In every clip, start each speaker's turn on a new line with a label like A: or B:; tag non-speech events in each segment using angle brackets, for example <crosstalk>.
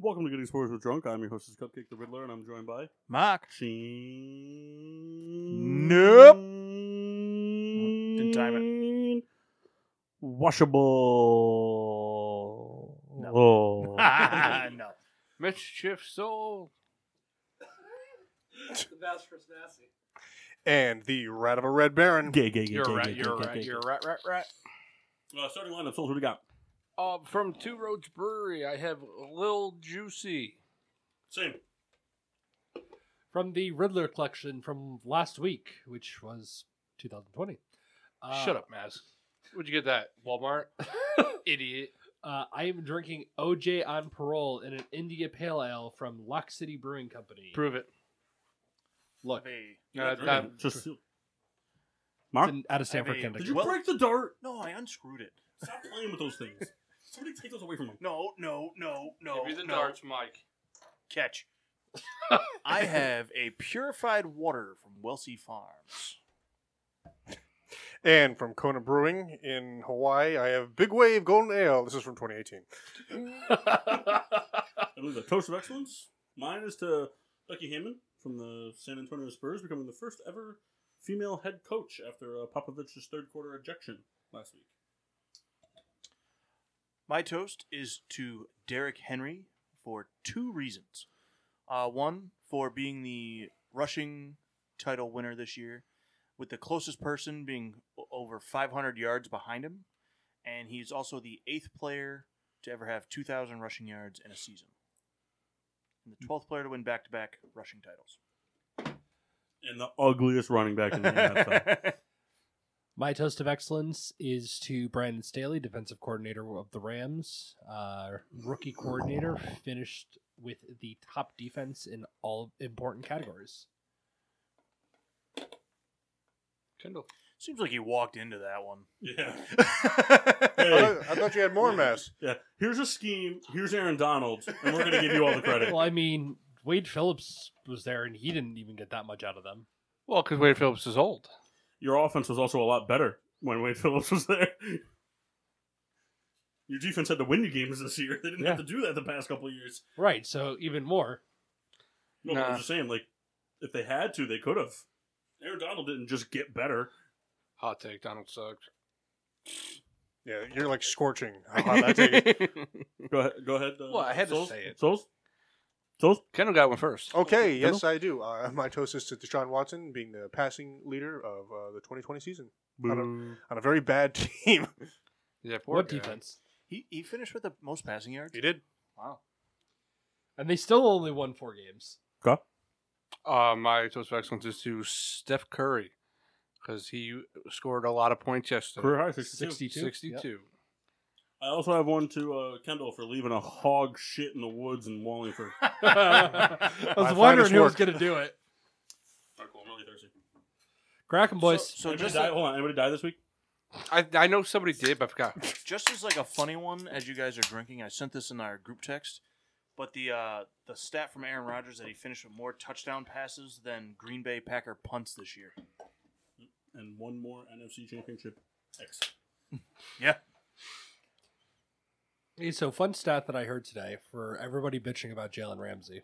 A: Welcome to Getting Sports with Drunk. I'm your hostess, Cupcake the Riddler, and I'm joined by
B: Mark.
A: Sheen.
B: Nope.
A: Didn't
B: Didn't time
A: it. Washable.
B: No.
C: <laughs>
A: Oh.
B: no.
C: Mischief Soul.
D: And the Rat of a Red Baron.
A: Gay, gay, gay,
C: You're
A: gay,
C: right,
A: gay,
C: you're
A: gay,
C: right,
A: gay,
C: you're
A: gay.
C: right, right, right.
A: Uh, starting lineup, Souls, what do we got?
C: Uh, from Two Roads Brewery, I have Lil Juicy.
A: Same.
E: from the Riddler collection from last week, which was 2020. Uh,
C: Shut up, Maz. Where'd you get that? Walmart? Idiot.
E: Uh, I am drinking OJ on parole in an India Pale Ale from Lock City Brewing Company.
C: Prove it.
E: Look,
C: Uh,
A: Drinking.
C: that-
A: Just-
E: it's
A: Mark,
E: in- out of Stanford,
B: Hey,
A: did
E: Connecticut.
A: you
B: Well-
A: break the dart?
B: No, I unscrewed it.
A: Stop playing with those things. Somebody take those away from him.
B: No, no, no, no.
C: Give me the
B: no.
C: darts, Mike.
B: Catch. I have a purified water from Welsey Farms.
D: And from Kona Brewing in Hawaii, I have Big Wave Golden Ale. This is from 2018.
A: I believe a toast of excellence. Mine is to Becky Hammond from the San Antonio Spurs, becoming the first ever female head coach after uh, Popovich's third quarter ejection last week.
B: My toast is to Derek Henry for two reasons. Uh, one, for being the rushing title winner this year, with the closest person being o- over 500 yards behind him. And he's also the eighth player to ever have 2,000 rushing yards in a season. And the 12th player to win back to back rushing titles.
A: And the ugliest running back in the NFL.
E: <laughs> My toast of excellence is to Brandon Staley, defensive coordinator of the Rams, uh, rookie coordinator, finished with the top defense in all important categories.
C: Kendall.
B: Seems like he walked into that one.
A: <laughs> yeah.
D: <laughs> I,
A: Hey.
D: thought, I thought you had more mess.
A: Yeah. Here's a scheme. Here's Aaron Donald, and we're going to give you all the credit.
E: <laughs> Well, I mean, Wade Phillips was there, and he didn't even get that much out of them.
C: Well, because Wade Phillips is old.
A: Your offense was also a lot better when Wade Phillips was there. <laughs> Your defense had to win you games this year. They didn't have to do that the past couple of years.
E: Right, so even more.
A: No, but I'm
C: Nah.
A: just saying, like, if they had to, they could have. Aaron Donald didn't just get better.
C: Hot take. Donald sucks.
D: Yeah, you're like scorching. How hot that thing is. <laughs>
A: Go ahead. Go ahead. Uh,
C: Well, I had to
A: Souls?
C: say it.
A: Souls. Souls.
C: <laughs> Kendall got one first.
D: Okay, yes, I do. Uh, my toast is to Deshaun Watson being the passing leader of uh, the 2020 season I on a very bad <laughs> team.
C: Yeah, poor
E: What
C: guy.
E: defense?
B: He, he finished with the most passing yards.
D: did.
B: Wow.
E: And they still only won four games.
C: Uh, my toast of excellence is to Steph Curry because he scored a lot of points yesterday.
A: Career high
E: 62.
C: 62.
A: I also have one to uh, Kendall for leaving a hog shit in the woods in
C: <laughs>
A: Wallingford.
E: <laughs> I
D: My
E: was wondering
D: finest
E: who was
D: work.
E: going to do it.
A: Alright, cool. I'm really thirsty.
E: Kraken boys.
B: So, so
A: anybody
B: just
A: die? Hold on. Anybody die this week?
C: I, I know somebody did, but I forgot.
B: just as like a funny one as you guys are drinking i sent this in our group text but the uh the stat from aaron rodgers that he finished with more touchdown passes than green bay packer punts this year
A: And one more NFC Championship. X.
E: Hey, so fun stat that I heard today for everybody bitching about Jalen Ramsey,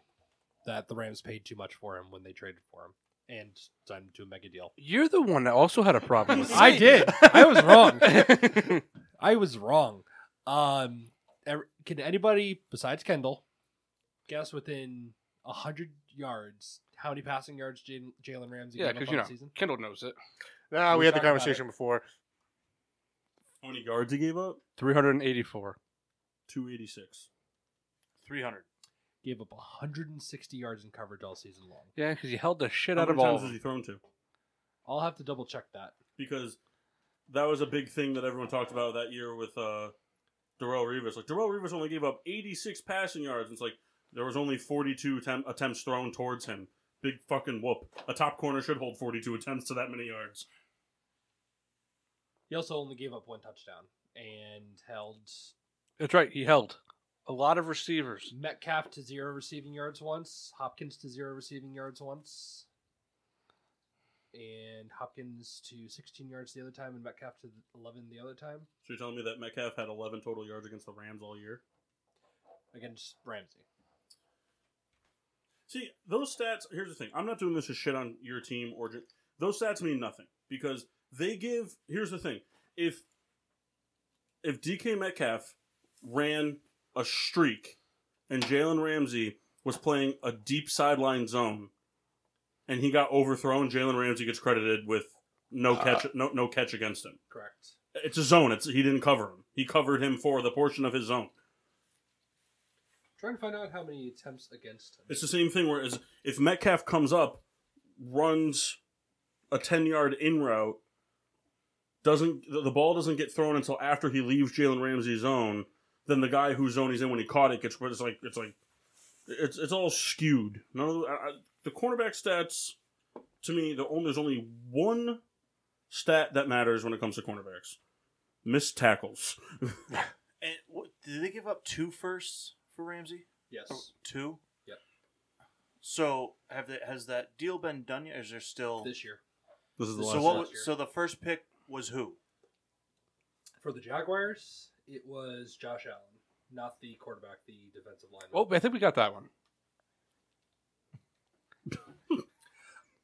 E: that the Rams paid too much for him when they traded for him and signed him to a mega deal.
C: You're the one that also had a problem with
E: I did. I was
C: <laughs>
E: wrong.
C: it.
E: I was wrong. Um, er- can anybody besides Kendall guess within hundred yards how many passing yards Jan- Jalen Ramsey?
C: yeah,
E: gave
C: because
E: up on
C: you know
E: the season?
C: Kendall knows it.
D: Nah,
E: We
D: we had the
E: talked about
D: conversation before.
A: How many yards he gave up?
C: 384.
A: 286.
B: 300
E: gave up 160 yards in coverage all season long.
C: Yeah, because he held the shit
A: How
C: out of
A: many
C: all.
A: times has he thrown to?
E: I'll have to double check that.
A: Because that was a big thing that everyone talked about that year with uh, Darrell Revis. Like Darrell Revis only gave up 86 passing yards. And it's like there was only 42 attempt- attempts thrown towards him. Big fucking whoop. A top corner should hold 42 attempts to that many yards.
E: He also only gave up one touchdown and held
C: That's right. He held a lot of receivers.
E: Metcalf to zero receiving yards once, Hopkins to zero receiving yards once, and Hopkins to 16 yards the other time, and Metcalf to 11 the other time
A: So you're telling me that Metcalf had 11 total yards against the Rams all year?
E: against Ramsey.
A: See, those stats. Here's the thing. I'm not doing this to shit on your team or ju- those stats mean nothing because they give. Here's the thing. If if DK Metcalf ran a streak and Jalen Ramsey was playing a deep sideline zone and he got overthrown, Jalen Ramsey gets credited with no
C: Uh.
A: catch, no no catch against him.
E: Correct.
A: It's a zone. It's he didn't cover him. He covered him for the portion of his zone.
E: Trying to find out how many attempts against him.
A: It's the same thing. Whereas if Metcalf comes up, runs a ten yard in route, doesn't the the ball doesn't get thrown until after he leaves Jalen Ramsey's zone. Then the guy whose zone he's in when he caught it gets. It's like it's like it's it's all skewed. None of the, I, I- the cornerback stats to me. The only there's only one stat that matters when it comes to cornerbacks: missed tackles. <laughs>
B: And what, did they give up two firsts for Ramsey?
E: yes.
B: Two.
E: Yep.
B: So have they, has that deal been done yet? Or is there still?
E: This year.
A: This is the last.
B: so what?
E: one.
B: Was, so the first pick was who?
E: For the Jaguars, it was Josh Allen, not the quarterback, the defensive lineman.
C: Oh, I think we got that one.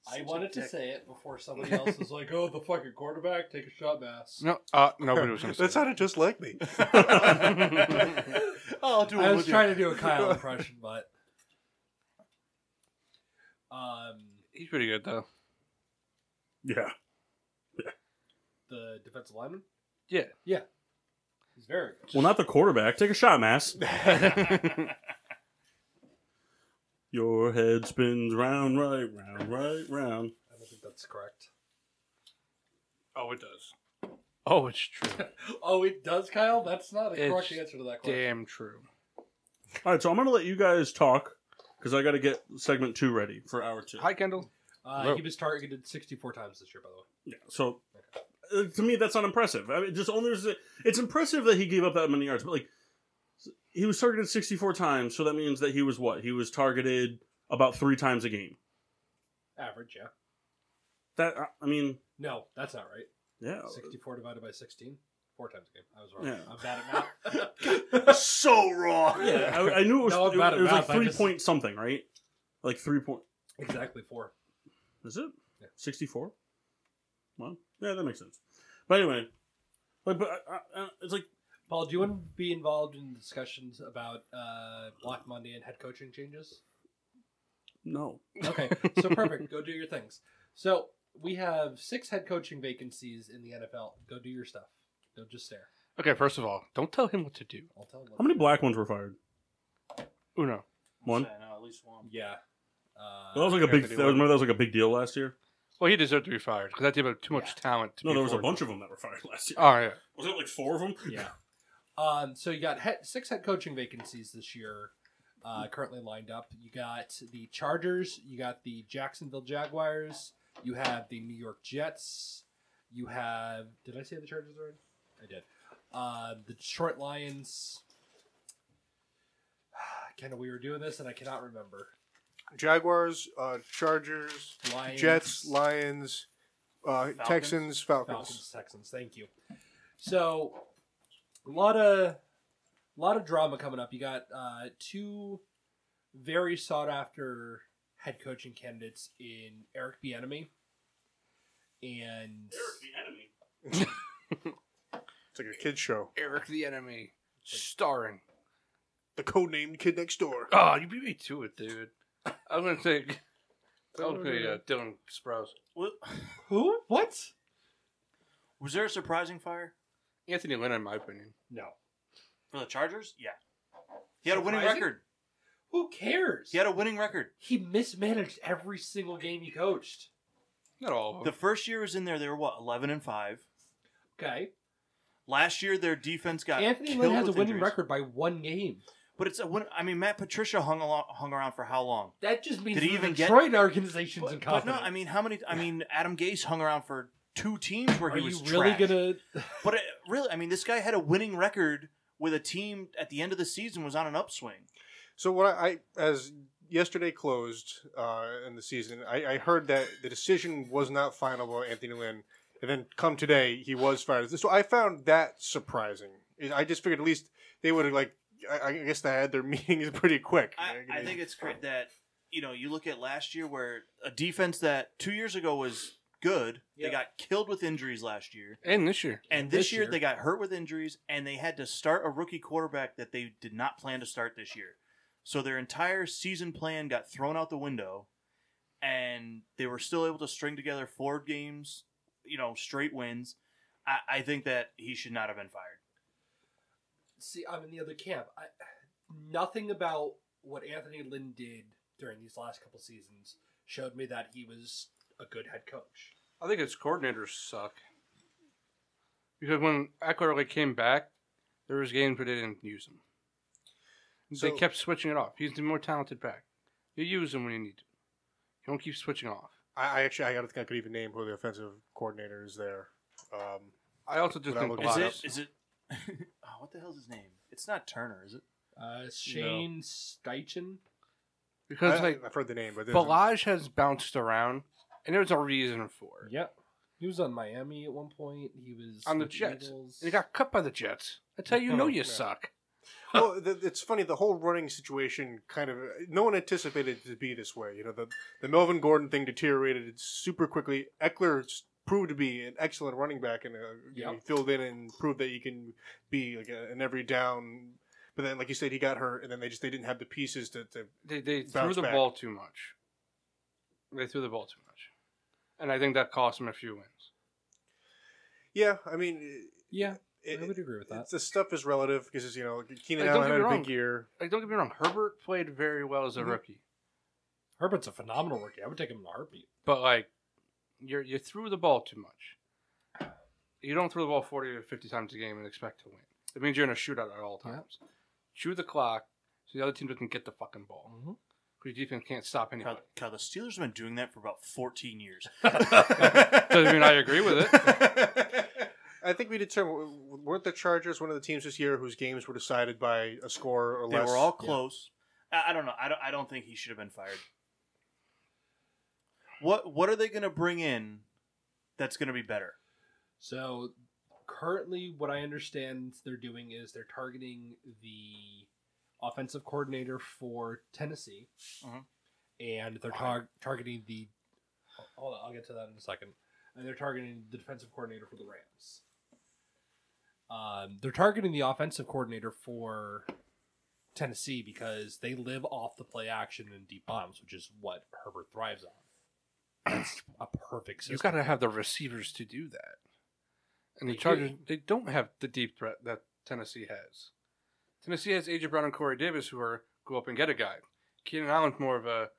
E: I wanted to say it before somebody else was like, "Oh, the fucking quarterback, take a shot, Bass."
C: No, uh,
D: <laughs>
C: nobody was going to say
D: that
C: that.
D: sounded just like <laughs> me.
B: <laughs> I'll do
E: I
B: one
E: was
B: with you.
E: trying to do a Kyle impression, but um,
C: <laughs> He's pretty good, though.
A: yeah.
E: the defensive lineman,
C: Yeah.
E: he's very good.
A: Well, not the quarterback. Take a shot, Mass. Your head spins round, right, round, right, round.
E: I don't think that's correct.
C: oh, it does. Oh, it's true.
E: Oh, it does, Kyle. That's not a correct
C: It's
E: answer to that
C: <laughs>
E: question.
C: Damn true.
A: All right, so I'm going to let you guys talk because I got to get segment two ready for hour two.
C: Hi, Kendall.
E: Uh, he was targeted 64 times this year, by the way.
A: Yeah, so uh, to me, that's not impressive. I mean, just only there's a- it's impressive that he gave up that many yards, but like he was targeted 64 times, so that means that he was what? He was targeted about three times a game.
E: Average, yeah.
A: That uh, I- I mean,
E: No, that's not right. <laughs>
A: yeah.
C: Oh.
E: 64 divided by 16, four times a game. I was
A: Yeah.
C: <laughs>
E: wrong. I'm bad at math. <laughs>
B: so wrong.
A: Yeah, I, I knew it was.
E: No, I'm
A: it,
E: bad
A: it
E: at
A: was like
E: math, I
A: three
E: just-
A: point something, right? Like three point.
E: exactly four.
A: Is it
E: Yeah.
A: sixty four? Well, yeah, that makes sense. But anyway, like, but I, I, I- it's like
E: Paul, do you want to be involved in discussions about uh, Black Monday and head coaching changes?
A: no.
E: Okay,
A: <laughs>
E: so perfect. Go do your things. So we have six head coaching vacancies in the NFL. Go do your stuff. Don't just stare.
C: Okay, first of all, don't tell him what to do.
E: I'll tell them.
A: How many black ones were fired?
C: Uno.
A: One.
B: Yeah, no, at least one.
E: Yeah. Uh,
A: Well, that was like a big. That was, remember that was like a big deal last year.
C: Well, he deserved to be fired because that team had too much
E: Yeah.
C: talent. To
A: No,
C: be
A: there was a
C: afforded.
A: bunch of them that were fired last year.
C: Oh yeah.
A: was it like four of them?
E: yeah. Um, so you got head, six head coaching vacancies this year uh, currently lined up. You got the Chargers. You got the Jacksonville Jaguars. You have the New York Jets. You have. Did I say the Chargers already? I did. Uh, the Detroit Lions. <sighs> Kenna, we were doing this and I cannot remember.
D: Jaguars, uh, Chargers,
E: Lions,
D: Jets, Lions, uh,
B: Falcons?
D: Texans, Falcons.
E: Falcons, Texans. Thank you. So, a lot of lot of drama coming up. You got uh, two very sought after head coaching candidates in Eric Bieniemy and
A: enemy.
D: It's like a kid show.
C: Eric the Enemy, starring.
D: The codenamed Kid Next
B: <laughs>
D: Door.
C: Oh, you beat me to it, dude. I'm gonna take. That would be uh, Dylan Sprouse,
B: Wa-
E: who? What?
B: Was there a surprising fire
C: Anthony Lynn, in my opinion.
E: No.
B: for the Chargers? Yeah. He had a winning
E: Surprising?
B: record.
E: Who cares?
B: He had a winning record.
E: he mismanaged every single game he coached.
C: Not all of
B: The
C: them.
B: first year he was in there, they were what, eleven and five.
E: Okay.
B: Last year, their defense got
E: Anthony
B: killed
E: Lynn has a
B: with
E: winning
B: injuries.
E: record by one game.
B: But it's a win. I mean, Matt Patricia hung along, hung around for how long?
E: That just means
B: Did he
E: the
B: even get-
E: Detroit organization's
B: But, but
E: incompetent.
B: no, I mean, how many? I mean, Adam Gase hung around for two teams where
E: are
B: he
E: you
B: was
E: really
B: trash.
E: gonna?
B: But it, really, I mean, this guy had a winning record with a team at the end of the season was on an upswing.
D: So what I, I as yesterday closed uh, in the season, I, I heard that the decision was not final by Anthony Lynn, and then come today he was fired. So I found that surprising. I just figured at least they would have like. I, I guess they had their <laughs> meetings pretty quick.
B: I, I think it's great that you know you look at last year where a defense that two years ago was good,
E: Yep.
B: they got killed with injuries last year,
C: And this year,
B: and this,
E: This
B: year,
E: year.
B: they got hurt with injuries, and they had to start a rookie quarterback that they did not plan to start this year. So their entire season plan got thrown out the window, and they were still able to string together four games, you know, straight wins. I, I think that he should not have been fired.
E: See, I'm in the other camp. I, nothing about what Anthony Lynn did during these last couple seasons showed me that he was a good head coach.
C: I think its coordinators suck. Because when Eckler like came back, there was games where they didn't use him.
D: So-
C: they kept switching it off. He's the more talented back. You use him when you need to. You don't keep switching off.
D: I, I actually I don't think I could even name who the offensive coordinator is there. Um,
C: I also just
D: Without
C: think
D: looking
B: Is
D: Lot
B: it?
D: of-
B: Is it? <laughs> oh, what the hell's his name? It's not Turner, is it?
E: Uh, Shane Steichen.
C: because
D: I,
C: like
D: I've heard the name, but there's-
C: Balaj has bounced around, and there's a reason for it.
E: Yep. He was on Miami at one point. He was
C: On the
E: with
C: Jets,
E: Eagles.
C: And he got cut by the Jets. That's how you know you
D: Yeah.
C: suck.
D: well, th- it's funny. The whole running situation kind of no one anticipated it to be this way. You know, the the Melvin Gordon thing deteriorated super quickly. Eckler s- proved to be an excellent running back, and uh, you know, he
E: Yep.
D: filled in and proved that he can be like a, an every down. But then, like you said, he got hurt, and then they just they didn't have the pieces to. to
C: They they threw
D: Bounce
C: the
D: back.
C: ball too much. They threw the ball too much, and I think that cost them a few wins.
D: yeah, I mean,
E: Yeah,
D: it,
E: I would agree with that.
D: it's, the stuff is relative because you know Keenan
C: Like,
D: Allen
C: don't get me
D: had a
C: wrong.
D: big year.
C: Like, don't get me wrong, Herbert played very well as a
D: Mhm.
C: rookie,
E: Herbert's a phenomenal rookie. I would take him in a heartbeat.
C: but like, you you threw the ball too much. You don't throw the ball forty to fifty times a game and expect to win. It means you're in a shootout at all
E: Yeah.
C: times. Chew the clock so the other team doesn't get the fucking ball. Because your defense can't stop anybody.
B: God, God, the Steelers have been doing that for about 14 years.
C: Doesn't mean I agree with it.
D: I think we determined weren't the Chargers one of the teams this year whose games were decided by a score or
B: They
D: less.
B: were all
E: yeah.
B: close. I, I don't know. I don't, I don't think he should have been fired. What What are they going to bring in that's going to be better?
E: So currently, what I understand they're doing is they're targeting the offensive coordinator for Tennessee,
B: Mhm.
E: and they're tar- targeting the. Hold on, I'll get to that in a second. And they're targeting the defensive coordinator for the Rams. Um, they're targeting the offensive coordinator for Tennessee because they live off the play action and deep bombs, which is what Herbert thrives on. That's a perfect system.
C: you got to have the receivers to do that. And the
E: They do.
C: Chargers, they don't have the deep threat that Tennessee has. Tennessee has AJ Brown and Corey Davis, who are go up and get a guy. Keenan Allen's more of a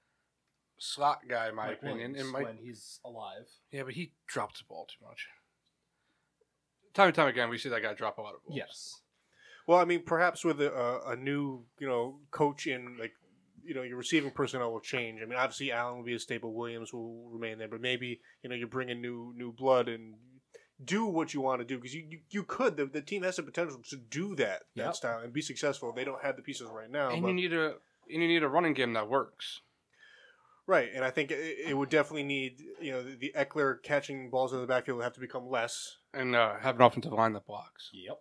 C: slot guy, in my
E: Mike
C: opinion.
E: Williams
C: And Mike,
E: when he's alive.
C: yeah, but he drops the ball too much. Time and time again, we see that guy drop a lot of balls.
E: Yes.
D: Well, I mean, perhaps with a, a, a new you know coach in like you know your receiving personnel will change. I mean, obviously Allen will be a staple, Williams will remain there, but maybe you know you bring in new new blood and do what you want to do because you, you you could the, the team has the potential to do that
E: Yep.
D: that style and be successful. They don't have the pieces right now,
C: and
D: but
C: you need a and you need a running game that works.
D: Right, and I think it, it would definitely need you know the, the Eckler catching balls in the backfield would have to become less.
C: and uh, have an offensive line that blocks.
E: Yep.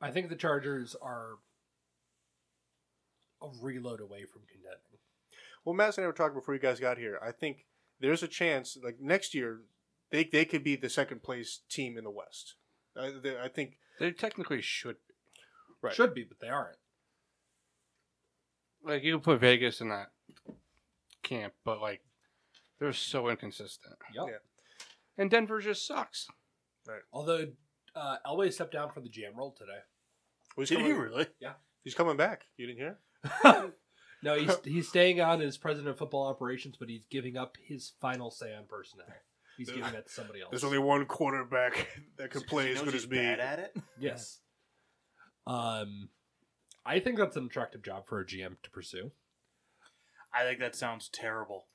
E: I think the Chargers are a reload away from contending.
D: Well, Matt and I were talking before you guys got here. I think there's a chance like next year they they could be the second place team in the West. I, they, I think
C: They technically should.
D: Right.
E: Should be, but they aren't.
C: Like you could put Vegas in that camp, but like they're so inconsistent.
E: Yep.
D: Yeah.
C: And Denver just sucks.
E: Although uh, Elway stepped down for the jam roll today.
D: he's
B: Did
D: coming,
B: he <laughs> really?
D: he's coming back. You didn't hear?
E: no, he's he's staying on as president of football operations, but he's giving up his final say on personnel. He's giving that to somebody else.
D: There's only one quarterback <laughs> that could
B: Is it 'cause
D: play
B: he
D: as
B: knows
D: good
B: he's
D: as me.
B: Bad at <laughs> it.
E: yes. Um, I think that's an attractive job for a GM to pursue.
B: I think that sounds terrible.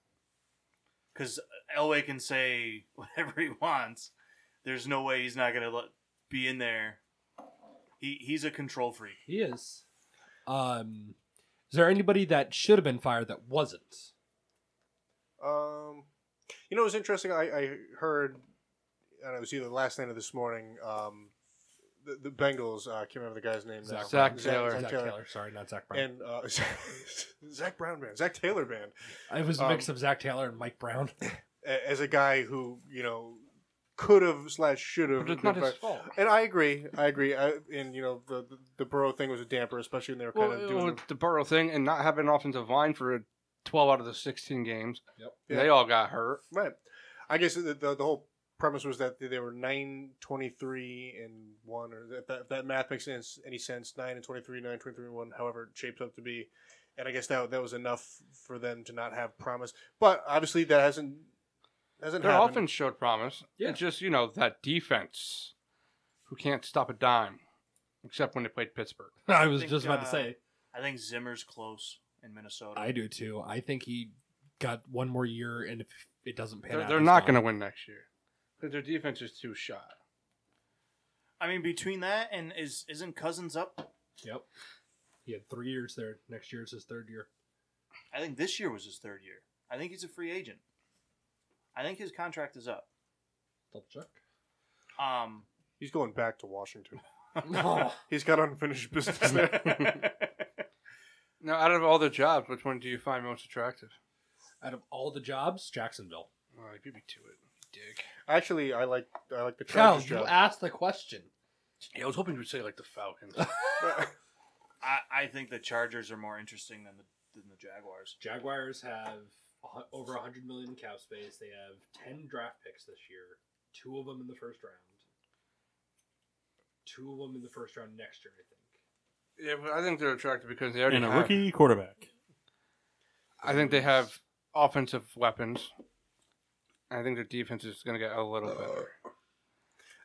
B: Because Elway can say <laughs> whatever he wants. There's no way he's not going to be in there. He he's a control freak.
E: He is. Um, is there anybody that should have been fired that wasn't?
D: Um, you know, it was interesting. I, I heard, I don't know, it was either last night or this morning. Um, the, the Bengals. uh, I can't remember the guy's name. now.
E: Zach
C: Zach Taylor.
E: Zach Taylor. Sorry, not Zach Brown.
D: And uh, <laughs> Zach Brown band, Zach Taylor band,
E: it was a mix
D: um,
E: of Zach Taylor and Mike Brown. <laughs>
D: a- as a guy who you know could have slash should have.
C: But it's
D: been
C: not his
D: fired.
C: fault.
D: And I agree, I agree. I, and you know the, the the Burrow thing was a damper, especially when they were kind
C: Well,
D: of
C: it-
D: doing.
C: well, the Burrow thing and not having an offensive line for 12 out of the 16 games.
E: Yep.
C: They all got hurt.
D: Right. I guess the, the, the whole premise was that they were 9, 23, and 1, or if that, if that math makes sense, any sense, 9 and 23, 9, 23, and 1, however it shapes up to be. And I guess that, that was enough for them to not have promise. But obviously that hasn't hasn't
C: Their
D: happened.
C: offense showed promise.
E: Yeah.
C: It's just, you know, that defense who can't stop a dime, except when they played Pittsburgh.
E: I was
B: think,
E: just about
B: uh,
E: to say.
B: I think Zimmer's close in Minnesota.
E: I do too. I think he got one more year, and if it doesn't pan
C: They're,
E: out,
C: they're
E: he's
C: not
E: gone.
C: going to win next year because their defense is too shot.
B: I mean, between that and is isn't Cousins up?
E: Yep. He had three years there. Next year is his third year.
B: I think this year was his third year. I think he's a free agent. I think his contract is up.
E: Double check.
B: Um,
D: He's going back to Washington.
E: No.
D: He's got
C: <laughs>
D: unfinished business there.
C: Now, out of all the jobs, which one do you find most attractive?
E: <laughs> Out of all the jobs, Jacksonville.
C: Oh, you beat me to it, you dick.
D: Actually, I like I like the
E: Charles,
D: Chargers
E: you
D: job.
E: asked the question.
C: Yeah, I was hoping you would say like the
E: <laughs>
C: Falcons.
B: I, I think the Chargers are more interesting than the than the Jaguars.
E: Jaguars have a hu- over 100 million in cap space. They have 10 draft picks this year, two of them in the first round, two of them in the first round next year, I think.
C: yeah, but I think they're attractive because they already
A: And a
C: have-
A: rookie quarterback.
C: I think they have offensive weapons. I think their defense is going to get a little better.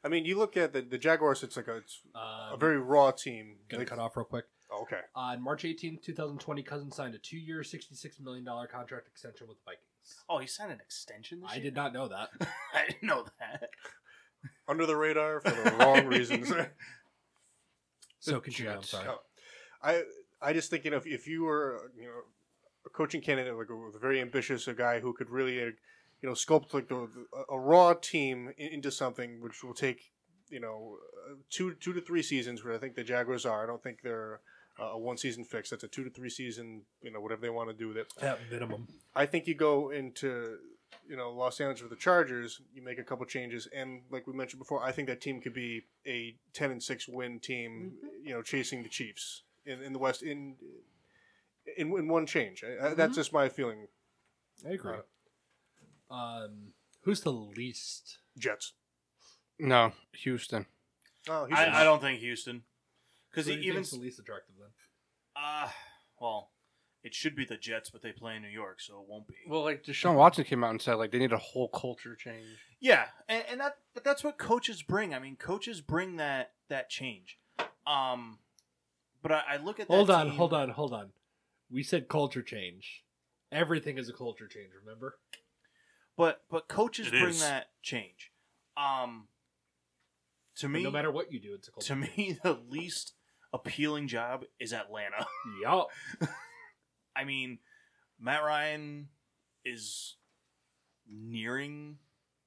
D: I mean, you look at the, the Jaguars, it's like a, it's
E: Um,
D: a very raw team.
E: Gonna
D: They-
E: cut off real quick.
D: Oh, okay.
E: On March 18th, 2020, Cousins signed a two year, $66 million contract extension with the Vikings.
B: Oh, he signed an extension this
E: I
B: year.
E: did not know that.
B: <laughs> I didn't know that.
D: Under the radar for the wrong reasons.
E: <laughs> So continue. I'm
C: Jets.
E: sorry.
D: Oh. I I just think you know if, if you were you know a coaching candidate like a, very ambitious, a guy who could really uh, you know sculpt like the, the- a raw team in, into something which will take you know uh, two two to three seasons, where I think the Jaguars are. I don't think they're uh, a one season fix. That's a two to three season you know whatever they want to do with it.
E: At minimum.
D: I think you go into you know Los Angeles with the Chargers, you make a couple changes, and like we mentioned before, I think that team could be a ten and six win team. You know, chasing the Chiefs in, in the West in in, in one change. I, I- That's just my feeling.
E: I agree. Um, who's the least?
D: Jets.
C: No, Houston.
D: Oh, Houston.
B: I, I don't think Houston, because
E: Who do you
B: even
E: think's the least attractive then?
B: uh, well, it should be the Jets, but they play in New York, so it won't be.
C: Well, like Deshaun Watson came out and said like they need a whole culture change.
B: Yeah, and, and that but that's what coaches bring. I mean, coaches bring that that change. Um, but I, I <laughs> look at
E: Hold
B: that
E: on,
B: team-
E: hold on, hold on. We said culture change. Everything is a culture change. Remember?
B: But but coaches
A: It
B: bring
A: is.
B: that change. Um, to me,
E: no matter what you do, it's a culture.
B: to me, <laughs> the least appealing job is Atlanta. <laughs>
E: change. Yup.
B: I mean, Matt Ryan is nearing.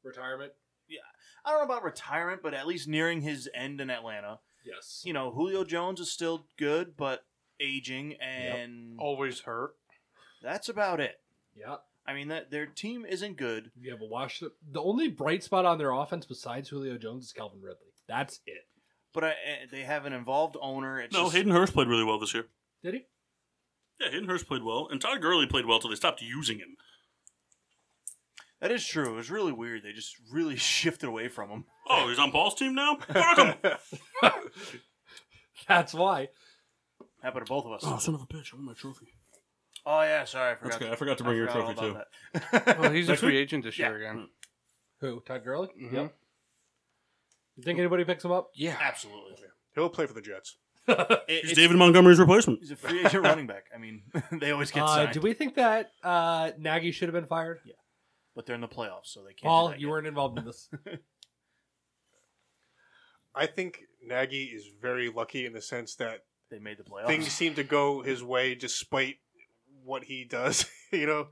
E: retirement.
B: I don't know about retirement, but at least nearing his end in Atlanta.
E: Yes.
B: You know, Julio Jones is still good, but aging, and
C: Always hurt.
B: that's about it.
E: Yeah.
B: I mean, that their team isn't good.
E: You have a wash. The only bright spot on their offense besides Julio Jones is Calvin Ridley. That's it.
B: But I, eh, they have an involved owner. It's
A: No,
B: just,
A: Hayden Hurst played really well this year.
E: Did he? <laughs>
A: Yeah, Hayden Hurst played well, and Todd Gurley played well till they stopped using him.
B: that is true. It was really weird. They just really <laughs> shifted away from him.
A: Oh, he's on Paul's team now. Fuck him.
E: That's why.
B: Happened to both of us.
A: oh,
B: Oh,
A: son of a bitch! I won my trophy.
B: yeah, sorry, I
A: That's
B: forgot.
A: good. I forgot to bring your
B: forgot
A: trophy
B: all
A: too.
B: about that.
C: Well, he's a
A: Next
C: free
A: week?
C: agent this year again.
E: Who? Todd Gurley?
C: Mhm.
B: Mm-hmm.
E: Yep. You think anybody picks him up?
C: Yeah.
B: Absolutely.
D: He'll play for the Jets.
B: It-
A: He's
B: it's-
A: David Montgomery's replacement.
B: He's a free agent running back. I mean, <laughs> they always get
E: Uh,
B: signed.
E: do we think that uh, Nagy should have been fired?
B: but they're in the playoffs, so they can't.
E: Paul,
B: do that
E: you
B: yet.
E: weren't involved in
B: <laughs>
E: this.
D: I think Nagy is very lucky in the sense that
B: They made the playoffs.
D: things seem to go his way despite what he does. <laughs> you know,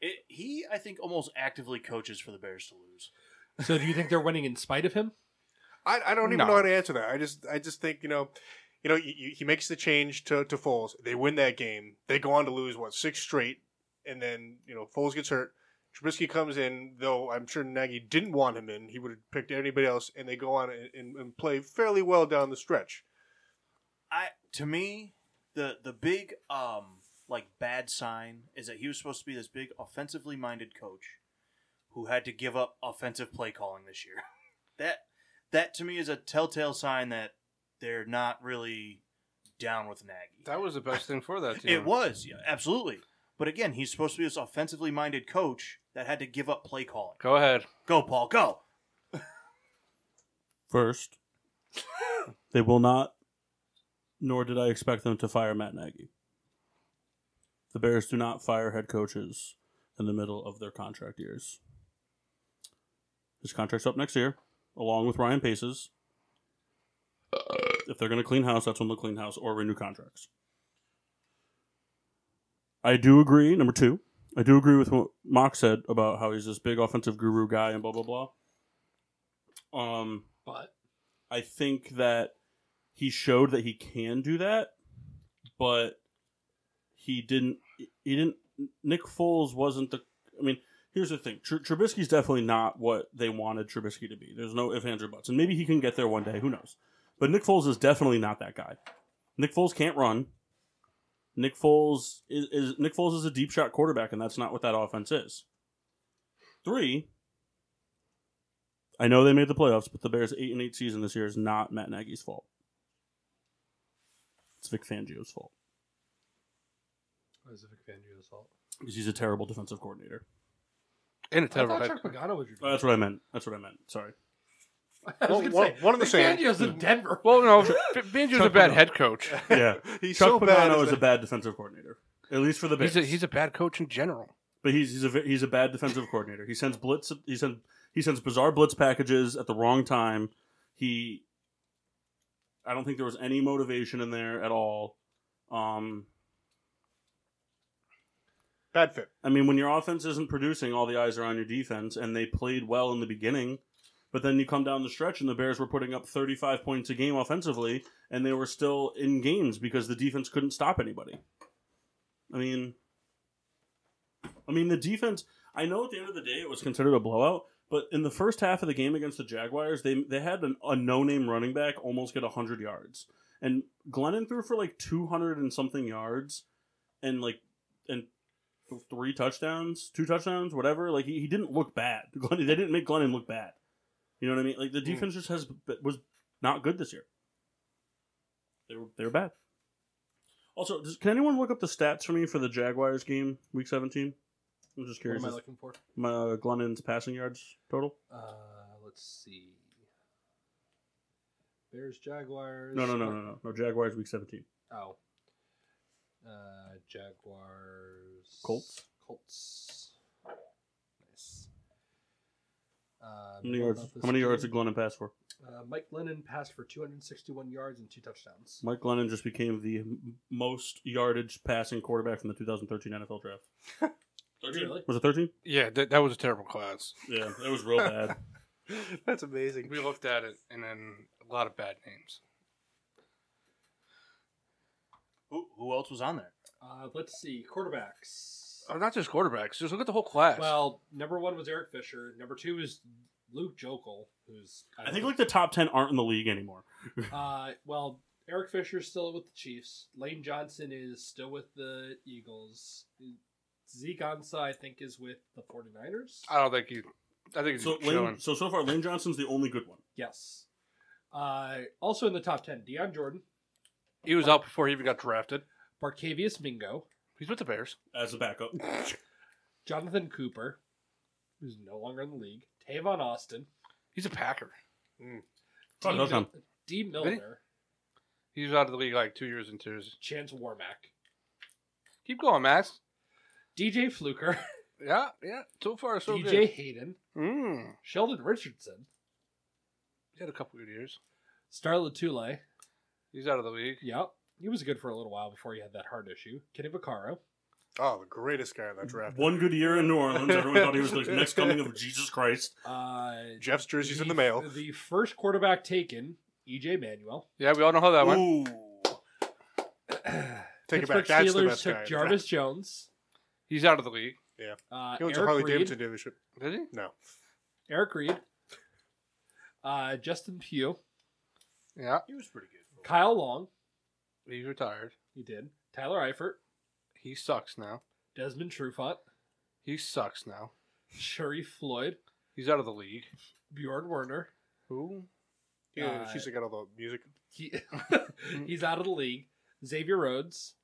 B: It, he, I think, almost actively coaches for the Bears to lose.
E: so do you think they're winning in spite of him?
D: I, I don't even
C: No.
D: know how to answer that. I just I just think you know, you know, you, you, he makes the change to to Foles. They win that game. They go on to lose what six straight, and then you know Foles gets hurt. Trubisky comes in, though I'm sure Nagy didn't want him in. He would have picked anybody else, and they go on and, and, and play fairly well down the stretch.
B: I, to me, the the big um like bad sign is that he was supposed to be this big offensively minded coach, who had to give up offensive play calling this year. <laughs> that that to me is a telltale sign that they're not really down with Nagy.
C: That was the best thing for that team.
B: It was, yeah, absolutely. But again, he's supposed to be this offensively minded coach that had to give up play calling.
C: Go ahead.
B: Go, Paul, go.
A: First, they will not, nor did I expect them to fire Matt Nagy. The Bears do not fire head coaches in the middle of their contract years. His contract's up next year, along with Ryan Pace's. If they're going to clean house, that's when they'll clean house or renew contracts. I do agree, number two, I do agree with what Mock said about how he's this big offensive guru guy and blah, blah, blah. Um,
E: But
A: I think that he showed that he can do that, but he didn't. He didn't. Nick Foles wasn't the. I mean, here's the thing: Tr- Trubisky's definitely not what they wanted Trubisky to be. There's no ifs, ands, or buts, and maybe he can get there one day. Who knows? But Nick Foles is definitely not that guy. Nick Foles can't run. Nick Foles is, is Nick Foles is a deep shot quarterback, and that's not what that offense is. Three, I know they made the playoffs, but the Bears' eight and eight season this year is not Matt Nagy's fault. It's Vic Fangio's fault
E: is it Vic Fangio's fault?
A: because he's a terrible defensive coordinator.
C: And a
E: I
C: terrible
E: thought
C: head.
E: Chuck Pagano was your.
A: Oh, that's what I meant. That's what I meant.
D: <laughs>
A: Sorry.
E: <laughs> I was
D: One-
E: gonna
D: one-
E: say,
D: one of the
E: Vic
D: same.
E: Fangio's in Denver.
C: Well, no, Banjo's a
A: Chuck
C: bad
A: Pagano.
C: head coach.
A: Yeah,
D: he's
A: Chuck
D: so
A: Pagano
D: bad.
A: is
D: that-
A: a bad defensive coordinator, at least for the Bears.
C: He's a, he's a bad coach in general.
A: but he's he's a ve- he's a bad defensive coordinator. He sends blitz. He sends he sends bizarre blitz packages at the wrong time. He, I don't think there was any motivation in there at all. Um,
D: bad fit. <laughs>
A: I mean, when your offense isn't producing, all the eyes are on your defense, and they played well in the beginning. But then you come down the stretch, and the Bears were putting up 35 points a game offensively, and they were still in games because the defense couldn't stop anybody. I mean, I mean the defense. I know at the end of the day it was considered a blowout, but in the first half of the game against the Jaguars, they they had an, a no-name running back almost get 100 yards, and Glennon threw for like 200 and something yards, and like and th- three touchdowns, two touchdowns, whatever. Like he, he didn't look bad. <laughs> Glennon, they didn't make Glennon look bad. You know what I mean? Like
E: Hmm.
A: the defense just has was not good this year. They were they were bad. Also, does, can anyone look up the stats for me for the Jaguars game week 17? I'm just
E: What
A: curious.
E: am I
A: if-
E: looking for?
A: my uh, Glennon's passing yards total?
E: Uh, let's see. Bears, Jaguars.
A: No, no, no, no, no, no. Jaguars week seventeen.
E: Oh. Uh, Jaguars.
A: Colts?
E: Colts. Nice. Uh,
A: How many yards? How many yards did Glennon pass for?
E: Uh, Mike Lennon passed for 261 yards and two touchdowns.
A: Mike Glennon just became the m- most yardage passing quarterback from the 2013 NFL draft. <laughs> 13?
E: Really?
A: Was it 13?
C: Yeah, that, that was a terrible class.
A: Yeah, that was real bad.
D: That's amazing.
C: We looked at it, and then a lot of bad names.
B: Who, who else was on there?
E: Uh, let's see. Quarterbacks.
A: Uh,
C: Oh, not just quarterbacks. Just look at the whole class.
E: Well, number one was Eric Fisher. Number two was Luke Jokel, who's
A: <laughs> I think like the top 10 aren't in the league anymore.
E: Uh, well, Eric Fisher's still with the Chiefs. Lane Johnson is still with the Eagles. Zeke Ansah, I think, is with the 49ers.
C: I don't think he. I think he's
A: So
C: chilling.
A: Lane, so so far Lane Johnson's the only good one.
E: yes. Uh, also in the top 10, Deion Jordan,
C: He was out before he even got drafted.
E: Barcavius Mingo,
C: He's with the Bears.
A: As a backup,
E: Jonathan Cooper, who's no longer in the league, Tavon Austin,
C: He's a Packer.
A: Fuck,
E: D.
A: that's
E: Mil-
A: him.
E: D. Milner,
C: He was out of the league like two years and two years.
E: Chance Warmack,
C: Keep going, Max.
E: DJ Fluker,
C: Yeah, yeah. So far, <laughs>
E: <laughs>
C: so
E: DJ
C: good.
E: Hayden,
C: Mm.
E: Sheldon Richardson,
C: He had a couple good years.
E: Starla Tule.
C: He's out of the league.
E: Yep. He was good for a little while before he had that heart issue. Kenny Vaccaro,
D: Oh, the greatest guy in that draft.
A: One good year in New Orleans, everyone thought he was the next coming of Jesus Christ.
E: uh,
D: Jeff's jersey's in the mail.
E: The first quarterback taken, EJ Manuel.
C: Yeah, we all know how that went.
B: Ooh.
D: <clears throat> Take
E: Pittsburgh
D: it back. That's the
E: Steelers
D: best
E: took
D: guy. in the draft. <laughs>
E: Jarvis Jones.
C: He's out of the league.
D: He
E: Uh, Eric,
D: owns a Harley
E: Reed,
D: Davidson dealership.
C: Did he?
D: No.
E: Eric Reed. Uh, Justin Pugh.
C: Yeah,
B: He was pretty good.
E: Kyle Long.
C: he's retired.
E: He did. Tyler Eifert.
C: He sucks now.
E: Desmond Trufant.
C: He sucks now.
E: Sherry Floyd.
C: He's out of the league.
E: Bjorn Werner.
C: Who?
D: Yeah,
E: Uh,
D: she's got all the music. <laughs>
E: He, <laughs> he's out of the league. Xavier Rhodes.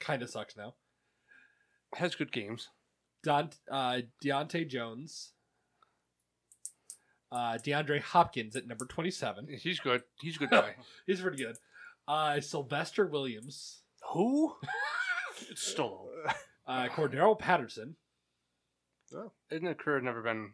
E: Kind of sucks now.
C: Has good games.
E: Don, uh, Deontay Jones, uh, DeAndre Hopkins at number 27.
C: He's good. He's a good guy.
E: He's pretty good. Uh, Sylvester Williams,
B: Who? Stole.
E: uh, Cordero Patterson.
C: His career never been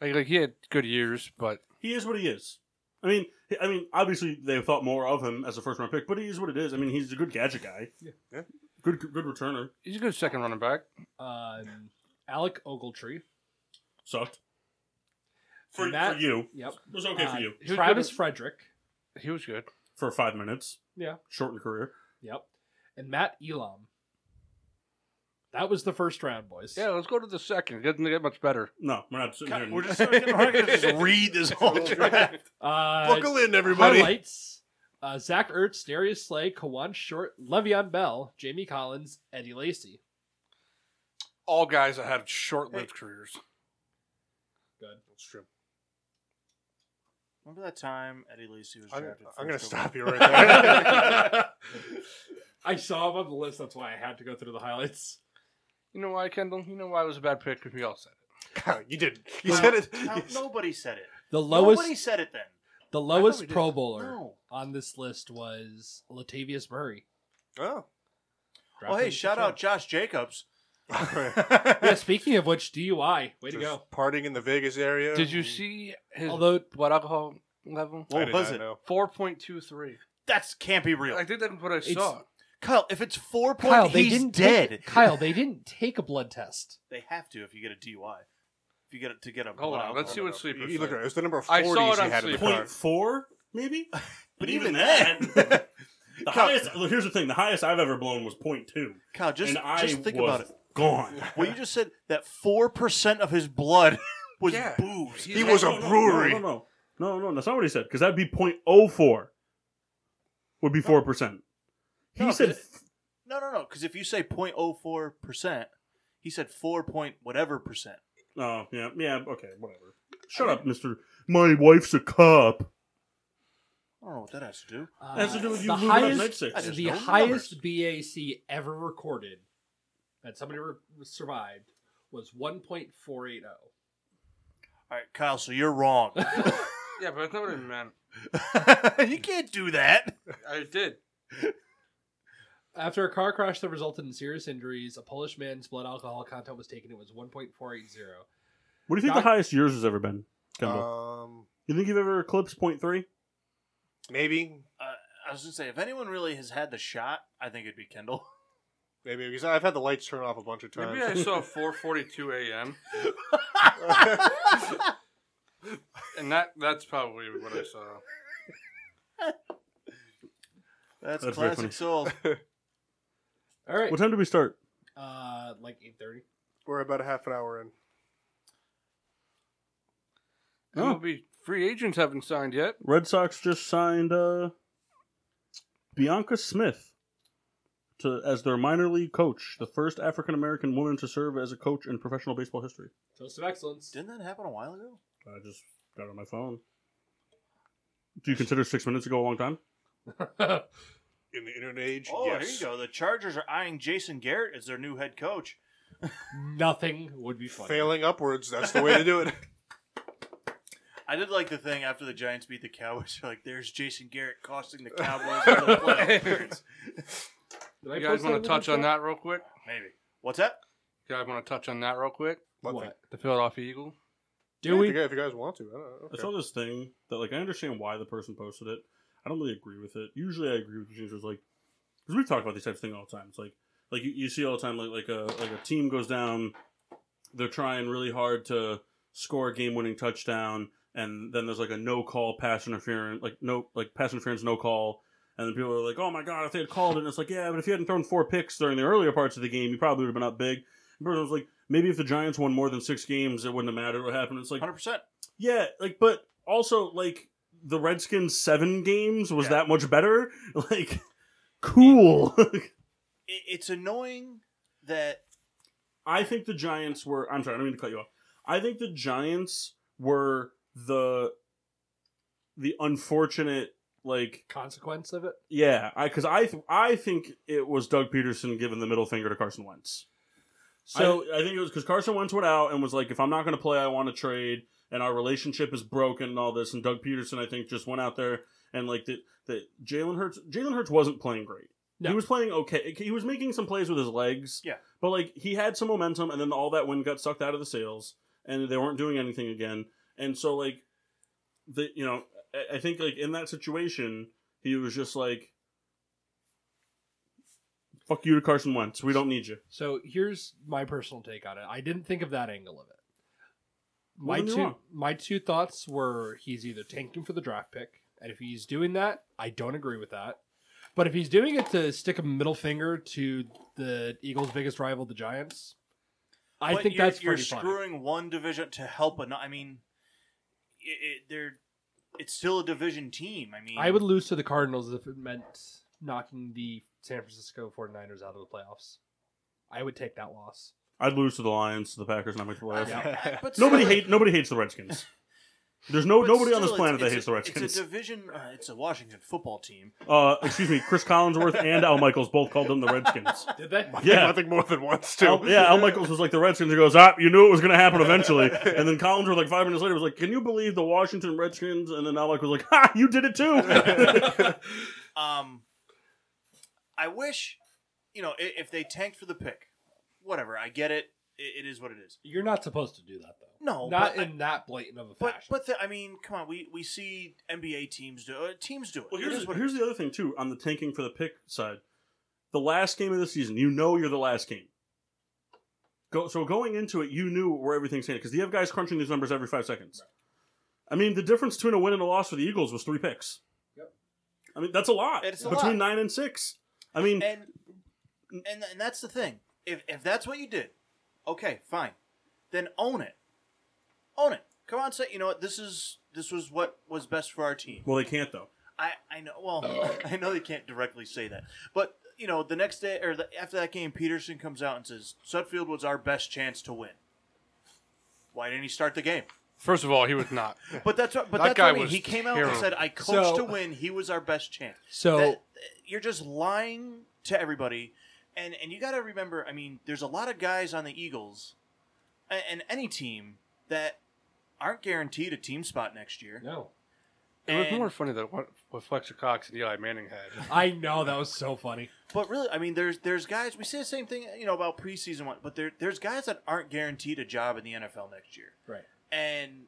C: like like he had good years, but
A: He is what he is. I mean, he- I mean, obviously they thought more of him as a first round pick, but he is what it is. I mean, he's a good gadget guy.
E: Yeah.
D: Yeah.
A: Good, good returner.
C: he's a good second running back.
E: Um, Alec Ogletree.
A: Sucked. For,
E: Matt-
A: for you,
E: Yep.
A: it was okay
E: Uh,
A: for you
C: He was
E: Travis
C: good.
E: Frederick.
C: He was good.
A: for five minutes.
E: Yeah.
A: shortened career.
E: Yep. And Matt Elam. That was the first round, boys.
C: Yeah, let's go to the second. It doesn't get much better.
A: No, we're not sitting here. and-
B: <laughs> We're <laughs> just, we're gonna just read this whole <laughs> draft.
E: Uh,
D: Buckle in, everybody.
E: Highlights. Uh, Zach Ertz, Darius Slay, Kawan Short, Le'Veon Bell, Jamie Collins, Eddie Lacy.
C: All guys that had short lived careers.
D: That's true.
B: Remember that time Eddie Lacy was
D: I'm,
B: drafted?
D: I'm
B: going
D: gonna
B: to
D: stop <laughs> you
E: <laughs>
D: right there.
E: I saw him on the list. That's why I had to go through the highlights.
C: You know why, Kendall? You know why it was a bad pick because we all said it.
D: God, you did. You said it.
B: nobody said it.
E: The lowest,
B: Nobody said it then.
E: the
C: we
E: lowest
C: did.
E: Pro Bowler
B: No.
E: on this list was Latavius Murray.
D: <laughs> Oh.
B: Oh, hey,
E: Drafted
B: shout
E: in the
B: out Josh Jacobs.
E: <laughs> first round. <laughs> Yeah, speaking of which, DUI. Way to
D: Just
E: go.
D: Partying in the Vegas area.
C: Did you see his
E: Although
C: blood alcohol level?
D: I
B: What
D: did
B: was
D: not
B: it?
D: know.
C: Four point two three.
B: That's can't be real.
C: I think that's what I
E: It's-
C: saw.
B: Kyle, if it's four point,
E: Kyle, they
B: he's
E: didn't
B: dead. <laughs>
E: Take, Kyle, they didn't take a blood test.
B: They have to if you get a DUI. If you get it to get a
C: Hold
B: blood
C: on, let's
B: alcohol
C: see what
B: level.
D: You,
C: sleeper
D: you look at
C: said.
D: it. It was the number of
C: I
D: 40s
C: saw it on
D: he had in the
C: Sleeper.
D: car.
A: point four, maybe.
B: But even then,
A: that, the highest. Look, here's the thing: the highest I've ever blown was point two,
B: Kyle, just
A: and I
B: just think
A: was
B: about it.
A: gone.
B: Well, you just said that four percent of his blood <laughs> was
C: Yeah.
B: booze.
D: He was a
A: No, no,
D: brewery.
A: No, no, no, no, no, That's not what he said. Because that'd be point oh four. Would be four percent. He
B: No,
A: said
B: but- no, no, no. Because if you say 004 percent, he said four point whatever percent.
A: Oh yeah, yeah, okay, whatever. Shut up, Mister. My wife's a cop.
B: I don't know what that has to do.
E: Uh,
A: That's to do with you
E: the
A: moving up
E: highest,
A: night six.
B: There's
E: the
B: no
E: highest BAC ever recorded that somebody re- survived was 1.480.
B: All right, Kyle. So you're wrong.
C: Yeah, but that's not what I meant.
B: you can't do that.
C: I did.
E: After a car crash that resulted in serious injuries, a Polish man's blood alcohol content was taken. It was 1.480.
A: What do you think
E: Doc-
A: the highest yours has ever been, Kendall?
D: Um,
A: you think you've ever eclipsed point three?
D: maybe,
B: Uh, I was gonna say if anyone really has had the shot, I think it'd be Kendall. <laughs>
D: maybe because I've had the lights turn off a bunch of times.
C: Maybe I saw four forty two AM
D: <laughs>
C: and that that's probably what I saw.
B: That's,
A: That's very funny.
B: classic soul.
E: All right.
A: What time did we start?
E: Uh, like 8.30.
D: We're about a half an hour in.
A: Oh.
C: MLB free agents haven't signed yet.
A: Red Sox just signed uh, Bianca Smith to as their minor league coach, the first African American woman to serve as a coach in professional baseball history.
E: Toast of Excellence.
B: Didn't that happen a while ago?
A: I just got it on my phone. Do you consider six minutes ago a long time?
D: In the internet age,
B: Oh,
D: yes.
B: here you go. The Chargers are eyeing Jason Garrett as their new head coach.
E: <laughs> Nothing would be funny.
D: Failing upwards, that's the way to do it.
B: I did like the thing after the Giants beat the Cowboys. <laughs> They're like, there's Jason Garrett costing the Cowboys another playoff appearance.
E: Did I
C: You guys
E: post
C: want
E: that
C: to touch
E: in
C: on
E: the chat?
C: that real quick?
B: Maybe. What's that?
C: You guys want to touch on that real quick?
D: But
E: What?
C: The Philadelphia Eagle.
E: Do
D: if
E: we?
D: You guys, if you guys want to, I don't know.
A: I
D: Okay.
A: saw this thing that like I understand why the person posted it. I don't really agree with it. Usually, I agree with the James. Like because we talk about these types of things all the time. It's like like you, you see all the time like like a like a team goes down, they're trying really hard to score a game winning touchdown, and then there's like a no call pass interference, like no like pass interference no call. And then people are like, "Oh my god, if they had called it," and it's like, "Yeah, but if you hadn't thrown four picks during the earlier parts of the game, you probably would have been up big." And person was like, "Maybe if the Giants won more than six games, it wouldn't have mattered what happened." It's like,
B: 100%.
A: yeah, like, but also like the Redskins seven games was
B: Yeah.
A: that much better. <laughs> Like, cool.
B: It, it's annoying that
A: <laughs> I think the Giants were. I'm sorry, I don't mean to cut you off. I think the Giants were the the unfortunate like
E: Consequence of it?
A: yeah I because I th- I think it was Doug Peterson giving the middle finger to Carson Wentz.
E: So
A: I, I think it was because Carson Wentz went out and was like, if I'm not going to play, I want to trade, and our relationship is broken and all this. And Doug Peterson, I think, just went out there and like that. That Jalen Hurts, Jalen Hurts wasn't playing great.
E: No.
A: He was playing okay. He was making some plays with his legs.
B: Yeah.
A: but like he had some momentum, and then all that wind got sucked out of the sails, and they weren't doing anything again. And so like, the you know, I, I think like in that situation, he was just like. Fuck you to Carson Wentz. We don't need you.
E: so here's my personal take on it. I didn't think of that angle of it.
A: Well,
E: My
A: then you're
E: two
A: wrong.
E: my two thoughts were he's either tanking for the draft pick, and if he's doing that, I don't agree with that. But if he's doing it to stick a middle finger to the Eagles' biggest rival, the Giants, I
B: but
E: think
B: you're,
E: that's
B: you're
E: pretty funny.
B: screwing one division to help another. I mean, it, it, they're it's still a division team. I mean,
E: I
A: <laughs>
E: would lose to the Cardinals if it meant knocking the San Francisco 49ers out of the playoffs. I would take that loss.
A: I'd lose to the Lions, to the Packers, and I make the playoffs.
E: Yeah.
B: but
A: Nobody
B: still-
A: hate nobody hates the Redskins. There's no
B: but
A: nobody on
B: still,
A: this
B: it's-
A: planet that
B: it's a-
A: hates the
B: It's
A: Redskins.
B: a division. Uh, it's a Washington football team.
A: uh, excuse me, Chris Collinsworth and Al Michaels both called them the Redskins.
E: Did they?
D: <laughs>
A: Yeah.
D: I think more than once too.
A: Al, yeah, Al Michaels was like the Redskins. He goes, ah, you knew it was going to happen eventually. And then Collinsworth, like five minutes later, was like, can you believe the Washington Redskins? And then Al Michaels was like, ha, you did it too.
B: Um, I wish, you know, i- if they tanked for the pick, whatever. I get it. It, it is what it is.
E: <laughs> You're not supposed to do that though.
B: No,
E: not
B: but I-
E: in that blatant of a
B: But
E: fashion.
B: but the, I mean, come on. We we see NBA teams do uh, teams do it.
A: Well,
B: It
A: here's,
B: is what it
A: here's the other thing too on the tanking for the pick side. The last game of the season, you know you're the last game. Go so going into it, you knew where everything's headed because you have guys crunching these numbers every five seconds. I mean, the difference between a win and a loss for the Eagles was three picks.
E: Yep.
A: I mean, that's a lot
B: It's a
A: between
B: lot.
A: nine and six. I mean,
B: and and and that's the thing. If if that's what you did, okay, fine. Then own it. Own it. Come on, say you know what this is. This was what was best for our team.
A: well, they can't though.
B: I I know. Well, <laughs> I know they can't directly say that, but you know the next day or the, after that game, Peterson comes out and says Sudfield was our best chance to win. Why didn't he start the game?
C: First of all, he was not.
B: But that's what. But
C: That
B: that's
C: guy
B: what I mean.
C: was
B: He came out and
C: terrible.
B: said, "I
E: So-
B: coached to win. He was our best chance."
E: so
B: That- you're just lying to everybody, and and you got to remember. I mean, there's a lot of guys on the Eagles, and, and any team that aren't guaranteed a team spot next year.
E: no,
C: It was
B: And-
C: more funny than what, what Fletcher Cox and Eli Manning had.
E: I know that was so funny.
B: But really, I mean, there's there's guys. We say the same thing, you know, about preseason one. But there there's guys that aren't guaranteed a job in the NFL next year,
E: Right.
B: and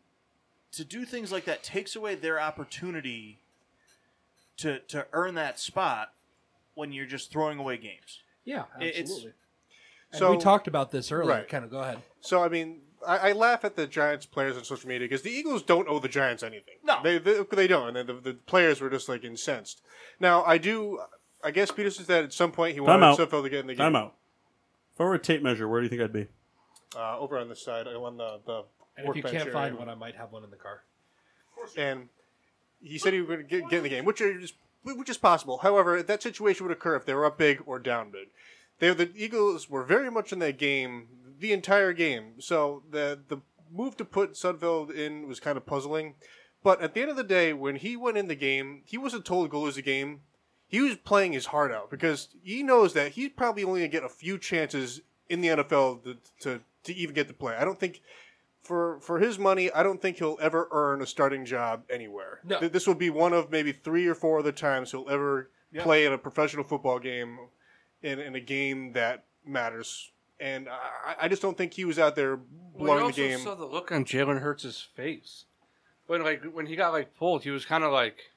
B: to do things like that takes away their opportunity to to earn that spot when you're just throwing away games.
E: Yeah,
B: It- it's-
E: absolutely. and
D: So-
E: we talked about this earlier.
D: Right.
E: Kind of go ahead.
D: So I mean, I, I laugh at the Giants players on social media because the Eagles don't owe the Giants anything.
B: No.
D: they they, they don't, and the, the players were just like incensed. Now I do, I guess Peterson said at some point he wanted
A: out.
D: Sudfeld to get in the game.
A: I'm out. If I were a tape measure, where do you think I'd be?
D: Uh, over on the side, on the the
E: And if you
D: workbench
E: can't
D: area.
E: find one, uh, I might have one in the car.
D: and he said he was going to get, get in the game, which is which is possible. However, that situation would occur if they were up big or down big. They the Eagles were very much in that game the entire game, so the the move to put Sudfeld in was kind of puzzling. But at the end of the day, when he went in the game, he wasn't told to go lose the game. He was playing his heart out because he knows that he's probably only going to get a few chances in the NFL to, to to even get to play. I don't think for for his money, I don't think he'll ever earn a starting job anywhere.
E: No.
D: Th- this will be one of maybe three or four other times he'll ever
B: Yeah.
D: play in a professional football game in in a game that matters. And I, I- I just don't think he was out there
C: <laughs> Well, you
D: blowing the
C: also
D: game.
C: saw the look on Jalen Hurts' face when like when he got like pulled. He was kind of like,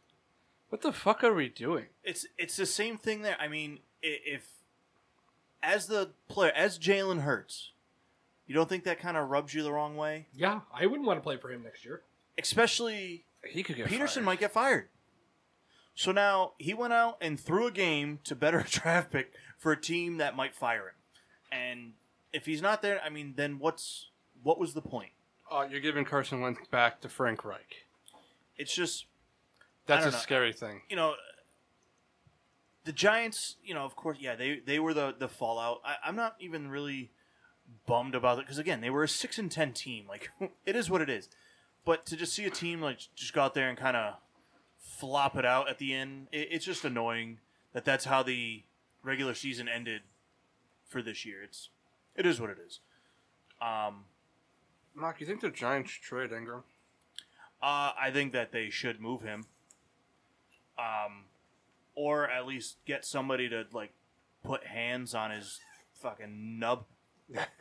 C: "What the fuck are we doing?"
B: It's it's the same thing there. I mean, i- if as the player as Jalen Hurts, you don't think that kind of rubs you the wrong way,
E: Yeah, I wouldn't want to play for him next year.
B: especially
C: He could get
B: Peterson
C: fired.
B: might get fired. So now he went out and threw a game to better <laughs> a draft pick for a team that might fire him. And if he's not there, I mean, then what's what was the point?
C: Uh, you're giving Carson Wentz back to Frank Reich.
B: It's just
C: That's
B: I
C: a
B: don't know.
C: scary thing.
B: you know the Giants. You know, of course, yeah, they they were the the fallout. I, I'm not even really bummed about it because again, they were a six and ten team. <laughs> Like it is what it is. But to just see a team like just go out there and kind of flop it out at the end, it, it's just annoying that that's how the regular season ended for this year. It's it is what it is. Um,
C: Mark, you think the Giants trade Ingram?
B: uh, I think that they should move him, um, or at least get somebody to like put hands on his fucking nub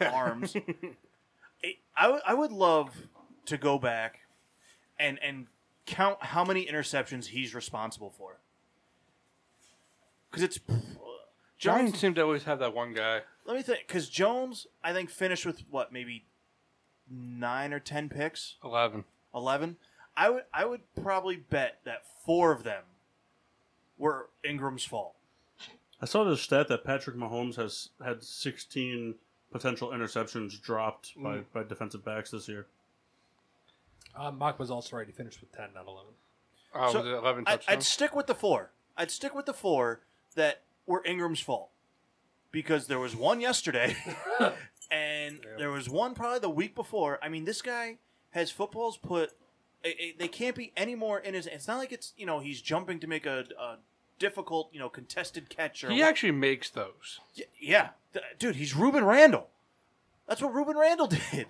B: arms. It- I would- I would love to go back and and count how many interceptions he's responsible for. Because it's
C: Giants seem to always have that one guy.
B: let me think. Because Jones, I think finished with what maybe nine or ten picks.
C: Eleven.
B: 11 i would i would probably bet that four of them were ingram's fault
A: I saw this stat that Patrick Mahomes has had 16 potential interceptions dropped by, by defensive backs this year.
E: Uh, Mock was also already finished with 10, not 11.
C: Oh,
B: So,
C: was it eleven
B: I, i'd
C: touchdowns.
B: stick with the four i'd stick with the four that were ingram's fault because there was one yesterday and there was one probably the week before i mean this guy has footballs put i- i- they can't be any more in his it's not like it's you know he's jumping to make a, a difficult you know contested catch or
C: he actually makes those.
B: Y- Yeah, Th- dude, he's Ruben Randall. That's what Ruben Randall <laughs> did.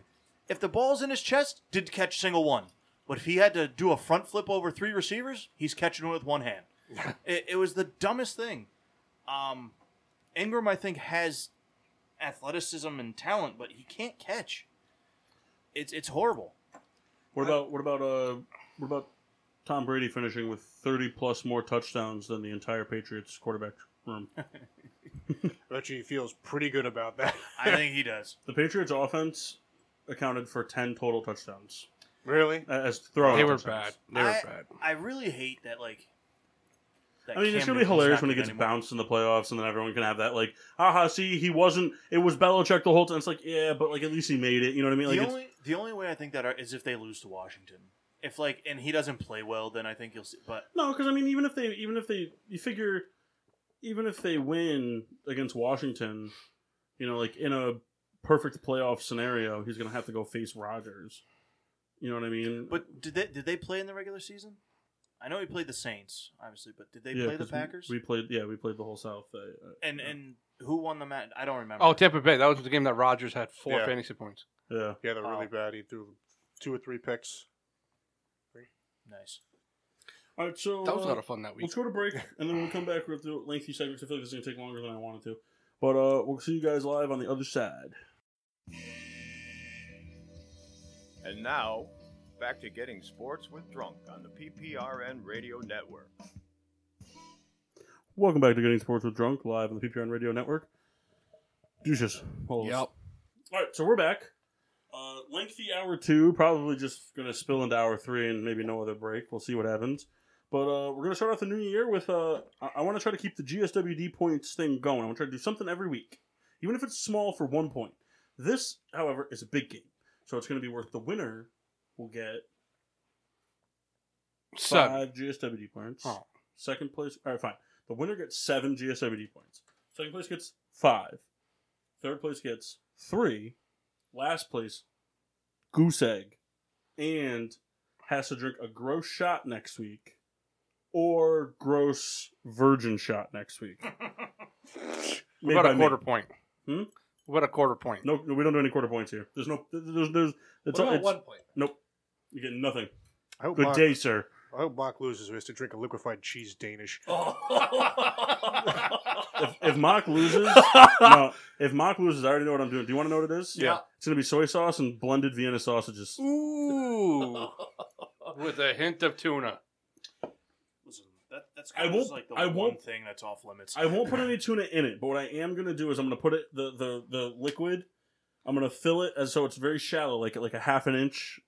B: If the ball's in his chest, did catch single one. But if he had to do a front flip over three receivers, he's catching it with
A: <laughs>
B: one hand. it, it was the dumbest thing. Um, Ingram, I think, has athleticism and talent, but he can't catch. It's it's horrible.
A: What about what about uh what about Tom Brady finishing with 30 plus more touchdowns than the entire Patriots quarterback room?
D: bet you he feels pretty good about that. <laughs>
B: I
A: <laughs>
B: think he does.
A: The Patriots offense accounted for 10 total touchdowns
D: really?
A: as thrown.
C: They were bad.
A: touchdowns.
C: They were
B: I,
C: bad.
B: I really hate that. Like, that
A: I mean, it's
B: Cam
A: gonna be
B: Newton's not
A: hilarious when he
B: good
A: gets
B: anymore.
A: bounced in the playoffs, and then everyone can have that like, "Aha! See, he wasn't. It was Belichick the whole time." It's like, yeah, but like at least he made it. You know what I mean? Like,
B: the
A: it's,
B: only the only way I think that are, is if they lose to Washington. If like and he doesn't play well, then I think you'll see. But
A: No, because I mean, even if they, even if they, you figure, even if they win against Washington, you know, like in a perfect playoff scenario, he's gonna have to go face Rodgers. You know what I mean?
B: but did they did they play in the regular season? I know he played the Saints, obviously, but did they
A: Yeah,
B: play the
A: 'cause we-
B: Packers?
A: We, played, yeah, we played the whole South. Uh, uh,
B: and
A: yeah.
B: and who won the match? I don't remember.
C: Oh, Tampa Bay. That was the game that Rogers had four
D: Yeah.
C: fantasy points.
A: yeah,
D: Yeah, they're really
B: Oh.
D: bad. He threw two or three picks.
B: nice.
A: all right. So
C: That was a
A: uh,
C: lot of fun that week.
A: Let's go to
C: <laughs>
A: break, and then we'll come back. We'll do lengthy segments. I feel like it's going to take longer than I wanted to. But uh, we'll see you guys live on the other side.
F: And now, back to getting sports with Drunk on the PPRN Radio Network.
A: Welcome back to Getting Sports with Drunk, live on the PPRN Radio Network. Juices. All
E: Yep.
A: right, so we're back. Uh, lengthy hour two, probably just going to spill into hour three and maybe no other break. We'll see what happens. But uh, we're going to start off the new year with uh, I, I want to try to keep the GSWD points thing going. I want to try to do something every week, even if it's small for one point. This, however, is a big game. So it's going to be worth the winner will get
C: Seven.
A: five GSWD points.
C: Oh.
A: Second place, all right, fine. The winner gets seven GSWD points. Second place gets five. Third place gets three. Last place, goose egg, and has to drink a gross shot next week, or gross virgin shot next week.
C: What
A: Made
C: about
A: by
C: a
A: me.
C: quarter point?
A: Hmm?
C: What a quarter point.
A: No, no, we don't do any quarter points here. There's no. There's. There's. It's,
E: What about
A: it's
E: one <laughs> point?
A: Nope. You get nothing.
D: I hope,
A: Good
D: Mark,
A: day, sir.
D: I hope Mark loses who has to drink a liquefied cheese Danish.
E: Oh.
A: If, if Mock loses, no. If Mock loses, I already know what I'm doing. Do you want to know what it is?
C: Yeah.
A: It's gonna be soy sauce and blended Vienna sausages.
E: <laughs>
C: Ooh. With a hint of tuna.
B: Listen, that, that's
A: I
B: kind of
A: won't-
B: just like the
A: I
B: one
A: won't-
B: thing that's off limits.
A: I won't put any tuna in it, but what I am gonna do is I'm gonna put it the the, the liquid. I'm gonna fill it as so it's very shallow, like like a half an inch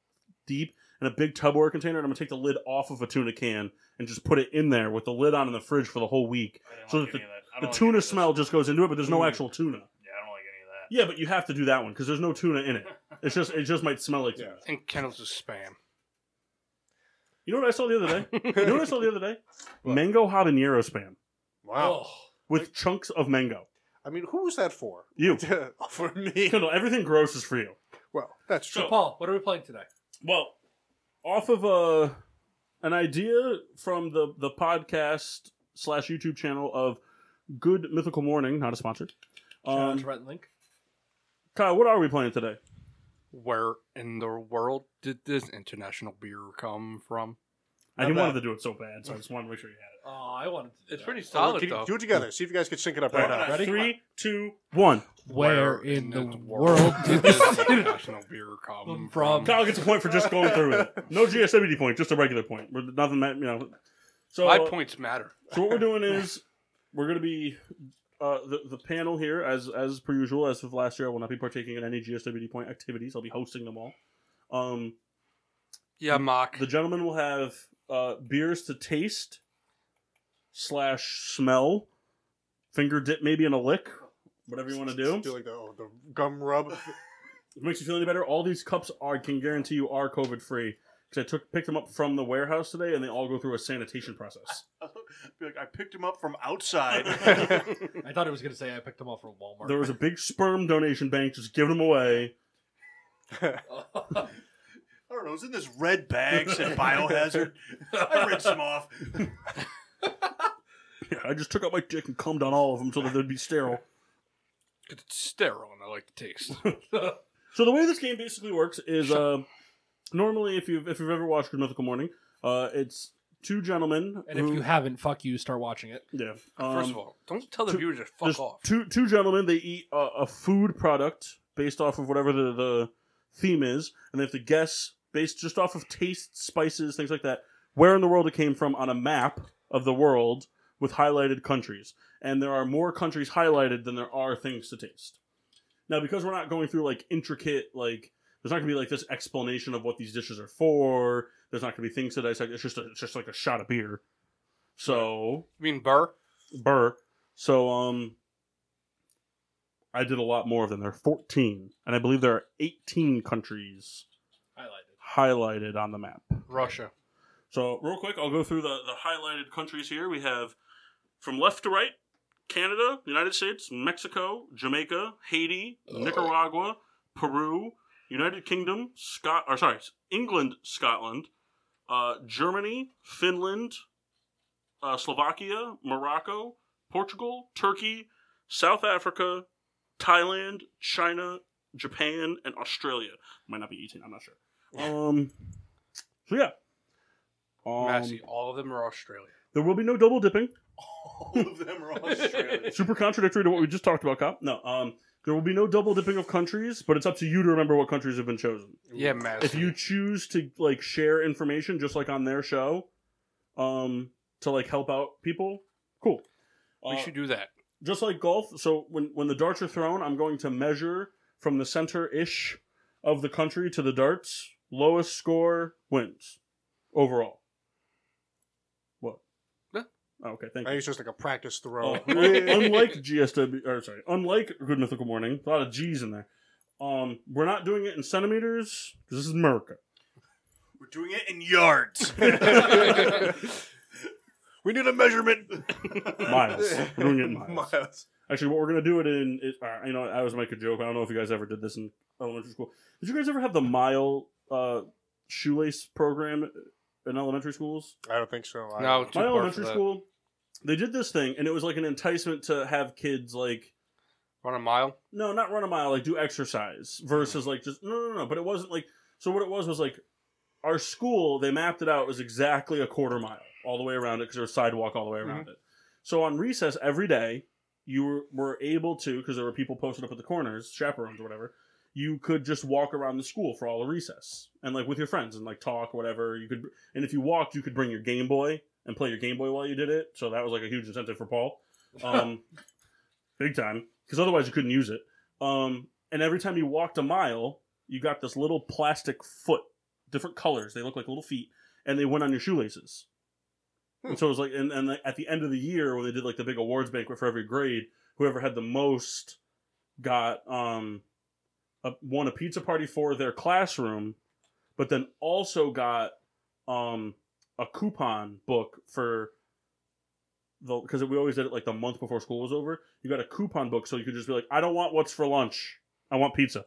A: deep, in a big Tupperware container. And I'm gonna take the lid off of a tuna can and just put it in there with the lid on in the fridge for the whole week.
B: I didn't
A: so
B: like
A: that
B: any of that.
A: The
B: I don't like any
A: tuna
B: of this.
A: smell just goes into it, but there's no
D: Mm.
A: actual tuna.
B: Yeah, I don't like any of that.
A: Yeah, but you have to do that one because there's no tuna in it. It's just it just might smell like
D: Yeah.
A: tuna.
C: And Kendall's just spam.
A: You know what I saw the <laughs> other day? you know what I saw the other day? Mango habanero spam
E: Oh.
D: Wow.
A: with chunks of mango.
D: I mean, who was that for? <laughs> Oh,
A: <laughs> You
D: for <laughs> me.
A: Kendall, everything gross is for you.
D: Well, that's true.
E: So, Paul, what are we playing today?
A: Well, off of a an idea from the the podcast slash YouTube channel of Good Mythical Morning, not a sponsor.
E: Shout out
A: Um,
E: to Rhett and Link.
A: Kyle, what are we playing today?
C: Where in the world did this international beer come from?
A: I
D: Not
A: didn't want
D: bad.
A: to do it so bad, so I just wanted to make sure you had it.
E: Oh, I wanted. To do
C: It's
E: that.
C: pretty
D: Well,
C: solid,
D: can you
C: though.
D: do it together. See if you guys can sync it up right
A: All right,
D: now. Ready?
A: Three, two, one.
E: Where, in the world
C: <laughs>
E: did
C: this
E: this?
C: international beer come from?
E: Come from?
A: Kyle gets a point for just going through with it. No GSWD point, just a regular point. We're nothing, ma- you know. So
C: My
A: uh,
C: points matter.
A: So what we're doing is we're gonna be uh, the the panel here as as per usual as of last year. I will not be partaking in any GSWD point activities. I'll be hosting them all. Um,
C: Yeah, mock.
A: the gentlemen will have uh, beers to taste slash smell, finger dip maybe in a lick,
D: <laughs>
A: whatever you want to do.
D: Do like the, oh, the gum <laughs> rub.
A: If it makes you feel any better, all these cups are I can guarantee you are COVID free because I took picked them up from the warehouse today and they all go through a sanitation process.
B: Be like, I picked him up from
A: <laughs>
B: outside.
E: I thought it was going to say I picked them off from Walmart.
A: There was a big sperm donation bank just giving them away.
E: <laughs>
B: I don't know. It was in this red
A: <laughs>
B: bag said biohazard. I rinsed him off.
A: Yeah, I just took out my dick and cummed on all of them so that they'd be sterile.
C: It's sterile, and I like the taste.
A: So the way this game basically works is uh, normally if you've if you've ever watched Good Mythical Morning, uh, it's two gentlemen.
E: <laughs> and if
A: who-
E: you haven't, fuck you. Start watching it.
A: yeah,
C: First
A: um,
C: of all, don't tell the
A: two-
C: viewers to
A: there's
C: fuck off.
A: two two gentlemen. They eat a, a food product based off of whatever the, the theme is, and they have to guess based just off of taste, spices, things like that, where in the world it came from on a map of the world with highlighted countries. And there are more countries highlighted than there are things to taste. Now, because we're not going through like intricate like. There's not gonna be like this explanation of what these dishes are for. There's not gonna be things to dissect. It's just a, it's just like a shot of beer. So
C: You mean burr?
A: Burr. So um I did a lot more of them. There are 14, and I believe there are 18 countries
E: Highlighted.
A: highlighted on the map.
C: Russia.
A: So real quick, I'll go through the, the highlighted countries here. We have from left to right, Canada, United States, Mexico, Jamaica, Haiti, Nicaragua, Peru, United Kingdom, Scot or sorry, England, Scotland, uh, Germany, Finland, uh, Slovakia, Morocco, Portugal, Turkey, South Africa, Thailand, China, Japan, and Australia. Might not be 18, I'm not sure. Um so yeah. Um,
C: Massey. All of them are Australia.
A: there will be no double dipping.
B: All of
A: <laughs>
B: them are Australian.
A: Super contradictory to what we just talked about, Cop. No, um, there will be no double dipping of countries, but it's up to you to remember what countries have been chosen.
C: Yeah, Massey.
A: If you choose to like share information, just like on their show, um, to like help out people, cool.
C: we
A: Uh,
C: should do that.
A: just like golf. So when when the darts are thrown, I'm going to measure from the center ish of the country to the darts. Lowest score wins overall. What?
C: Yeah.
A: Oh, okay, thank
D: I
A: you.
D: think it's just like a practice throw. <laughs>
C: <laughs>
A: Oh, unlike GSW, or sorry, unlike Good Mythical Morning, a lot of G's in there. Um, we're not doing it in centimeters because this is America.
B: We're doing it in yards.
C: <laughs>
B: we need a measurement.
A: Miles. We're doing it in
C: <laughs>
A: miles.
D: Miles. Actually,
A: Actually, what we're gonna do it in is, uh, you know, I was make a joke. I don't know if you guys ever did this in elementary school. Did you guys ever have the mile uh, shoelace program in elementary schools?
D: I don't think so. I
C: No, too
A: my
C: far for
A: elementary
C: that.
A: school they did this thing and it was like an enticement to have kids like
C: Run a mile.
A: No, not run a mile, like do exercise versus like just no, no, no. But it wasn't like so. What it was was like our school. They mapped it out was exactly a quarter mile all the way around it because there was sidewalk all the way around it. So on recess every day, you were, were able to because there were people posted up at the corners, chaperones or whatever. You could just walk around the school for all the recess and like with your friends and like talk or whatever. You could and if you walked, you could bring your Game Boy and play your Game Boy while you did it. So that was like a huge incentive for Paul, um, big time. Because otherwise you couldn't use it. Um, and every time you walked a mile, you got this little plastic foot, different colors. They look like little feet, and they went on your shoelaces. And so it was like, and, and at the end of the year when they did like the big awards banquet for every grade, whoever had the most got um, a, won a pizza party for their classroom, but then also got um a coupon book for the because we always did it like the month before school was over. You got a coupon book so you could just be like, I don't want what's for lunch. I want pizza.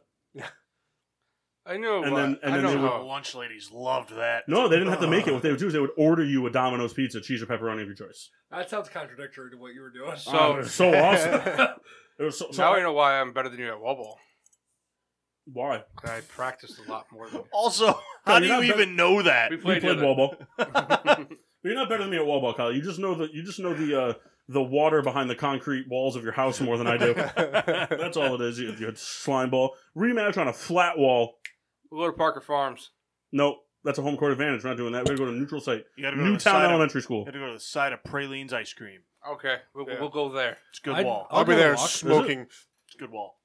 C: I know.
A: And
C: uh,
A: then- and
C: I
A: then
C: know
A: they would-
C: how-
B: lunch ladies loved that.
A: No, they didn't have to make it. What they would do is they would order you a Domino's pizza, cheese or pepperoni of your choice.
E: That sounds contradictory to what you were doing.
C: So-
A: Oh, it was so
C: <laughs>
A: awesome. It was so, <laughs> so
C: now I know why I'm better than you at wobble.
A: why
C: 'Cause I practiced a lot more. Than
B: Also, <laughs> how do
A: you're
B: you
A: not
B: even know that?
C: We
A: we played
C: played together.
A: wall ball.
C: <laughs>
A: But you're not better than me at wall ball, Kyle. You just know the you just know the uh, the water behind the concrete walls of your house more than I
C: <laughs>
A: do.
D: <laughs>
A: That's all it is. You, you had slime ball rematch on a flat wall.
C: We'll go to Parker Farms.
A: No, that's a home court advantage. We're not doing that. We're going to go to neutral site.
B: You
C: Mm,
B: gotta go to the
A: Newtown
B: side of-
A: Elementary School.
B: You gotta go to the side of Praline's ice cream.
C: Okay, we'll,
D: Yeah.
C: we'll go there. <laughs>
B: It's a good
E: I'd-
B: wall.
D: I'll be
E: go
D: there
E: walk.
D: smoking. <laughs>
B: It's a good wall.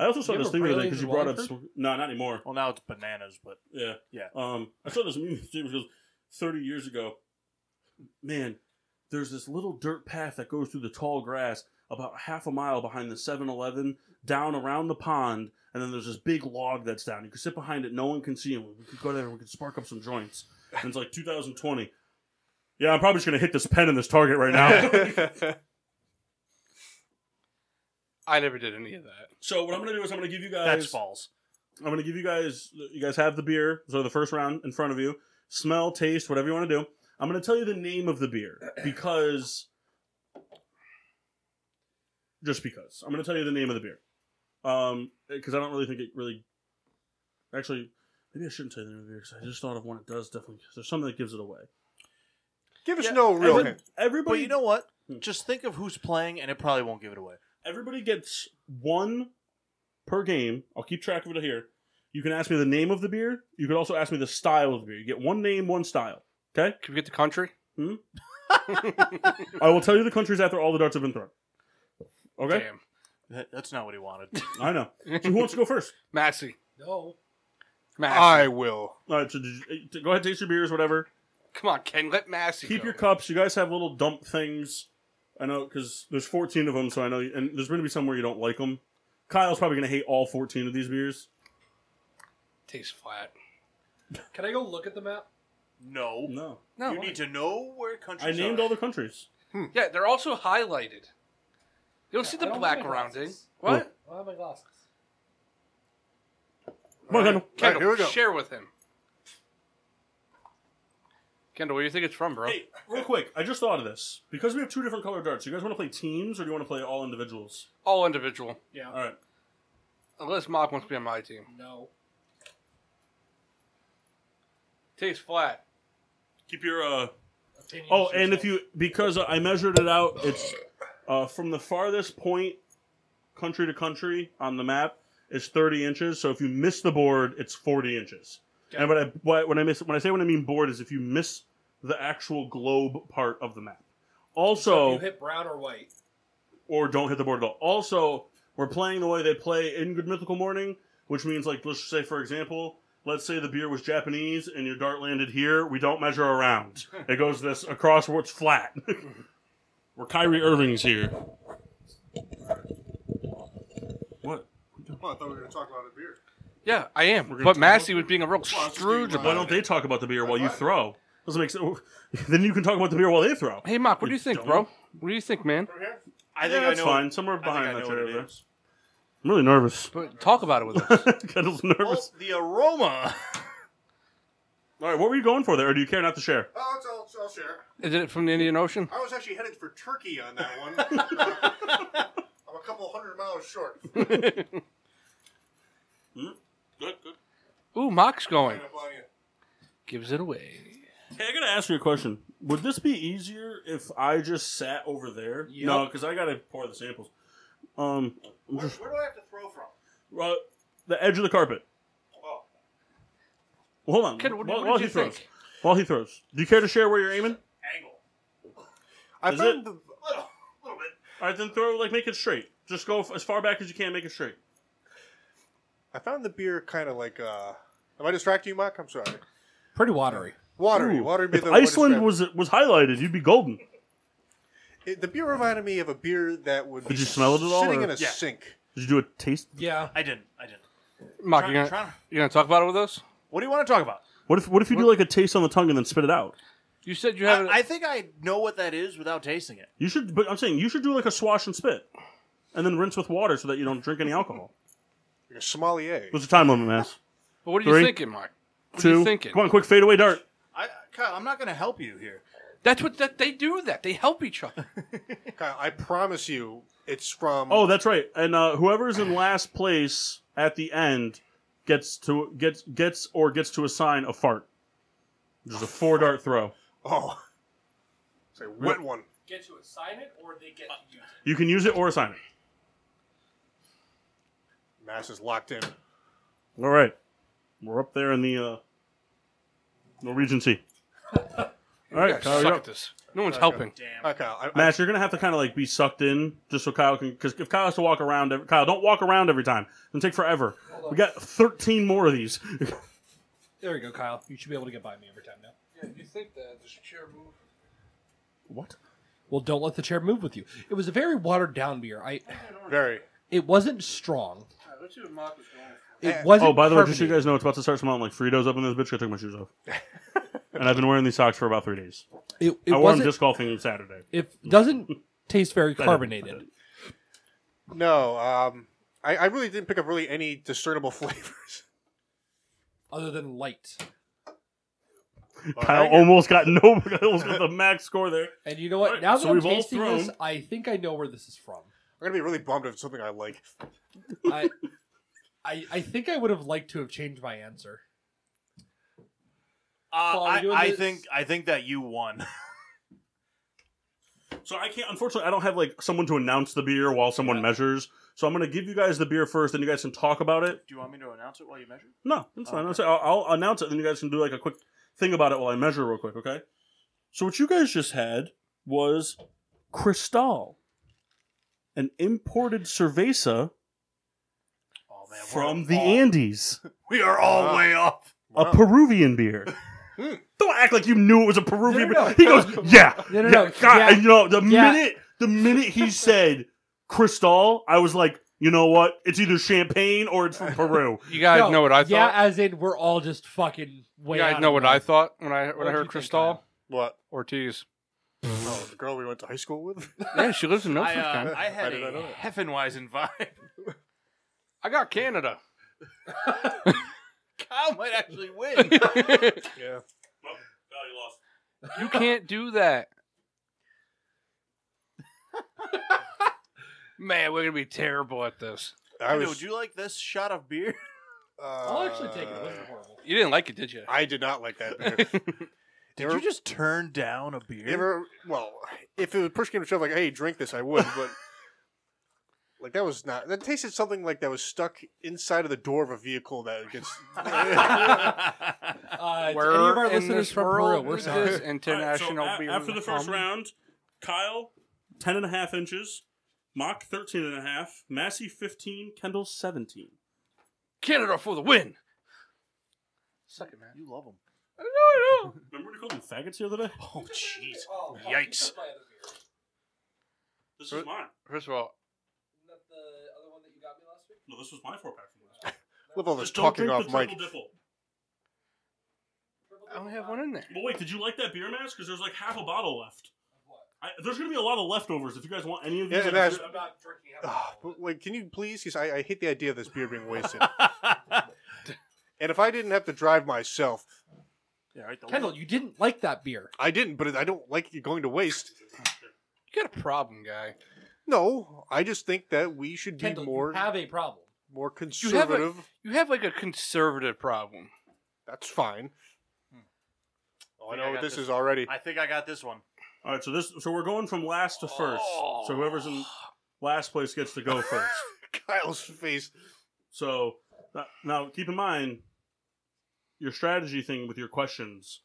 A: I also saw
E: You
A: this
E: ever
A: thing the other day
E: Braylon's
A: because you brought up.
E: Wallingford?
A: No, not anymore.
B: Well, now it's bananas, but
A: Yeah.
B: Yeah.
A: Um, I saw this meme James goes thirty years ago. Man, there's this little dirt path that goes through the tall grass about half a mile behind the 7-Eleven, down around the pond, and then there's this big log that's down. You can sit behind it, no one can see him. We could go there and we could spark up some joints. And it's like 2020. Yeah, I'm probably just gonna hit this pen in this target right
B: <laughs>
A: now.
C: I never did any of that.
A: so what I'm gonna do is I'm gonna give you guys
B: that's false.
A: I'm gonna give you guys. You guys have the beer, so the first round in front of you. Smell, taste, whatever you want to do. I'm gonna tell you the name of the beer because, just because. I'm gonna tell you the name of the beer, um, because I don't really think it really. Actually, maybe I shouldn't tell you the name of the beer because I just thought of one. It does definitely. 'cause there's something that gives it away.
D: Give us
B: Yeah,
D: no real
A: Every-
D: hint.
A: everybody,
B: But you know what?
A: Hmm.
B: Just think of who's playing, and it probably won't give it away.
A: everybody gets one per game. I'll keep track of it here. You can ask me the name of the beer. You could also ask me the style of the beer. You get one name, one style. Okay.
C: Can we get the country?
A: I will tell you the countries after all the darts have been thrown. Okay,
C: Damn.
B: That, that's not what he wanted.
A: I know. So who wants to go first?
C: Massey.
E: no.
C: Massey.
D: I will.
A: All right, so did you, eh, go ahead, taste your beers, whatever.
C: Come on, Ken. Let Massey
A: Keep
C: go.
A: your cups. You guys have little dump things. I know because there's 14 of them, so I know. And there's going to be some where you don't like them. Kyle's probably going to hate all 14 of these beers.
C: Tastes flat.
E: Can I go look at the map?
B: no.
A: No,
C: No.
B: you
C: why?
B: need to know where
A: I
B: countries
A: named
B: are.
A: all the countries.
C: Yeah, they're also highlighted. You'll see
E: I
C: the
E: don't
C: black
E: have my
C: rounding.
E: glasses.
C: What?
E: I don't have my glasses.
A: Come on, Kendall.
C: Kendall,
D: here we go.
C: share with him. Kendall, where do you think it's from, bro?
A: Hey, real quick, I just thought of this because we have two different color darts. You guys want to play teams or do you want to play all individuals?
C: All individual.
E: Yeah.
A: All right,
C: Unless Mock wants to be on my team.
E: No.
C: Tastes flat.
A: keep your uh,
E: Opinions
A: Oh, and
E: yourself.
A: if you because I measured it out, it's uh, from the farthest point, country to country on the map is thirty inches. So if you miss the board, it's forty inches. And what I what, when I miss when I say when I mean board is if you miss the actual globe part of the map.
E: So
A: Also,
E: if you hit brown or white.
A: or don't hit the board at all. Also, we're playing the way they play in Good Mythical Morning, which means like let's say for example. Let's say the beer was Japanese and your dart landed here. We don't measure
B: <laughs>
A: around. It goes this across where it's flat. <laughs> We're Kyrie Irving's here. What?
D: Well, Oh, I thought we were going to talk about a beer.
C: Yeah, I am.
A: We're gonna
C: But
A: talk
C: Massey was being a real
D: Well, it's
C: stooge
D: being
A: Why
C: about
A: don't
C: it.
A: they talk about the beer while you
D: That's
A: throw? Doesn't make sense. <laughs> Then you can talk about the beer while they throw.
C: Hey, Mock, what do
A: You
C: you think,
A: don't?
C: bro? What do you think, man?
B: I
A: yeah,
B: think I
A: that's
B: know.
A: fine. Somewhere
B: I think
A: behind
B: I
A: that
B: know what
A: chair
B: it
A: there.
B: is.
A: I'm really nervous. <laughs>
C: But talk about it with us.
A: Kettle's nervous.
B: Well, Oh, the aroma. <laughs> Oh.
A: All right, what were you going for there, or do you care not to share?
D: Oh, it's, I'll, I'll share.
C: Is it from the Indian Ocean?
D: <laughs> I was actually headed for Turkey on that one. Uh, I'm a couple hundred miles dollars
A: <laughs>
D: short.
A: Good, good.
C: Ooh, Mock's going.
D: Up on you.
C: Gives it away.
A: Hey, I gotta ask you a question. Would this be easier if I just sat over there? No, because I gotta pour the samples. Um, I'm
D: Where,
A: just-
D: where do I have to throw from?
A: uh, the edge of the carpet.
D: Oh,
A: Well, hold on.
C: Kid, what,
A: while,
C: what
A: while
C: did
A: he
C: you
A: throws.
C: think?
A: While he throws. Do you care to share where you're aiming?
D: angle. I
A: Is
D: found
A: it-
D: the little, little bit.
A: All right, then throw like make it straight. Just go f- as far back as you can. Make it straight.
D: I found the beer kind of like. uh Am I distracting you, Mark? I'm sorry.
E: Pretty watery.
D: Watery,
A: Ooh,
D: watery. Be
A: If
D: the one
A: Iceland
D: described-
A: was was highlighted, you'd be golden.
D: It- the beer reminded me of a beer that would.
A: Did
D: be
A: you smell it at all,
D: Sitting
A: or-
D: in a
B: Yeah.
D: sink.
A: Did you do a taste?
E: Yeah.
B: I didn't. I didn't.
C: Mock,
B: Try-
C: you gonna,
B: try-
C: you gonna talk about it with us?
B: What do you want to talk about?
A: What if what if you do like a taste on the tongue and then spit it out?
C: You said you have.
B: I, I think I know what that is without tasting it.
A: You should. But I'm saying you should do like a swash and spit, and then rinse with water so that you don't drink any alcohol.
D: Like a sommelier.
A: What's the time limit, Mass?
C: but what are you
A: three,
C: thinking, Mark? What
A: Two.
C: are you thinking?
A: Come on, quick fadeaway dart.
B: I, Kyle, I'm not going to help you here.
C: That's what that they do. That they help each other.
D: Kyle, I promise you, it's from.
A: Oh, that's right. And uh, whoever's in last place at the end gets to gets gets or gets to assign a fart. There's a four dart throw.
D: oh. <laughs> It's a wet one.
E: Get to assign it, or they get to use it.
A: You can use it or assign it.
D: Mass is locked in.
A: All right, we're up there in the uh, Norwegian Sea. All right, Kyle,
C: Suck
A: you're
C: at
A: up.
C: this. No one's helping.
D: All right, Kyle. I, I,
A: Mass, you're gonna have to kind of like be sucked in just so Kyle can. Because if Kyle has to walk around, every, Kyle, don't walk around every time. It'll take forever. We got 13 more of these. <laughs>
E: There you go, Kyle. You should be able to get by me every time now.
C: Yeah, you think that this chair move?
A: what?
E: Well, don't let the chair move with you. It was a very watered down beer. <laughs> I.
D: very.
E: It wasn't strong.
C: Let's see what Mark is going.
D: Eh,
E: It wasn't.
A: Oh, by the way, just so you
E: carbonated.
A: guys know, it's about to start smelling like Fritos up in this bitch. I took my shoes off, and I've been wearing these socks for about three days. I
E: It, it
A: wore them
E: wasn't.
A: disc golfing
E: <laughs>
A: Saturday.
E: It doesn't taste very
A: didn't- I
E: carbonated.
A: didn't.
D: No, um, I, I really didn't pick up really any discernible <laughs> flavors.
E: Other than light,
A: Kyle oh, almost got no, <laughs> almost got the max score there.
E: and you know
A: Alright,
E: what? now that
A: so
E: I'm
A: we've all
E: tasting this,
A: thrown.
E: I think I know where this is from.
D: I'm gonna be really bummed if it's something I like.
E: I, I, I think I would have liked to have changed my answer.
B: Uh,
E: Paul,
B: I,
E: you
B: I
E: is-
B: think I think that you <laughs> won.
A: So I can't. Unfortunately, I don't have like someone to announce the beer while someone
E: Yeah.
A: measures. So I'm gonna give you guys the beer first, and you guys can talk about it.
B: Do you want me to announce it while you measure?
A: No, it's fine.
B: Okay.
A: I'll, say- I'll, I'll announce it, and you guys can do like a quick thing about it while I measure real quick. Okay. So what you guys just had was Cristal, an imported cerveza
B: Oh man, we're
A: from the
B: all-
A: Andes,
B: <laughs> We are all
D: Wow.
B: way off.
D: Wow.
A: a Peruvian
B: <laughs>
A: beer.
D: Hmm.
A: Don't act like you knew it was a Peruvian
E: No,
A: beer.
E: no,
A: He
E: no.
A: goes, "Yeah,
E: No, no,
A: yeah,
E: no.
A: God,
E: Yeah.
A: and you know the
E: Yeah.
A: minute the minute he said Cristal, I was like, you know what? It's either champagne or it's from
B: <laughs>
A: Peru.
C: You guys
E: No,
C: know what I
E: Yeah,
C: thought.
E: as in we're all just fucking way.
C: you guys
E: out
C: know
E: of
C: what
E: line.
C: I thought when I when I
E: What'd you
C: heard
E: think,
C: Cristal
E: Kyle?
D: What?
C: Ortiz.
D: Oh, the girl we went to high school with. <laughs>
C: yeah, she lives in <laughs>
B: I,
C: Milford.
B: uh,
C: Canada.
B: I had
D: did I know
B: a
D: that?
B: Heffenweisen vibe. <laughs>
C: I got Canada.
B: Kyle might actually
A: <laughs>
B: win.
D: yeah.
C: You can't do that. <laughs> Man, we're gonna be terrible at this.
D: I
B: Dude,
D: was.
B: Would you like this shot of beer? <laughs>
D: uh,
E: I'll actually take it. It wasn't
C: <laughs>
E: horrible.
C: You didn't like it, did you?
D: I did not like
A: <laughs>
D: that beer.
B: Did you just turn down a beer?
D: You ever? Well, if it was push came to shove, like, hey, drink this, I would. But <laughs> like that was not. That tasted something like that was stuck inside of the door of a vehicle that gets.
E: <laughs>
D: <laughs>
E: Uh, to
C: We're
E: any of our
C: in
E: listeners
C: this
E: from Peru,
C: world
E: we're
C: is
E: sorry.
C: international
A: All right, so a-
C: beer.
A: after the first
C: hum.
A: round, Kyle, 10 and a half inches, Mock, 13 and a half, Massey, 15, Kendall, 17.
C: Canada for the win. Suck it, man.
B: you love them.
C: <laughs>
A: Remember when you called them faggots the other day?
B: Oh jeez. Yikes.
A: This is mine.
C: First of all,
A: No, this was my four pack from last
D: Live all this
A: Just don't
D: talking
A: drink
D: off
A: the
D: mic.
A: triple dipple.
C: I only have one in there.
A: Well, wait, did you like that beer mask? Because there's like half a bottle left. I, there's going to be a lot of leftovers if you guys want any of these.
D: Yeah,
A: like,
D: that's-
A: I'm not-
D: Ah, but, like, can you please? Because I, I hate the idea of this beer being wasted. and if I didn't have to drive myself,
B: Yeah, right. The
E: Kendall, you didn't like that beer.
D: I didn't. But I don't like it going to waste.
C: You got a problem, guy.
D: No, I just think that we should be
E: Kendall,
D: more
E: you have a <laughs> problem.
D: more
C: have a-
D: conservative.
C: You have like a conservative problem.
D: That's fine. Oh, I
B: think I
D: know what
B: got
D: this
B: this.
D: is already.
B: I think I got this one.
A: All right, so this so we're going from last to first.
D: Oh.
A: So whoever's in last place gets to go first.
D: <laughs> Kyle's face.
A: So that- now keep in mind your strategy thing with your questions.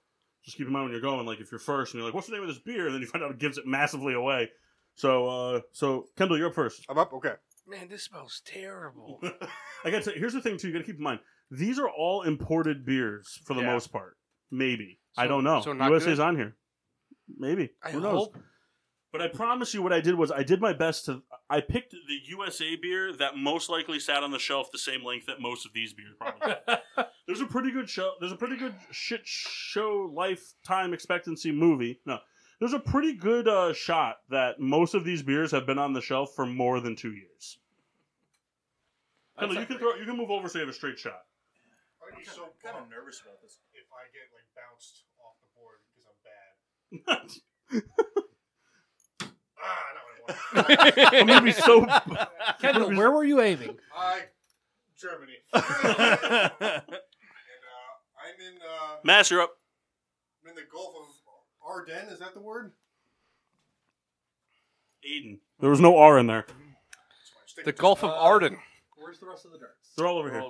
A: Just keep in mind when you're going, like if you're first and you're like, "What's the name of this beer?" and then you find out it gives it massively away. So, uh, so Kendall, you're up first.
D: I'm up. Okay.
C: Man, this smells terrible.
A: I gotta say, here's the thing too. You gotta keep in mind these are all imported beers for the
C: Yeah.
A: most part. Maybe I
C: So-
A: don't know.
C: so not
A: USA's
C: good?
A: on here. Maybe
C: I
A: who knows?
C: hope
A: But I promise you, what I did was I did my best to. I picked the USA beer that most likely sat on the shelf the same length that most of these beers probably. there's a pretty good show. There's a pretty good shit show lifetime expectancy movie. No, there's a pretty good uh, shot that most of these beers have been on the shelf for more than two years. Kendall, you can throw. You can move over so you have a straight shot.
D: I'm
B: nervous about this.
D: if I get like bounced off the board because I'm bad. Ah,
E: <laughs>
D: not what
A: I'm gonna be so.
E: Kendall, where were you aiming?
D: I Germany. and uh, I'm in uh,
A: Mass, you're up.
D: I'm in the Gulf of Arden. Is that the word?
A: Aiden. There was no R in there.
C: the Gulf of Arden,
E: Where's the rest of the darts?
A: They're all over here.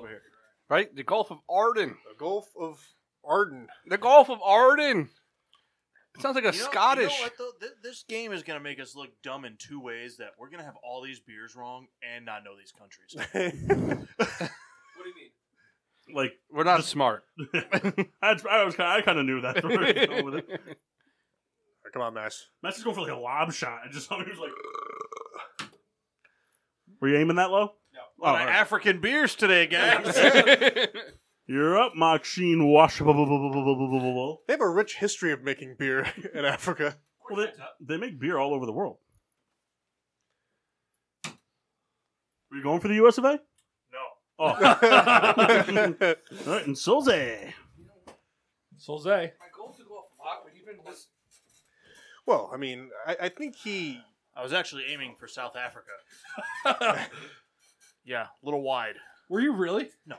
C: right? The Gulf of Arden.
D: The Gulf of Arden.
C: The Gulf of Arden. It sounds like a
B: You know-
C: Scottish.
B: You know what, though? Th- This game is going to make us look dumb in two ways that we're going to have all these beers wrong and not know these
A: <laughs>
B: countries.
A: Like <laughs>
C: We're not smart.
A: I, I was kind. I kind of knew that.
D: Come on, Mass.
A: Matt's just going for like a lob shot. I just saw he was like. Were you aiming that low? Oh, No.
B: My African beers
C: <laughs>
B: today, guys.
A: You're up, Machine Wash. Well,
D: They have a rich history of making beer <laughs> in Africa.
A: they, they make beer all over the world. Were you going for the US of A?
B: no. <laughs>
A: Oh. all right, and Solze.
E: Solzay.
D: well, I mean, I, I think he.
B: I was actually aiming for South Africa. yeah, a little wide.
E: Were you really?
B: <laughs> No.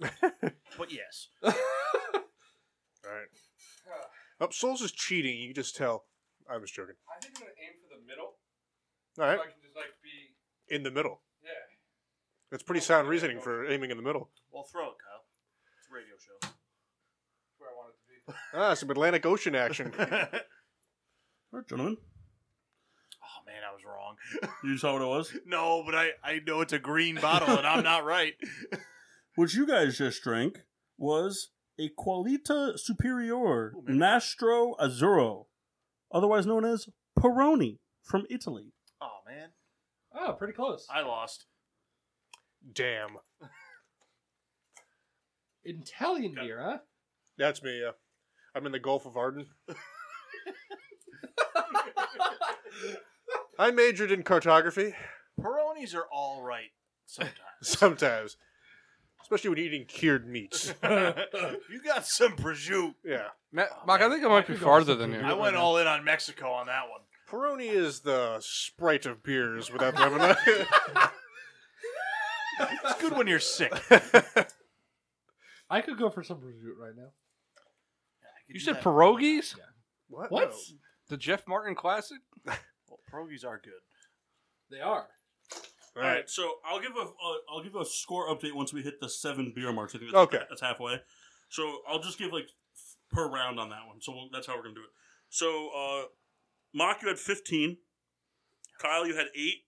B: but yes.
D: All <sighs> right. Up, Oh, Souls is cheating. You can just tell. I'm just joking.
C: I think I'm gonna aim for the middle.
D: All right,
C: can just like be.
D: in the middle.
C: Yeah.
D: That's pretty sound reasoning for aiming in the middle.
B: Well, throw it, Kyle. It's a radio show.
C: Where I want it to be.
D: Ah, some Atlantic Ocean action.
A: All right, gentlemen.
B: <laughs> Oh, man, I was wrong.
A: You saw what it was?
B: No, but I, I know it's a green bottle and I'm not <laughs> right.
A: What you guys just drank was a Qualita Superior
B: Ooh, Oh, man.
A: Nastro Azzurro, otherwise known as Peroni from Italy.
B: Oh, man.
E: Oh, pretty close.
B: I lost.
D: Damn.
E: Italian beer, huh?
D: That's me. Uh, I'm in the Gulf of Arden.
E: <laughs>
D: I majored in cartography <laughs>
B: Peronis are all right <laughs> sometimes.
D: sometimes, especially when eating cured <laughs> meats.
B: you got some prosciutto.
D: Yeah.
C: Matt,
B: Oh,
C: Mark, I
B: man.
C: think I might be farther than you.
B: I went all in on Mexico on that one.
D: Peroni is the sprite of beers without the <laughs> lemonade.
B: It's good when you're <laughs> sick.
E: I could go for some prosciutto right now.
C: You said pierogies?
D: what? Oh.
E: What?
D: No.
C: The Jeff Martin classic?
B: Well, pierogies are good.
E: They are.
D: All
A: All
D: right.
A: right, so I'll give a uh, I'll give a score update once we hit the seven beer marks. I think that's,
D: Okay.
A: that's halfway. So I'll just give like f- per round on that one. So we'll, that's how we're gonna do it. So uh, Mock, you had fifteen. Kyle, you had eight.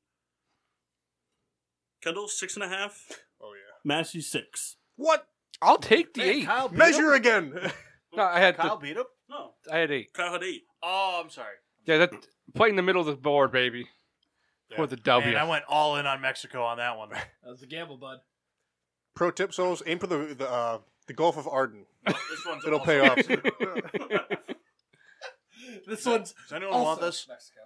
A: Kendall, six and a half.
D: Oh yeah.
A: Massey, six.
D: What?
C: I'll take the
B: Man,
C: eight.
B: Kyle beat
D: Measure
B: him?
D: again. <laughs>
C: No, I had
B: Kyle beat him?
A: No,
C: the, I had eight.
A: Kyle had eight.
B: Oh, I'm sorry.
C: Yeah, that play in the middle of the board, baby. For the W.
B: Man, I went all in on Mexico on that one. <laughs>
E: That was a gamble, bud.
D: Pro tip, souls. Aim for the the, uh, the Gulf of Arden.
B: This one's
D: It'll
B: also-
D: pay <laughs> off.
E: This
B: one's- Does anyone want
E: also
B: this?
E: Mexico.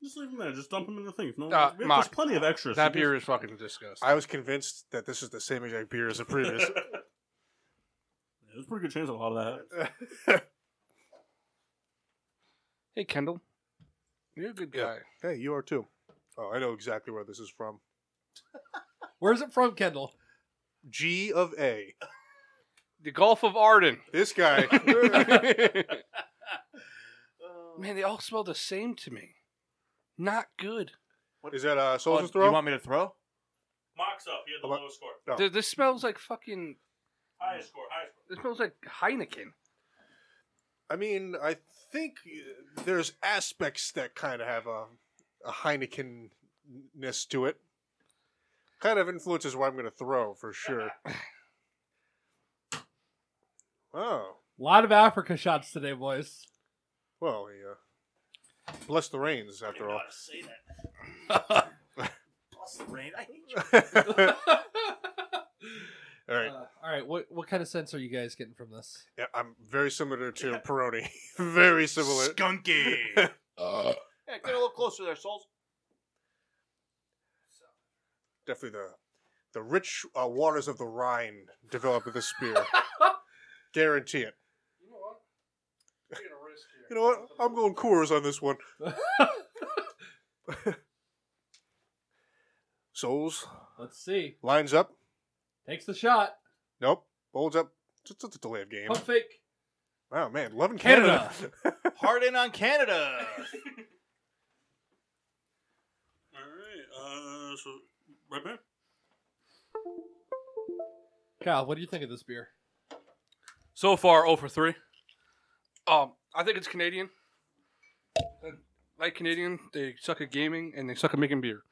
A: Just leave them there. Just dump them in the thing. No,
C: Uh,
A: we have- there's
C: Mock,
A: plenty of extras.
C: that beer is fucking disgusting.
D: I was convinced that this is the same exact beer as the <laughs> previous.
A: Yeah, There's a pretty good chance of a lot of that.
C: Hey, Kendall. You're a good guy.
D: Yeah. Hey, you are too. Oh, I know exactly where this is from.
E: Where's it from, Kendall?
D: G of A.
C: The Gulf of Arden.
D: This <laughs> guy.
C: <laughs> Man, they all smell the same to me. Not good.
D: is that uh,
B: Oh,
D: Soldier's Throw?
B: you want me to throw?
A: Mock's up. He had the
D: Come on.
A: lowest score.
D: No.
C: Th- This smells like fucking.
A: Highest score. Highest score.
C: This smells like Heineken.
D: I mean, I think uh, there's aspects that kind of have a, a Heineken-ness to it. Kind of influences what I'm going to throw, for sure. oh,
E: A lot of Africa shots today, <laughs> boys.
D: well, yeah. Bless the rains, after all. <laughs>
A: say that.
D: all right.
E: Uh, all right, what what kind of sense are you guys getting from this?
D: Yeah, I'm very similar to Peroni. <laughs> very similar.
B: Skunky.
C: <laughs> Uh.
B: Yeah, get a little closer there, Souls.
D: Definitely the the rich uh, waters of the Rhine develop with this beer. Guarantee it.
C: You know what? I'm taking a risk here.
D: You know what? I'm going Coors on this one. Souls
E: Let's see.
D: lines up.
E: Takes the shot.
D: Nope. Bolds up. Just a delay of game.
E: Pump fake.
D: Wow, man, loving Canada.
B: Hard in
C: <laughs>
B: on Canada.
A: All right. Uh, so right back.
E: Kyle, what do you think of this beer?
C: So far, 0 for 3. Um, I think it's Canadian. Uh, Like Canadian, they suck at gaming and they suck at making beer.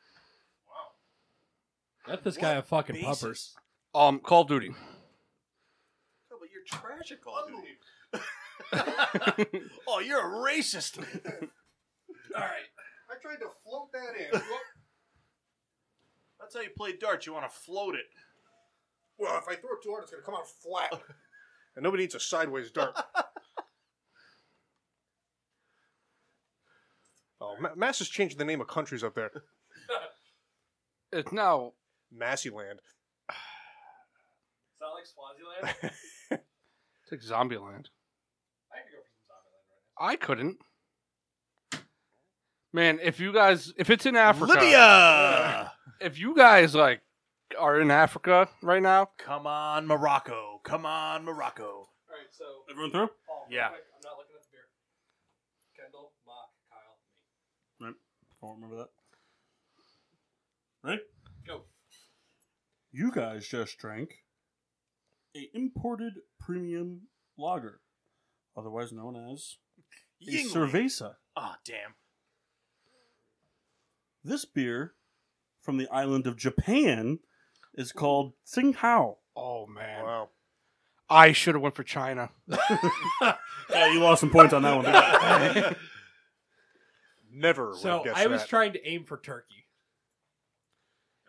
E: Let this guy a fucking
B: basis?
E: puppers.
C: Um, Call of Duty.
B: No, but you're tragic, all <laughs> Oh, you're a racist.
E: All right.
D: I tried to float that in.
B: That's how you play darts. You want to float it.
D: Well, if I throw it too hard, it's going to come out flat. <laughs> and nobody needs a sideways dart. <laughs> oh, Ma- Mass is changing the name of countries up there.
C: It's now
D: Massyland.
E: Sound like <laughs> Swaziland?
C: it's like Zombieland. I couldn't. Man, if you guys, if it's in Africa,
B: Libya.
C: if you guys like are in Africa right now,
B: Come on, Morocco. Come on, Morocco.
E: All right, so
A: Everyone through.
E: Paul, real
B: Yeah.
E: quick, I'm not looking at the beer. Kendall, Mock, Kyle, me.
A: I don't remember that. Right?
E: Go.
A: You guys just drank a imported premium lager, otherwise known as a
B: Yingling.
A: cerveza.
B: Ah, damn.
A: This beer from the island of Japan is called Tsinghao.
C: oh man,
D: Wow.
C: I should have went for China.
A: Yeah, you lost some points on that one. didn't you?
D: Never would
E: So
D: have guessed
E: I was
D: that.
E: trying to aim for Turkey.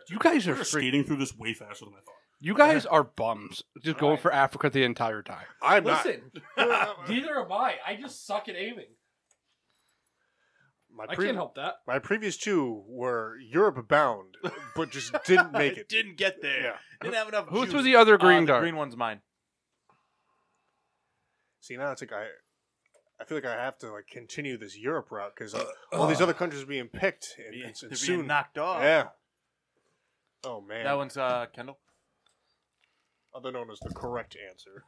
C: You guys are
A: You're
C: free.
A: skating through this way faster than I thought.
C: You guys are bums. Just going
E: Alright.
C: for Africa the entire time.
D: I'm <laughs>
E: Listen,
D: not.
E: neither am I. I just suck at aiming.
D: my,
E: I
D: pre-
E: can't help <laughs> that.
D: my previous two were Europe bound, but just
E: <laughs>
D: didn't make it.
B: Didn't get there.
D: Yeah.
B: Didn't have enough.
C: Who
B: juice.
C: threw the other green
B: uh,
C: dart?
B: The green one's mine.
D: See, now it's like I, I feel like I have to like continue this Europe route because
E: Uh,
D: all these other countries are being picked and,
B: They're
D: and- and
B: being
D: soon.
B: knocked off.
D: yeah. Oh man.
B: That one's uh, Kendall.
D: other known as the correct answer.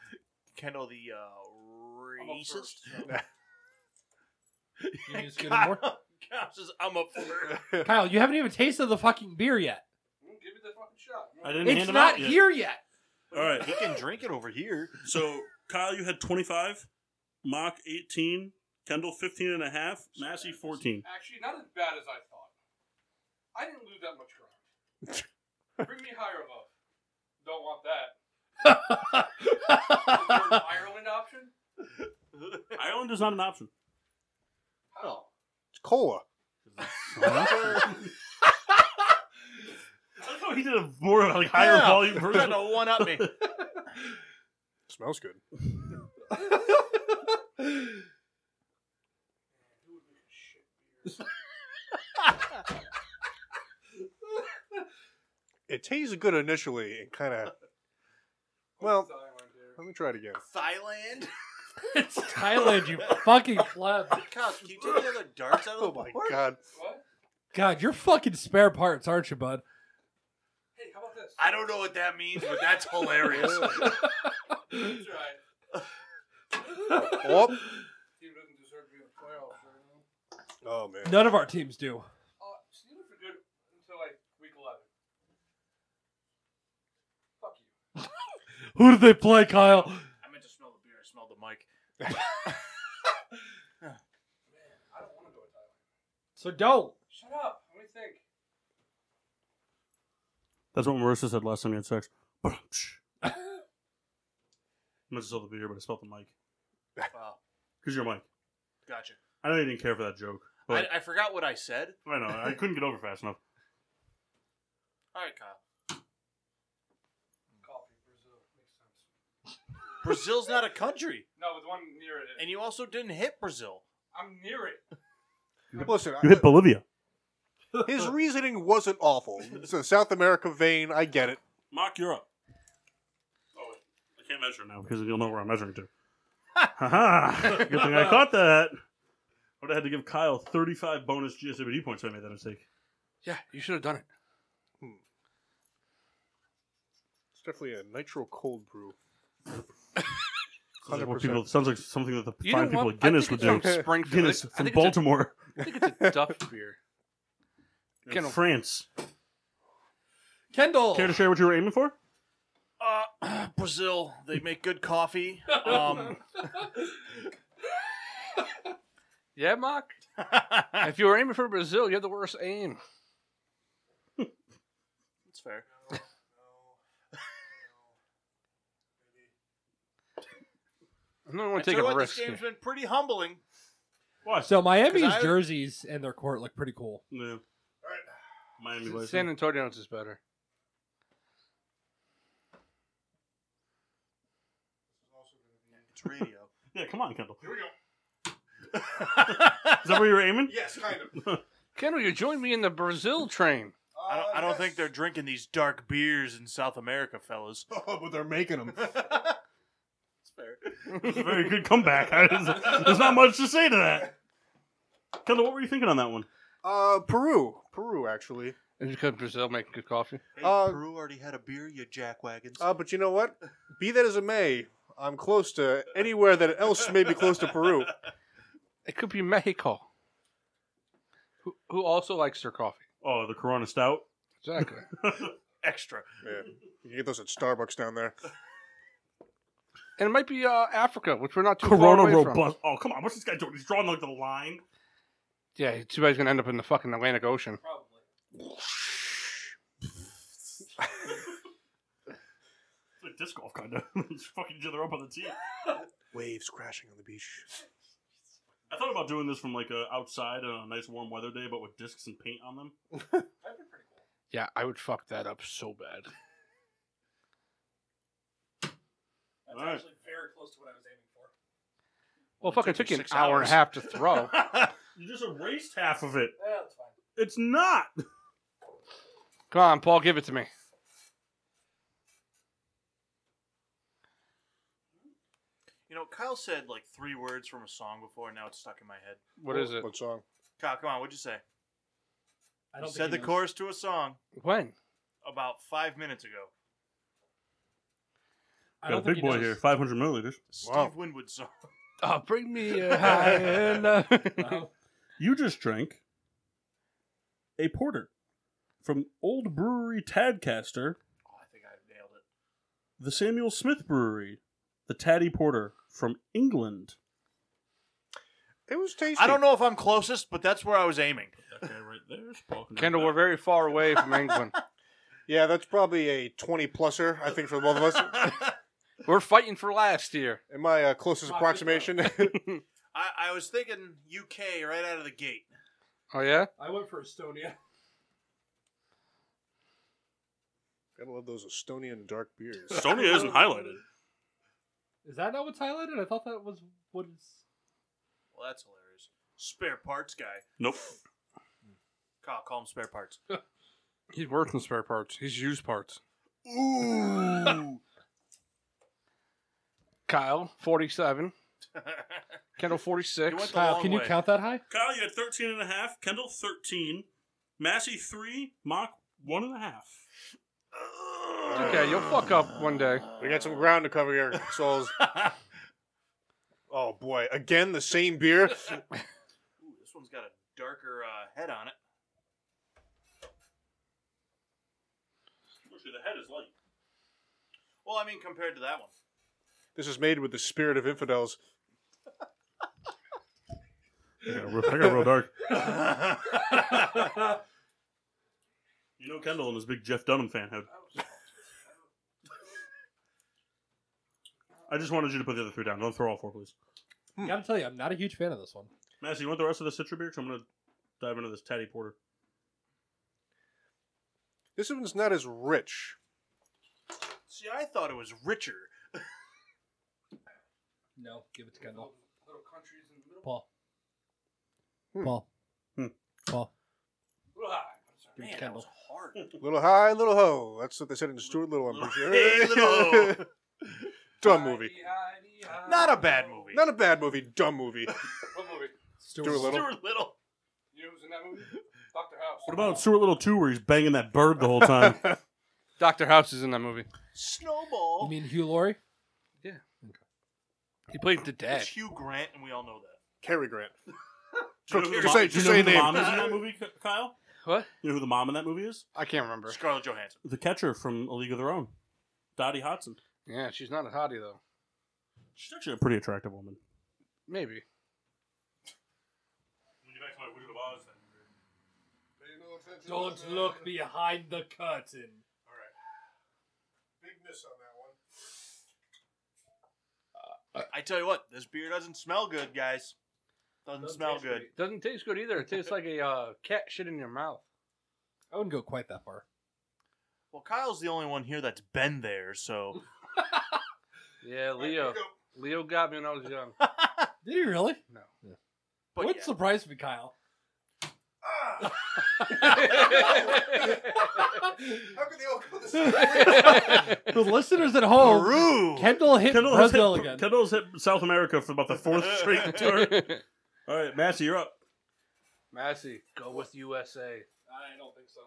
D: <laughs>
B: Kendall, the uh, racist. <laughs>
E: You need to scoot in
B: Kyle,
E: more?
B: Kyle says, I'm up
D: <laughs>
B: for it.
E: Kyle, you haven't even tasted the fucking beer yet.
C: Give it the fucking shot.
A: I didn't hand
E: It's
A: them
E: not
A: out yet. <laughs>
E: here yet.
A: All right.
B: He can drink it over <laughs> here.
A: So, Kyle, you had 25, Mach 18, Kendall 15 and a half, Massey 14.
C: Actually, not as bad as I thought. I didn't lose that much ground. <laughs> Bring me higher above. Don't want that. Ireland option?
A: Ireland is not an option.
C: Oh.
D: It's cola.
A: I thought Oh, he did a more like higher
B: Yeah.
A: volume
B: Trying <laughs>
A: version.
B: to one up me.
D: smells good. It tastes good initially and kind of. Well, let me try it again.
B: Thailand.
E: it's Thailand, you fucking pleb.
B: Cops, can you take the other darts out of the
D: Oh my <laughs> god.
E: God, you're fucking spare parts, aren't you, bud?
C: Hey, how about this?
B: I don't know what that means, but that's
E: <laughs>
B: hilarious.
C: That's right.
D: Oh,
C: Team doesn't deserve to be in the playoffs. Right now.
D: oh man.
E: None of our teams do.
C: Uh, Steelers are good until like week 11. Fuck you.
E: Who do they play, Kyle?
B: I meant to smell the beer. I smelled the mic.
C: I don't want to go to Thailand.
E: So don't.
C: Shut up. Let me think.
A: That's what Marissa said last time we had sex. <laughs> I meant to sell the beer, but I spelled the mic.
B: Wow,
A: Because you're Mike.
B: gotcha.
A: I know you didn't care for that joke. But
B: I, I forgot what I said.
A: I, know. I couldn't get over fast enough.
B: All right, Kyle.
C: Coffee, Brazil. Makes sense.
B: Brazil's not a country,
C: No, but the one near it.
B: and you also didn't hit Brazil.
C: I'm near it.
D: Listen,
A: You hit Bolivia.
D: his reasoning wasn't awful. It's a South America vein. I get it.
A: Mock Europe. Oh, wait. I can't measure now because you'll know where I'm measuring to. Haha. Good thing I caught that. Would have had to give Kyle 35 bonus GSWD points if I made that mistake.
C: Yeah, you should have done it.
D: It's definitely a nitro cold brew.
A: Sounds like, what
D: 100%.
A: people, sounds like something that the
C: You
A: fine
C: don't
A: people
C: want-
A: at Guinness
C: I
A: would
C: think
A: do.
C: it's from Springfield.
A: Guinness
C: I
A: from
C: think it's
A: Baltimore,
C: a- I think it's a Duff beer.
A: in
C: Guinness.
A: France.
E: Kendall.
A: Care to share what you were aiming for?
B: Uh, <clears throat> Brazil, <laughs> they make good coffee. Um,
C: Yeah, Mock.
A: <laughs>
C: if you were aiming for Brazil, you had the worst aim.
B: it's fair.
C: I'm not going
B: I
C: to take
B: tell you
C: a
B: what,
C: risk.
B: This
C: here.
B: game's been pretty humbling.
A: Watch.
E: So Miami's
B: 'Cause I-
E: jerseys and their court look pretty cool.
A: yeah. Miami Vice.
C: San Antonio's is better.
B: It's <laughs> radio.
A: Yeah, come on,
C: <laughs>
A: Kendall.
D: Here we go.
A: Is that where you were aiming?
D: Yes, kind <laughs> of. Uh,
C: Kendall, you joined me in the Brazil train.
B: I don't, I don't think they're drinking these dark beers in South America, fellas.
D: Oh, but they're making them.
B: It's fair.
A: It's a very good comeback. <laughs> There's not much to say to that. Kendall, what were you thinking on that one?
D: Uh, Peru, Peru, actually.
C: Is it because Brazil make good coffee?
B: Hey,
D: Uh,
B: Peru already had a beer, you jackwagons.
D: Uh, but you know what? Be that as it may, I'm close to anywhere that else may be close to Peru.
C: It could be Mexico. Who, who also likes their coffee?
A: Oh, the Corona Stout.
C: <laughs> Exactly.
B: Extra.
D: Yeah, you can get those at Starbucks down there.
C: and it might be uh, Africa, which we're not too
A: Corona
C: far away from.
A: Robust. Oh, come on. What's this guy doing? He's drawing like the line.
C: Yeah, too bad he's gonna end up in the fucking Atlantic Ocean.
A: It's like disc golf, <laughs> kind of. Just fucking each other up on the tee.
D: Waves crashing on the beach.
A: I thought about doing this from like uh, outside on a nice warm weather day, but with discs and paint on them.
C: Yeah, I would fuck that up so bad.
A: That's All right. actually
E: very close to what I was aiming for.
C: Well, fucking took you an
B: six
C: hour and
B: hours.
C: a half to throw.
A: You just erased half of it.
E: Yeah, that's fine.
A: It's not.
C: <laughs> Come on, Paul, give it to me.
B: You know, Kyle said like three words from a song before, and now it's stuck in my head.
C: What is it?
D: What song?
B: Kyle, come on, what'd you say?
E: I
B: You
E: don't
B: said the
E: court.
B: chorus to a song
C: When?
B: about five minutes ago.
E: I don't think he knows.
A: 500 milliliters.
B: Steve
D: Wow.
B: Winwood song.
C: Oh, bring me a <laughs> high and uh,
E: Wow.
A: You just drank a porter from Old Brewery Tadcaster,
B: Oh, I think I nailed it.
A: the Samuel Smith Brewery, the Taddy Porter from England.
D: It was tasty.
B: I don't know if I'm closest, but that's where I was aiming.
A: That guy right there is talking.
C: Kendall, we're
A: about-
C: very far away from England.
D: Yeah, that's probably a 20 pluser, I think, for both of us. <laughs>
C: We're fighting for last here.
D: In my uh, closest approximation, <laughs>
B: I, I was thinking UK right out of the gate.
C: Oh yeah,
E: I went for Estonia.
D: Gotta love those Estonian dark beers.
A: Estonia isn't highlighted.
E: Is that not what's highlighted? I thought that was what is.
B: Well, that's hilarious. Spare parts guy.
A: Nope.
B: Kyle, call him spare parts. <laughs>
C: he's worse than spare parts. He's used parts.
B: Ooh.
C: Kyle, forty-seven. Kendall
B: He went
C: 46.
B: the
E: Kyle,
B: long
E: can you
B: way.
E: count that high?
A: Kyle, you had 13 and a half. Kendall, 13. Massey, 3. Mock, 1.5.
C: okay, you'll fuck up one day.
D: We got some ground to cover here,
B: <laughs>
D: souls. oh boy, again the same beer.
B: Ooh, this one's got a darker uh, head on it.
A: Actually, the head is light.
B: Well, I mean, compared to that one.
D: This is made with the spirit of infidels.
A: I got real dark.
E: <laughs>
A: you know Kendall and his big Jeff Dunham fan head. I just wanted you to put the other three down. Don't throw all four, please.
E: Gotta tell you, I'm not a huge fan of this one.
A: Massey, you want the rest of the Citra beer? 'Cause I'm going to dive into this Taddy Porter.
D: This one's not as rich.
B: See, I thought it was richer.
E: No, give it to Kendall.
C: Little countries in the middle.
E: Paul.
D: Hmm.
E: Paul.
A: Hmm.
E: Paul.
C: Little high. I'm sorry.
E: Give it
B: Man,
E: to
B: that was
E: Kendall.
B: hard.
D: Little high, little ho. That's what they said in Stuart Little. I'm pretty sure.
B: Hey, little ho.
D: <laughs> Dumb movie.
C: Hidey, hidey,
B: Not a bad
C: hidey.
B: movie. <laughs>
D: Not a bad movie. Dumb movie.
C: What movie?
E: Stuart
D: Stuart Little.
B: Stuart Little.
C: You know who's in that
B: <laughs>
C: movie? Doctor House.
A: What about Stuart Little 2 where he's banging that bird <laughs> the whole time?
C: Doctor House is in that movie.
E: You
B: Snowball.
E: mean Hugh Laurie?
C: He played the dad.
B: It's Hugh Grant, and we all know that.
D: Cary Grant.
A: <laughs> Do you know who the
D: Just
A: mom-
D: say-
A: do
D: just
A: you know
D: say
A: who the
D: name.
A: mom is in that movie, Ky- Kyle?
C: What?
A: You know who the mom in that movie is?
C: I can't remember.
B: Scarlett Johansson.
A: The catcher from A League of Their Own, Dottie Hodson.
C: Yeah, she's not a hottie though.
A: She's actually a pretty attractive woman.
C: Maybe.
E: Don't look behind the curtain.
D: Big miss on that one.
E: Uh,
B: I tell you what, this beer doesn't smell good, guys. Doesn't, smell good.
C: Doesn't taste good either. It tastes like a uh, cat shit in your mouth.
E: I wouldn't go quite that far.
B: Well, Kyle's the only one here that's been there, so
C: Yeah, Leo. Leo got me when I was young.
E: Did he really?
C: No.
B: but
E: what
B: yeah.
E: surprised me, Kyle?
D: How could they all go this
A: <laughs>
E: <laughs> The oh, listeners at home,
B: Peru.
E: Kendall hit
A: Kendall has,
E: Brazil
A: hit,
E: again.
A: Kendall's hit South America for about the <laughs> fourth straight turn. All right, Massey, you're up.
C: <laughs> Massey, go with USA.
E: I don't think so.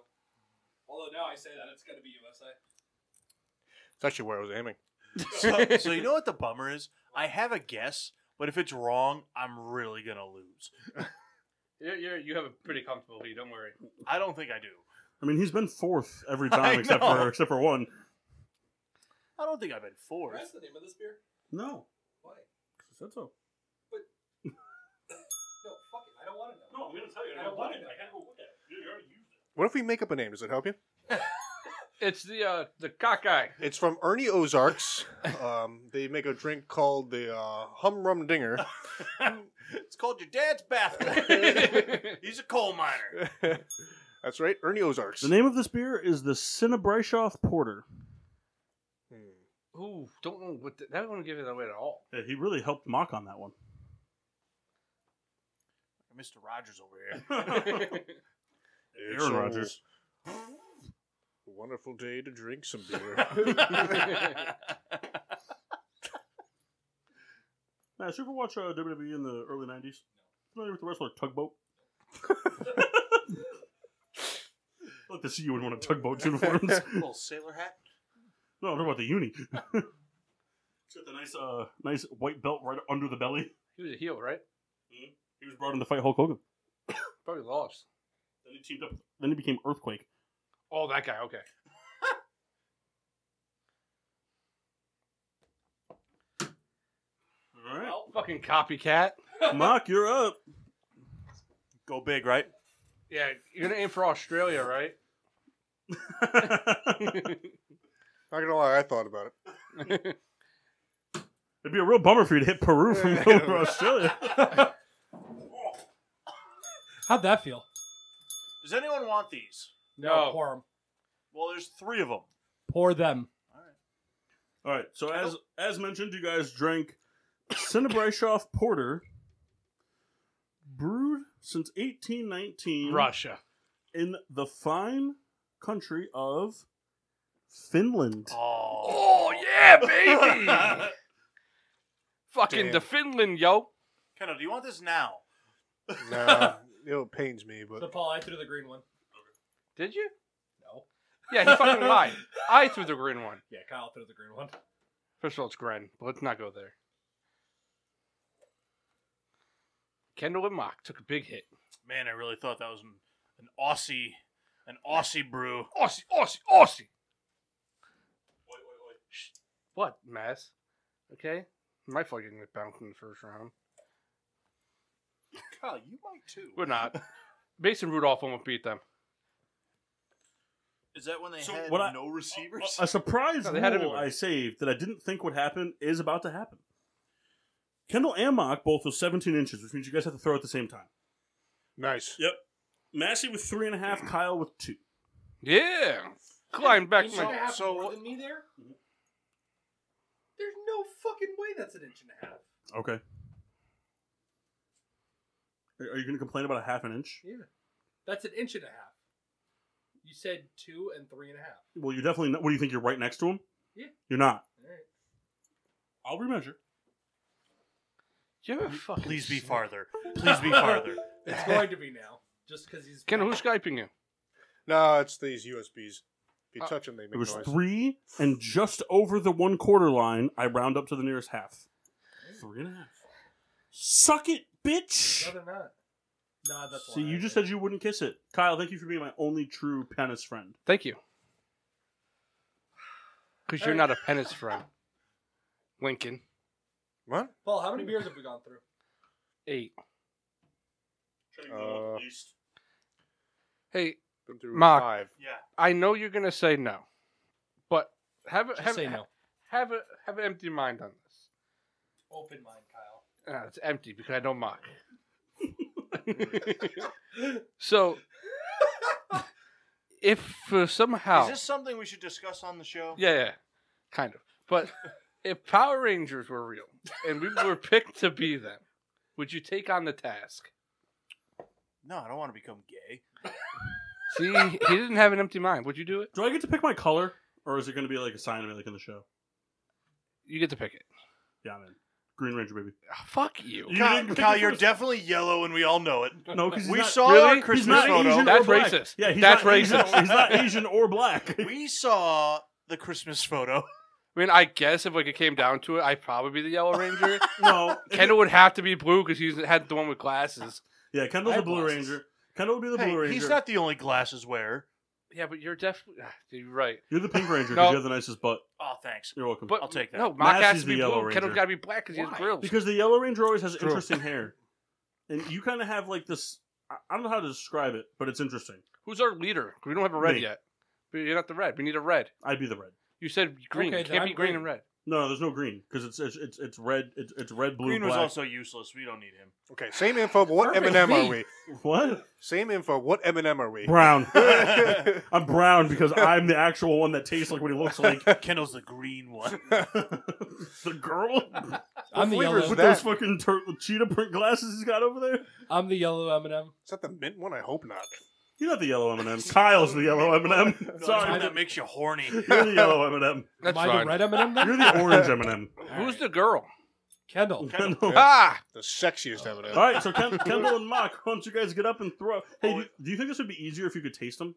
E: Although now I say that it's going to be USA.
D: That's actually where I was aiming.
B: so, so you know what the bummer is? I have a guess, but if it's wrong, I'm really gonna lose.
C: You're, you're, you have a pretty comfortable lead. Don't worry.
B: I don't think I do.
A: I mean, he's been fourth
B: <laughs>
A: every
B: I
A: time except for
B: know.
A: except for one.
B: I don't think I've been fourth. <laughs>
E: the name of this beer?
A: No,
E: Why?
A: I said so.
E: No, fuck it. I don't want to know.
A: No, I'm gonna tell you.
E: I don't want it. I
A: gotta go look at it. You already used it.
D: What if we make up a name? Does that help you?
C: It's the uh, the cock guy.
D: It's from Ernie
A: <laughs>
D: Ozarks. Um, they make a drink called the uh, Hum Rum Dinger.
B: it's called your dad's <laughs> bathroom. He's a coal miner. <laughs>
D: That's right, Ernie Ozarks.
A: The name of this beer is the Cinnabrayshoff Porter.
D: Hmm.
C: <laughs> Ooh, don't know what the, that won't give it away at <laughs> all.
A: Yeah, he really helped mock on that one.
B: Mr. Rogers over here.
D: It's
A: Aaron
D: a
A: Rodgers.
D: Wonderful day to drink some beer. <laughs>
B: <laughs>
A: Matt, you ever watch uh, WWE in the early '90s? Familiar with the wrestler Tugboat?
E: <laughs>
A: I'd like to see you in one of Tugboat's
E: <laughs>
A: uniforms.
B: Little sailor hat.
A: no, I'm talking about the uni. it's got the nice, uh, nice white belt right under the belly.
C: He was a heel, right?
A: He was brought in to fight Hulk Hogan.
C: Probably lost.
A: Then he teamed up. Then he became Earthquake.
C: Oh, that guy. Okay.
A: All
E: <laughs>
A: right,
C: Fucking copycat.
A: Mock, you're up. <laughs>
B: Go big, right?
C: Yeah, you're gonna aim for Australia, <laughs> right?
A: It'd
D: Not gonna lie, I thought about it.
A: be a real bummer for you to hit Peru from over Australia.
E: <laughs> How'd that feel? Oh,
B: Does anyone want these?
C: No.
E: pour them.
B: Well, there's three of them.
E: Pour them.
A: All right. So as as mentioned, you guys drank Cinnabryshoff Porter, brewed since 1819
C: Russia.
A: in the fine country of Finland.
B: <laughs> Oh,
C: <laughs> yeah, baby. fucking to
D: Damn.
C: Finland, yo.
B: Kendall, do you want this now?
D: <laughs> Nah, it pains me, but
E: Paul, I threw the green one.
C: Did you?
E: No.
C: Yeah, he fucking lied. I threw the green one.
E: Yeah, Kyle threw the green one.
C: First of all, it's Gren, but let's not go there. Kendall and Mock took a big hit.
B: Man, I really thought that was an, an Aussie, an Aussie brew.
C: Aussie, Aussie, Aussie. Shh. What, Mass? Okay? My fucking get bounced in the first round.
B: Kyle, you might too.
C: We're not. Mason Rudolph almost beat them.
B: Is that when they
A: So
B: had
A: what I- Uh,
B: no receivers?
A: A surprise
C: No, they had
A: rule
C: everyone.
A: I saved that I didn't think would happen is about to happen. Kendall and Mock both was 17 inches, which means you guys have to throw at the same time.
D: nice.
A: Yep. Massey with three and a half, Kyle with two.
C: Yeah. Climb back.
E: Inch
C: my-
E: and a half
B: so-
E: more than me there? There's no fucking way that's an inch and a half.
A: Okay. Are are you going to complain about a half an inch?
E: Yeah. That's an inch and a half. You said two and three and a half.
A: Well, you're definitely not. What do you think? You're right next to him?
E: Yeah.
A: You're not.
E: All right.
A: I'll remeasure.
C: You have a fucking
B: Please be
C: sick-
B: farther. Please be <laughs> farther.
E: <laughs> It's going to be now. Just because he's.
C: Kendall, who's Skyping you?
D: No, it's these USBs. If you
C: Uh,
D: touch them, they
A: It
D: make
A: was
D: noise.
A: three, and just over the one quarter line, I round up to the nearest half. Three and a half. Suck it, bitch!
E: No, they're not. Nah, that's
A: See,
E: why
A: you
E: I
A: just
E: did.
A: said you wouldn't kiss it. Kyle, thank you for being my only true penis friend.
C: Thank you. Because you're not a penance friend. Lincoln.
D: What?
E: Paul, how many beers have we gone through?
C: Eight.
D: Uh,
C: Hey,
D: Them through
C: Mark.
D: five.
B: Yeah.
C: I know you're gonna say no, but have a
E: Just
C: have,
E: say no.
C: have a have an empty mind on this.
E: Open mind, Kyle.
C: Uh, it's empty because I don't mock. <laughs> so, if uh, somehow,
B: Is this something we should discuss on the show?
C: yeah, yeah, kind of, but if Power Rangers were real and we were picked to be them, would you take on the task?
B: No, I don't want to become gay.
C: See, he didn't have an empty mind. Would you do it?
A: Do I get to pick my color, or is it going to be like a sign of it, like in the show?
C: You get to pick it.
A: Yeah, man. Green Ranger, baby.
C: Ah, fuck you.
A: You
B: Kyle,
A: didn't pick
B: Kyle
A: it
B: you're
A: first.
B: definitely yellow, and we all know it.
A: No, because
B: We
A: not,
B: saw
C: really?
B: our
C: He's
A: he's
B: Christmas
A: not
B: photo.
A: Asian
C: That's
A: or black.
C: racist.
A: Yeah, he's
C: That's
A: not Asian-
C: racist.
A: he's not Asian or <laughs> black.
B: We saw the Christmas photo.
C: I mean, I guess if like it came down to it, I'd probably be the Yellow Ranger.
A: no,
C: Kendall would have to be blue because he had the one with glasses.
A: Yeah, Kendall's
C: I
A: a
C: had
A: Blue
C: glasses.
A: Ranger. Kendall would be the
B: Hey,
A: Blue Ranger.
B: he's not the only glasses wearer.
C: Yeah, but you're definitely ah, you're right.
A: You're the Pink Ranger because
C: No.
A: you have the nicest butt.
B: Oh, thanks.
A: You're welcome.
C: But
B: I'll take that.
C: No, Mock
A: Mass
C: has
A: is
C: to
A: the
C: be
A: Yellow
C: blue. Kendall's
A: Ranger.
C: got to be black because he has
E: Why?
C: grills.
A: Because the Yellow Ranger always has
D: True.
A: interesting hair, and you kind of have like this. I- I don't know how to describe it, but it's interesting.
C: Who's our leader? We don't have a red
A: Me.
C: yet. But you're not the red. We need a red.
A: I'd be the red.
C: You said green.
E: Okay,
C: It
E: then
C: can't
E: I'm
C: be green,
E: green.
C: and red.
A: No, no, there's no green because it's, it's it's it's red. It's, it's red, blue,
B: Green was
A: black.
B: also useless. We don't need him.
D: Okay, same info, but what
E: Perfect
D: M&M are
E: beat.
D: we?
A: <laughs> <laughs> What
D: Same info, what M&M are <laughs> we?
A: brown? <laughs> I'm brown because I'm the actual one that tastes like what he looks like. <laughs>
B: Kendall's the green one.
A: the girl
E: I'm the
D: flavor is
E: yellow.
A: with
D: that?
A: those fucking tur- cheetah print glasses he's got over there.
E: I'm the yellow M&M.
D: Is that the mint one? I hope not.
A: You're not the yellow <laughs> M&M. Kyle's the yellow M&M.
B: No,
A: <laughs>
B: it's
A: Sorry,
B: one that makes you horny.
A: You're the yellow M&M.
C: That's
E: Am I
C: fine.
E: the red
C: <laughs>
E: M&M then?
A: You're the orange <laughs> M&M.
C: Who's the girl?
A: <laughs>
E: Kendall.
A: Oh, Kendall.
C: Ah,
D: The sexiest M&M.
A: All right, so Ken- Kendall and Mock, why don't you guys get up and throw? Hey, do, do you think this would be easier if you could taste them?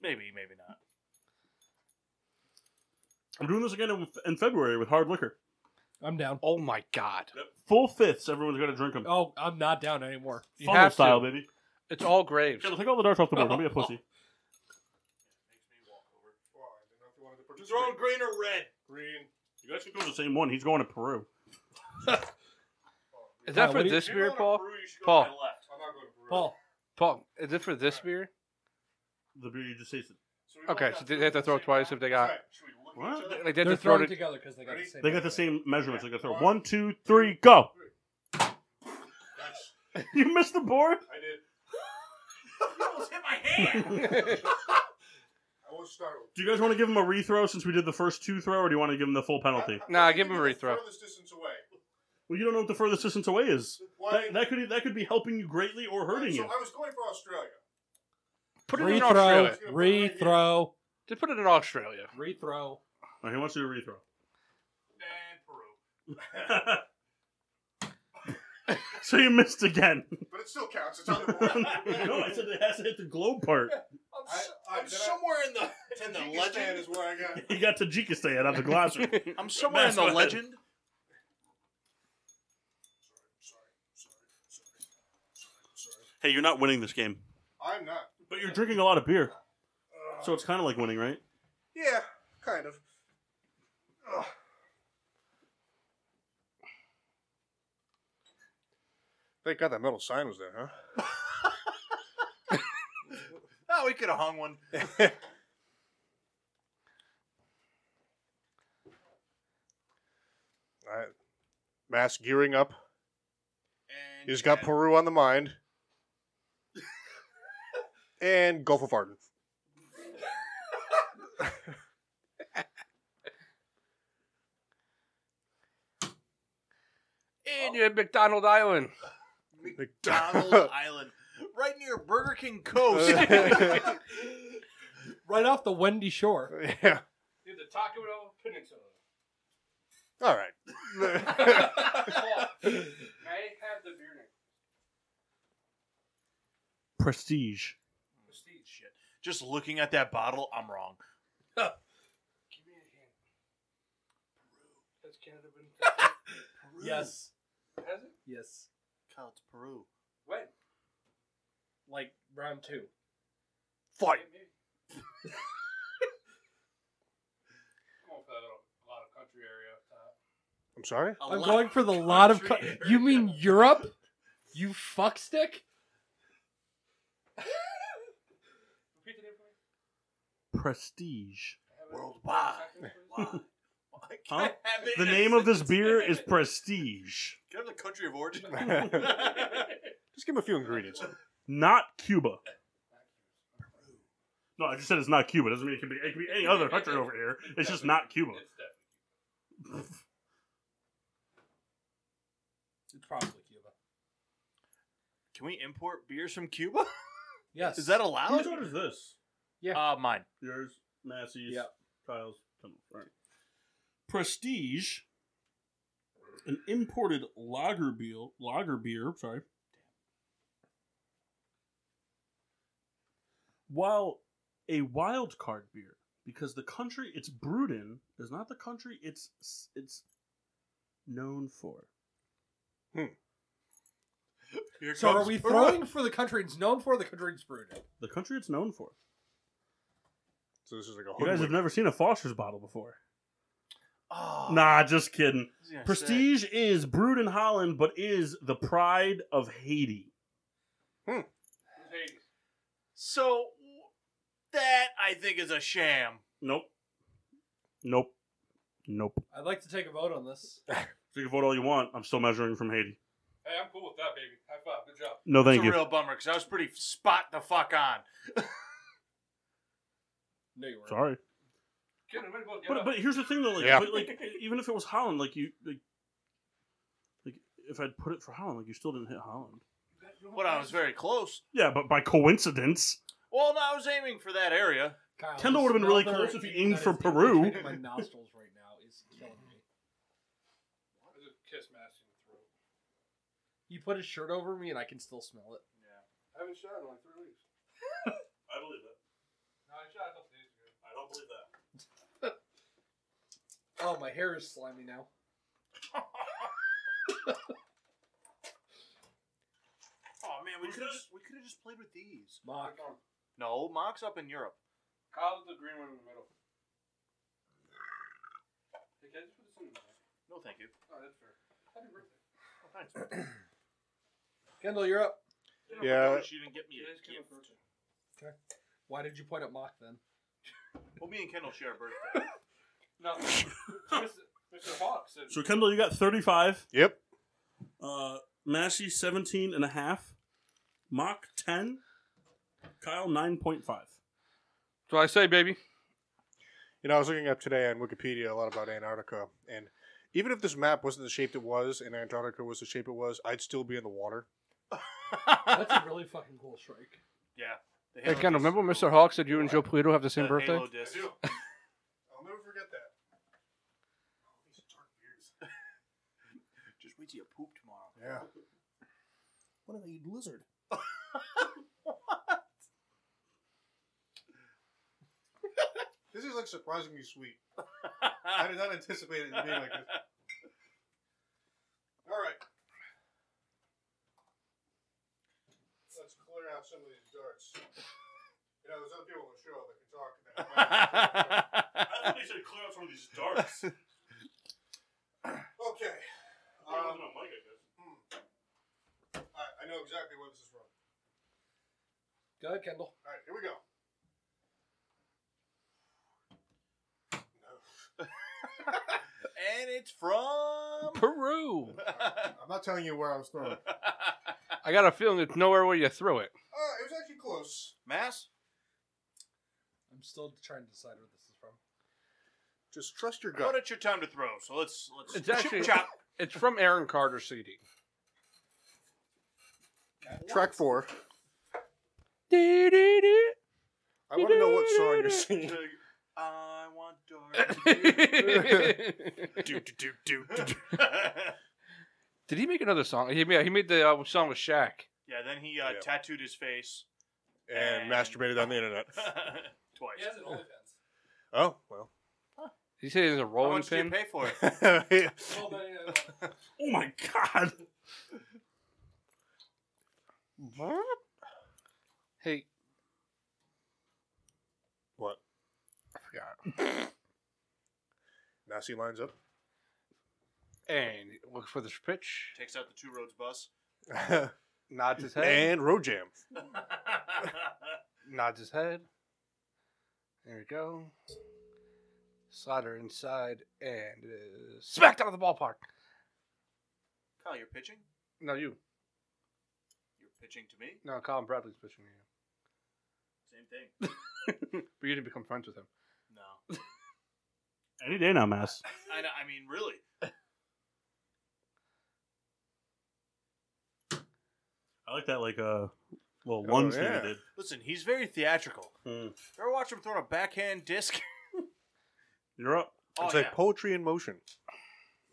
B: Maybe, maybe not.
A: I'm doing this again in, in February with hard liquor.
E: I'm down.
C: oh my god!
A: Full fifths. Everyone's got to drink them.
E: Oh, I'm not down anymore.
C: You
A: Funnel
C: have
A: style,
C: to.
A: baby.
C: It's all graves.
A: Kendall, take all the darts off the board. <laughs> Don't be a pussy.
D: Throwing green or red? Green.
A: You guys should go to the same one. He's going to Peru.
C: Is
E: Kyle,
C: that
E: what
C: for
E: do you-
C: this beer, Paul? Paul.
E: Paul,
C: Paul, is it for this beer?
A: The beer you just tasted.
C: Okay, so they have to throw twice if they got.
A: What?
C: Like they
E: they're
C: have to throw
E: thrown
C: it.
E: together because they got the
D: Ready?
E: same.
A: They got the
E: number.
A: same measurements. They got to throw one, two, three, <laughs> go. You missed the board.
D: I did. <laughs>
C: <laughs>
D: I won't start with
A: Do you guys want to give him a rethrow since we did the first two throw, or do you want to give him the full <laughs> penalty?
C: Nah, give him a rethrow.
D: Furthest distance away.
A: Well, you don't know what the furthest distance away is.
D: Why-
A: That, that could that could be helping you greatly or hurting
D: so
A: you.
D: I was going for Australia.
C: Put it in
E: Rethrow,
C: Australia.
E: rethrow,
C: Just put it in Australia.
E: rethrow.
D: <laughs>
A: Oh, he wants you to rethrow.
D: And Peru.
A: <laughs> so you
D: <laughs>
A: missed again.
D: But it still counts.
C: <laughs>
D: It's on the
A: no,
D: board.
A: <laughs> I said it has to hit the globe part.
D: I- I-
G: I'm
D: did I-
G: somewhere in the it's in the
D: Tajikistan
G: legend.
D: is where I got.
A: You got Tajikistan on the glossary.
B: I'm somewhere in
A: That's
B: the
A: what-
B: legend.
A: <laughs> hey, you're not winning this game,
D: I'm not.
A: but you're drinking a lot of beer, so it's kind of like winning, right?
D: Yeah, kind of. Ugh. Thank God that metal sign was there,
G: Oh, we could have hung one.
D: huh? All right. Mass gearing up.
G: And <laughs>
D: He's got Peru on the <laughs> mind. and Gulf of Arden.
A: Oh.
G: <laughs>
C: And you had McDonald Island.
D: <laughs>
G: McDonald Island, right near Burger King Coast.
A: <laughs>
G: <laughs>
E: Right off the Wendy shore.
D: yeah.
C: You had the Taco Bell Peninsula.
D: All right.
C: May have the beer name.
A: Prestige.
G: Shit. Just looking at that bottle, I'm wrong.
C: Give me a hint. Peru. Has Canada been?
G: Peru.
E: Yes.
C: Has it?
E: Yes.
G: Kyle, it's Peru.
C: When?
E: Like round two.
D: Fight.
C: <laughs> Come on, for that little- a lot of country area up top.
D: I'm <laughs> sorry?
G: A
E: I'm
G: lot-
E: going for the lot of. Co-
G: country.
E: you mean Europe? You fuckstick?
C: Repeat the name for me.
A: Prestige.
C: Have it-
G: worldwide. Why?
D: <laughs>
A: Huh? The name of this beer is Prestige,
G: Can I have the country of origin?
D: Just give him a few ingredients.
A: not Cuba. No, I just said it's not Cuba. Doesn't mean it can be. It can be any other country over here. It's just not Cuba.
C: It's that.
E: It's probably Cuba.
B: Can we import beers
G: <laughs>
B: from Cuba?
E: Yes.
B: Is that allowed?
A: order is this?
B: Uh, mine.
A: Yours, Massey's,
E: Yep.
A: Kyle's. Come on, all right. Prestige, an imported lager beer. Lager beer. Sorry. While a wild card beer, because the country it's brewed in is not the country it's it's known for.
G: Here
E: so are
G: comes
E: we
G: Peru.
E: throwing for the country it's known for, or the country it's brewed in?
A: The country it's known for.
D: So this is like a
A: You guys have
D: hoodwink.
A: never seen a Foster's bottle before.
G: <laughs> Oh,
A: Nah, just
G: I
A: kidding.
G: was gonna say.
A: Prestige is brewed in Holland, but is the pride of Haiti.
C: Who's Hades?
G: So that I think is a sham.
A: Nope. Nope. Nope.
E: I'd like to take a vote on this.
A: You can vote all you want. I'm still measuring from Haiti.
C: Hey, I'm cool with that, baby. High five. Good job.
A: No,
G: It's
A: thank
G: a
A: you.
G: real bummer because I was pretty spot the fuck on.
E: No, you weren't.
A: Sorry.
C: Get him, everybody, get
A: But
C: up.
A: but here's the thing though, like,
D: Yeah.
A: but, like even if it was Holland, like you like, like if I'd put it for Holland, like you still didn't hit Holland.
G: But I was very close.
A: Yeah, but by coincidence.
G: Well, no, I was aiming for that area.
E: Kyle,
A: Kendall
E: the
A: would've been really
E: smell
A: close
E: that
A: if he
E: is
A: aimed for
E: infiltrating
A: Peru.
E: My nostrils right now is killing me.
C: There's a kiss mask in the throat.
E: He put his shirt over me, and I can still smell it.
C: I haven't shot in like three <laughs> weeks.
A: I believe that.
C: No, I shot a couple days ago.
A: I don't believe that.
E: Oh, my hair is slimy now.
G: Oh man, we could have just we could have just played with these.
E: Mock.
G: No, Mock's up in Europe.
C: Kyle's the green one in the middle. Hey, can I just put this in the middle?
G: No, thank you.
C: Oh, that's fair. Happy birthday.
G: Oh,
E: Kendall, you're up.
D: Yeah.
G: She didn't get me.
C: You
G: a
C: guys can
G: gift.
C: approach it.
E: Why did you point at Mock then?
G: Well, me and Kendall share a birthday.
E: <laughs>
C: No. Mr. Mr. Hawk said.
A: So Kendall, you got 35.
D: Yep.
A: Uh, Massey 17 and a half. Mach 10. Kyle 9.5.
C: That's what I say, baby.
D: You know, I was looking up today on Wikipedia a lot about Antarctica, and even if this map wasn't the shape it was and Antarctica was the shape it was, I'd still be in the water.
C: <laughs>
E: That's a really fucking cool strike.
G: yeah. The
C: Hey,
G: Halo
C: Kendall,
G: disc.
C: remember when Mr. Hawk said you and Joe Polito have the
G: The
C: same birthday?
G: Halo <laughs> disc.
D: I'll never forget that.
G: <laughs>
D: Yeah.
H: What about you,
D: <laughs>
H: lizard?
D: This is like surprisingly sweet. I did not anticipate it being like this. All right. Let's clear out some of these darts. You know, there's other people on the show that can talk. That
A: I thought he said clear out some of these darts.
D: okay. Um, I, I know exactly where this is from.
E: Go ahead, Kendall.
D: All right, here we go.
G: and it's from.
C: <laughs> Peru.
D: I'm not telling you where I was <laughs> throwing. it.
C: I got a feeling it's nowhere where you threw it.
D: Uh, it was actually close.
G: Mass?
E: I'm still trying to decide where this is from.
D: Just trust your
G: But
D: gut.
G: it's your time to throw, so let's let's
C: It's actually it's from Aaron Carter CD.
D: Track four.
C: <laughs>
D: I want to know what song <laughs> you're singing.
G: <laughs> I want
C: <laughs>
G: dark. <laughs>
C: Did he make another song? He made, he made the uh, song with Shaq.
G: yeah, then he uh,
D: Yeah.
G: tattooed his face
D: And masturbated on the internet.
G: <laughs> twice.
D: Oh, well. <laughs>
C: He said he has a
G: How
C: rolling
G: much did you
C: pin.
G: pay for it?
E: <laughs>
A: Oh my god.
C: Hey,
D: what? I forgot. Massey lines up.
C: and look for this pitch.
G: Takes out the two roads <laughs> bus.
D: <laughs>
C: Nods his head.
D: and Road Jam.
C: nods his head. There we go. Slide her inside and it is smacked out of the ballpark.
G: Kyle, you're pitching.
C: No, you.
G: You're pitching to me.
C: No, Colin Bradley's pitching <laughs> you.
G: Same thing.
C: But you didn't become friends with him.
G: No,
A: Any day now, Mass.
G: I, know- I mean really.
A: I like that, like uh, little
D: Oh,
A: lunge
D: yeah.
A: that he did.
G: Listen, he's very theatrical.
A: Mm.
G: Ever watch him throwing a backhand disc? <laughs>
A: You're up. <laughs>
G: Oh
D: it's
G: yeah.
D: like poetry in motion.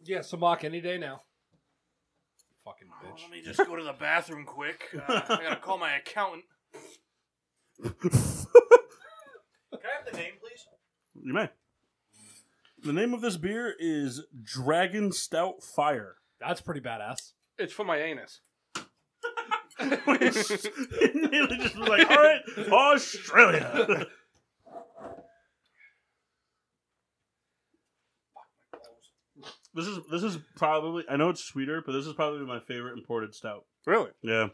E: Yeah, so mock any day now. Fucking
G: Oh,
E: bitch.
G: let
C: Um,
G: me just go to the bathroom quick. Uh, I gotta call my accountant. Can I have the name, please?
A: You may. The name of this beer is Dragon Stout <laughs> Fire.
E: That's pretty badass.
C: It's for my anus.
A: Nearly just was like, all right, Australia. <laughs> this is this is probably I know it's sweeter, but this is probably my favorite imported stout.
D: Really?
A: Yeah.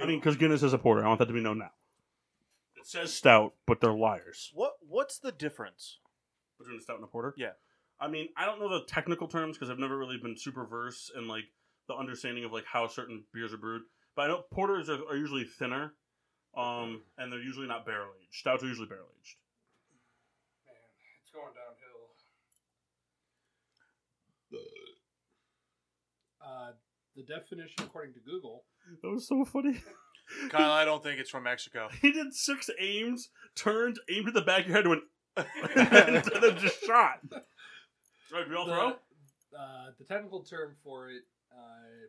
A: I mean, because Guinness is a porter. I want that to be known now. It says stout, but they're liars.
G: What What's the difference?
A: between a stout and a porter.
G: Yeah.
A: I mean, I don't know the technical terms because I've never really been super versed in like the understanding of like how certain beers are brewed. But I know porters are, are usually thinner, um, and they're usually not barrel aged. Stouts are usually barrel aged.
C: Man, it's going downhill.
E: Uh, the definition, according to Google,
A: That was so funny. <laughs>
G: Kyle, I don't think it's from Mexico.
A: he did six aims, turned, aimed at the back of your
G: <laughs>
A: head, went, <laughs> and then just shot. Right, we all throw.
E: The, uh, the technical term for it uh,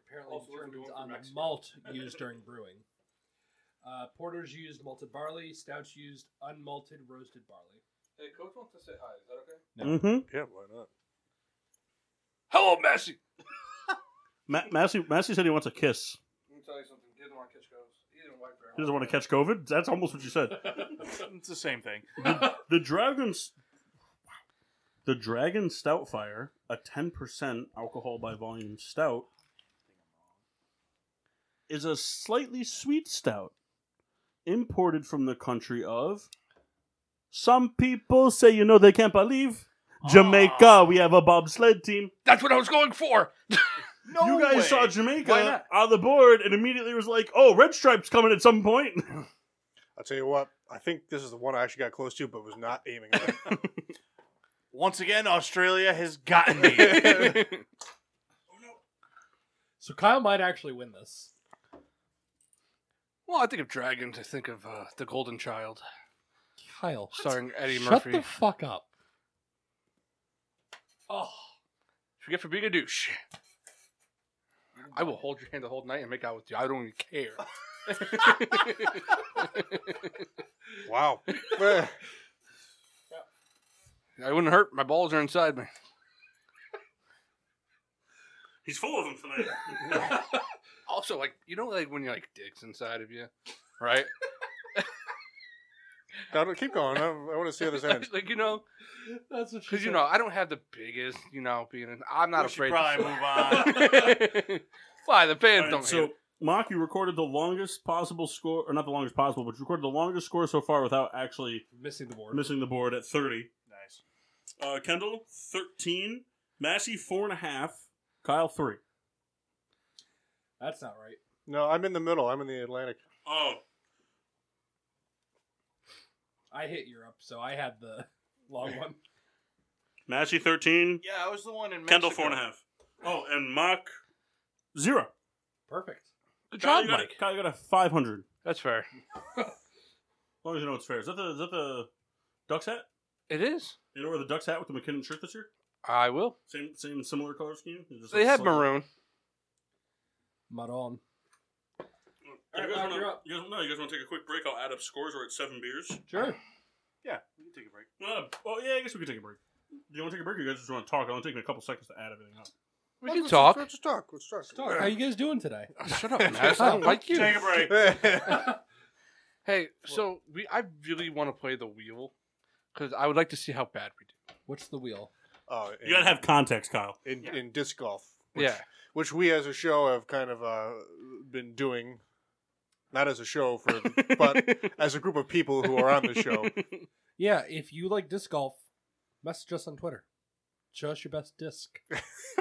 E: apparently
C: Also, we're
E: determines
C: going
E: on
C: for
E: the
C: Mexico. <laughs>
E: malt used during brewing. Uh, porters used malted barley. Stouts used unmalted roasted barley.
C: Hey, Coach wants to say hi. Is that okay?
A: Mm-hmm.
D: Yeah, why not?
C: Hello, Messi.
A: Ma- Massey, Massey said he wants a kiss.
C: Let me tell you something. He doesn't want to catch goes. He didn't wipe
A: He doesn't want to catch COVID. That's almost what you said.
G: it's the same thing.
A: The dragon's the dragon stout fire, a ten percent alcohol by volume stout, is a slightly sweet stout imported from the country of. Some people say you know they can't believe Jamaica. We have a bobsled team.
C: That's what I was going for.
G: No
A: you guys
G: way.
A: saw
C: Why
A: Jamaica
C: not?
A: on the board and immediately was like, "Oh, red stripes coming at some point." <laughs>
D: I'll tell you what, I think this is the one I actually got close to, but was not aiming at.
G: Once again, Australia has gotten
C: <laughs>
G: me.
E: So Kyle might actually win this.
C: <laughs> Well, I think of dragons. I think of uh, the Golden Child,
E: Kyle,
C: starring Eddie
E: shut
C: Murphy.
E: the fuck up.
C: oh, forget for being a douche. I will hold your hand the whole night and make out with you. I don't even care. <laughs>
D: Wow. <laughs>
C: I wouldn't hurt. My balls are inside me.
A: He's full of them
B: <laughs>
A: tonight.
C: Also, like you know, like when you like dicks inside of you,
A: <laughs>
C: right?
D: Now, keep going. I, I want to see how this ends.
C: <laughs> like you know,
E: <laughs> That's what
C: because you know, I don't have the biggest, you know, penis. I'm not
B: We should
C: afraid.
B: probably
C: to- <laughs>
B: move on.
C: Why the fans
A: All right,
C: don't
A: so,
C: hate it.
A: Mock, you recorded the longest possible score, or not the longest possible, but you recorded the longest score so far without actually
E: missing the board.
A: missing the board at 30.
B: Nice.
A: Uh, Kendall, 13. Massey, 4.5. Kyle, 3.
E: That's not right.
D: No, I'm in the middle. I'm in the Atlantic.
A: Oh,
E: I hit Europe, so I had the <laughs> long one.
A: Massey, 13.
B: Yeah, I was the one in Mexico.
A: Kendall, 4.5. Oh, and Mock, 0.
E: Perfect.
C: Good
A: Kyle,
C: job,
A: you got,
C: Mike.
A: A, Kyle, you got a 500. As
C: That's fair.
A: long as you know it's fair. Is that the, is that the Ducks hat?
C: It is.
A: You know where the Ducks hat with the McKinnon shirt this year?
C: I will.
A: Same, same, similar color scheme. It's just
C: They
A: like
C: had
A: slightly-
C: maroon.
E: Mud on.
A: You
E: All
A: guys,
E: right, Bob, you're
A: wanna,
E: up.
A: you guys, no, you guys want to take a quick break? I'll add up scores. We're at seven beers.
E: Sure.
B: We can take a break.
A: Uh, well, yeah, I guess we could take a break. Do you want to take a break, or you guys just want to talk? It'll take me a couple seconds to add everything up.
C: We can talk.
D: Let's talk. Let's talk.
E: How you guys doing <laughs> today?
C: Shut up,
A: <laughs>
C: Matt. I don't like you.
A: Take a break.
C: Hey, so we, I really want to play the wheel because I would like to see how bad we do.
E: What's the wheel?
D: <laughs> Oh, in,
A: You gotta have context, Kyle.
D: in,
B: Yeah.
D: in disc golf. Which,
C: Yeah,
D: Which we as a show have kind of uh, been doing. Not as a show, for <laughs> but as a group of people who are on the show.
E: Yeah, if you like disc golf, message us on Twitter. Show us your best disc.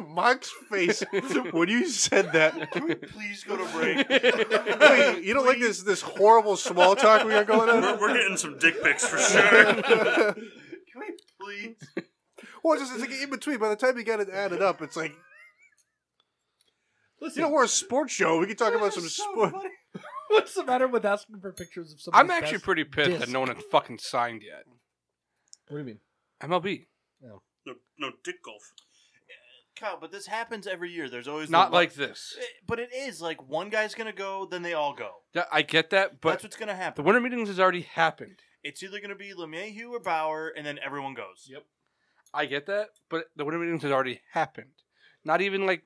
D: Mark's face when you said that.
B: <laughs>
C: <laughs>
B: Please go to <laughs> break.
D: Wait, you don't like this this horrible small talk we got going
A: We're, <laughs>
D: on? <laughs>
A: we're getting some dick pics for sure.
B: Can we please?
D: well, it's just it's like in between. By the time you got it added up, it's like
E: Listen,
D: you know we're a sports show. We can talk about some sport.
E: what's the matter with asking for pictures of somebody?
C: <laughs> I'm actually pretty pissed that
E: disc.
C: no one has fucking signed yet.
E: What do you mean?
C: MLB,
A: no, no, dick golf.
B: Kyle, but this happens every year. There's always the
C: not
B: one-
C: like this.
B: Eh, But it is like one guy's gonna go, then they all go.
C: Yeah, I get that, but
B: That's what's gonna
C: the
B: happen.
C: winter meetings has already happened.
B: It's either gonna be Lemayhew or Bauer, and then everyone goes.
E: Yep.
C: I get that, but the winter meetings has already happened. Not even like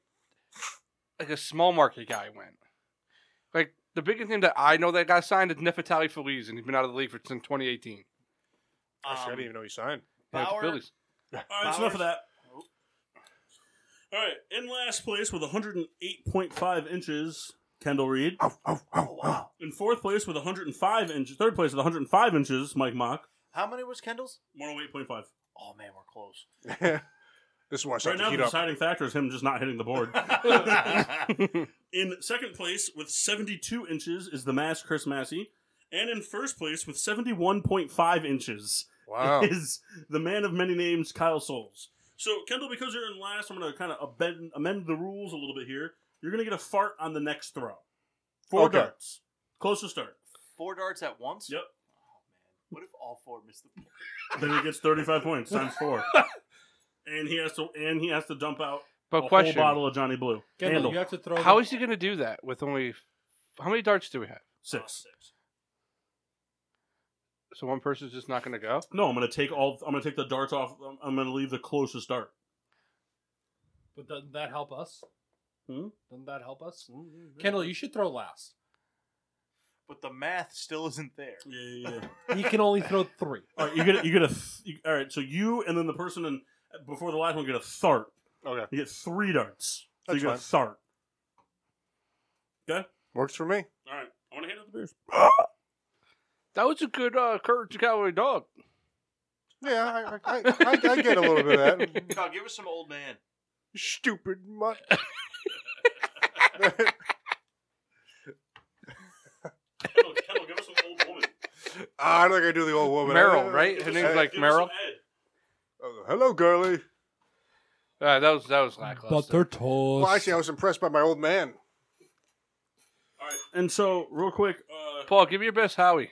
C: like a small market guy went. Like the biggest name that I know that got signed is Nefertali Feliz, and he's been out of the league for since 2018.
D: Oh, shit, I
B: Um,
D: didn't even know you signed.
C: Yeah, with the
B: Bauer-
C: Phillies.
A: All right, it's enough of that. All right, in last place with 108.5 inches, Kendall Reed. In fourth place with 105 inches, third place with 105 inches, Mike Mock.
B: How many was Kendall's?
A: 108.5.
B: Oh man, we're close.
D: <laughs> this is why I
A: Right
D: started to
A: now, the
D: heat up.
A: deciding factor is him just not hitting the
B: <laughs>
A: board. in second place with 72 inches is the mass Chris Massey. And in first place with 71.5 inches
D: <laughs> Wow.
A: is the man of many names, Kyle Souls. So, Kendall, because you're in last, I'm going to kind of amend, amend the rules a little bit here. You're going to get a fart on the next throw. Four
D: Okay.
A: darts. Closest dart.
B: Four darts at once.
A: Yep.
B: Oh man, what if all four miss the? <laughs>
A: Then he gets 35 points times four. and he has to and he has to dump out
C: But
A: a
C: question:
A: whole bottle of Johnny Blue.
E: Kendall,
A: Handle.
E: you have to throw.
C: How
E: the-
C: is he going to do that with only how many darts do we have?
A: Six.
C: So one person's just not going to go.
A: No, I'm gonna take all. I'm gonna take the darts off. I'm, I'm gonna leave the closest dart.
E: But doesn't that help us?
A: Hmm?
E: Doesn't that help us? Kendall, you should throw last.
B: But the math still isn't there.
A: Yeah, yeah, <laughs> yeah.
E: He can only throw three.
A: all right, you get a- you get a. Th- you, all right, so you and then the person in before the last one get a thart.
D: Okay,
A: You get three darts. So
D: That's
A: you get a
D: fine.
A: thart.
D: works for me.
A: All right, I want to hand out the beers.
C: That was a good uh, courage to cowboy dog.
D: Yeah, I, I, I, I, I get a little bit of that.
B: Kyle, give us some old man.
D: Stupid mutt.
A: Kendall, Kendall, give us some old woman.
D: <laughs> Ah, I don't think I do the old woman.
C: Meryl, right? Her
D: Give
C: name's
D: us-
C: like
A: Give us some
C: Meryl.
A: Ed.
D: Oh, hello, girly.
C: Uh, that was that was lackluster.
E: Butter toast.
D: Well, actually, I was impressed by my old man.
A: All right, and so real quick, uh,
C: Paul, give me your best Howie.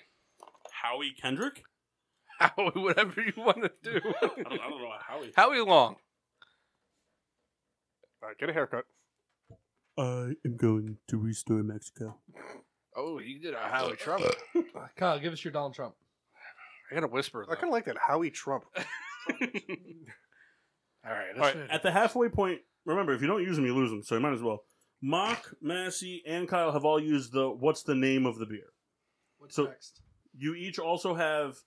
C: <laughs>
A: Howie Kendrick.
C: Howie, whatever you want to <laughs> do.
A: <laughs> I don't, I don't know Howie.
C: Howie Long. Uh,
D: All right, get a haircut.
A: I am going to restore Mexico.
C: Oh, you did a Howie Trump.
E: Kyle, give us your Donald Trump.
C: I gotta whisper.
D: I
C: Though.
D: kind of like that Howie Trump.
C: <laughs>
D: <laughs>
C: All right,
A: All right, at the halfway point, remember if you don't use them, you lose them. So you might as well. Mock, Massey, and Kyle have all used the "What's the name of the beer?"
E: What's
A: So-
E: next?
A: You each also have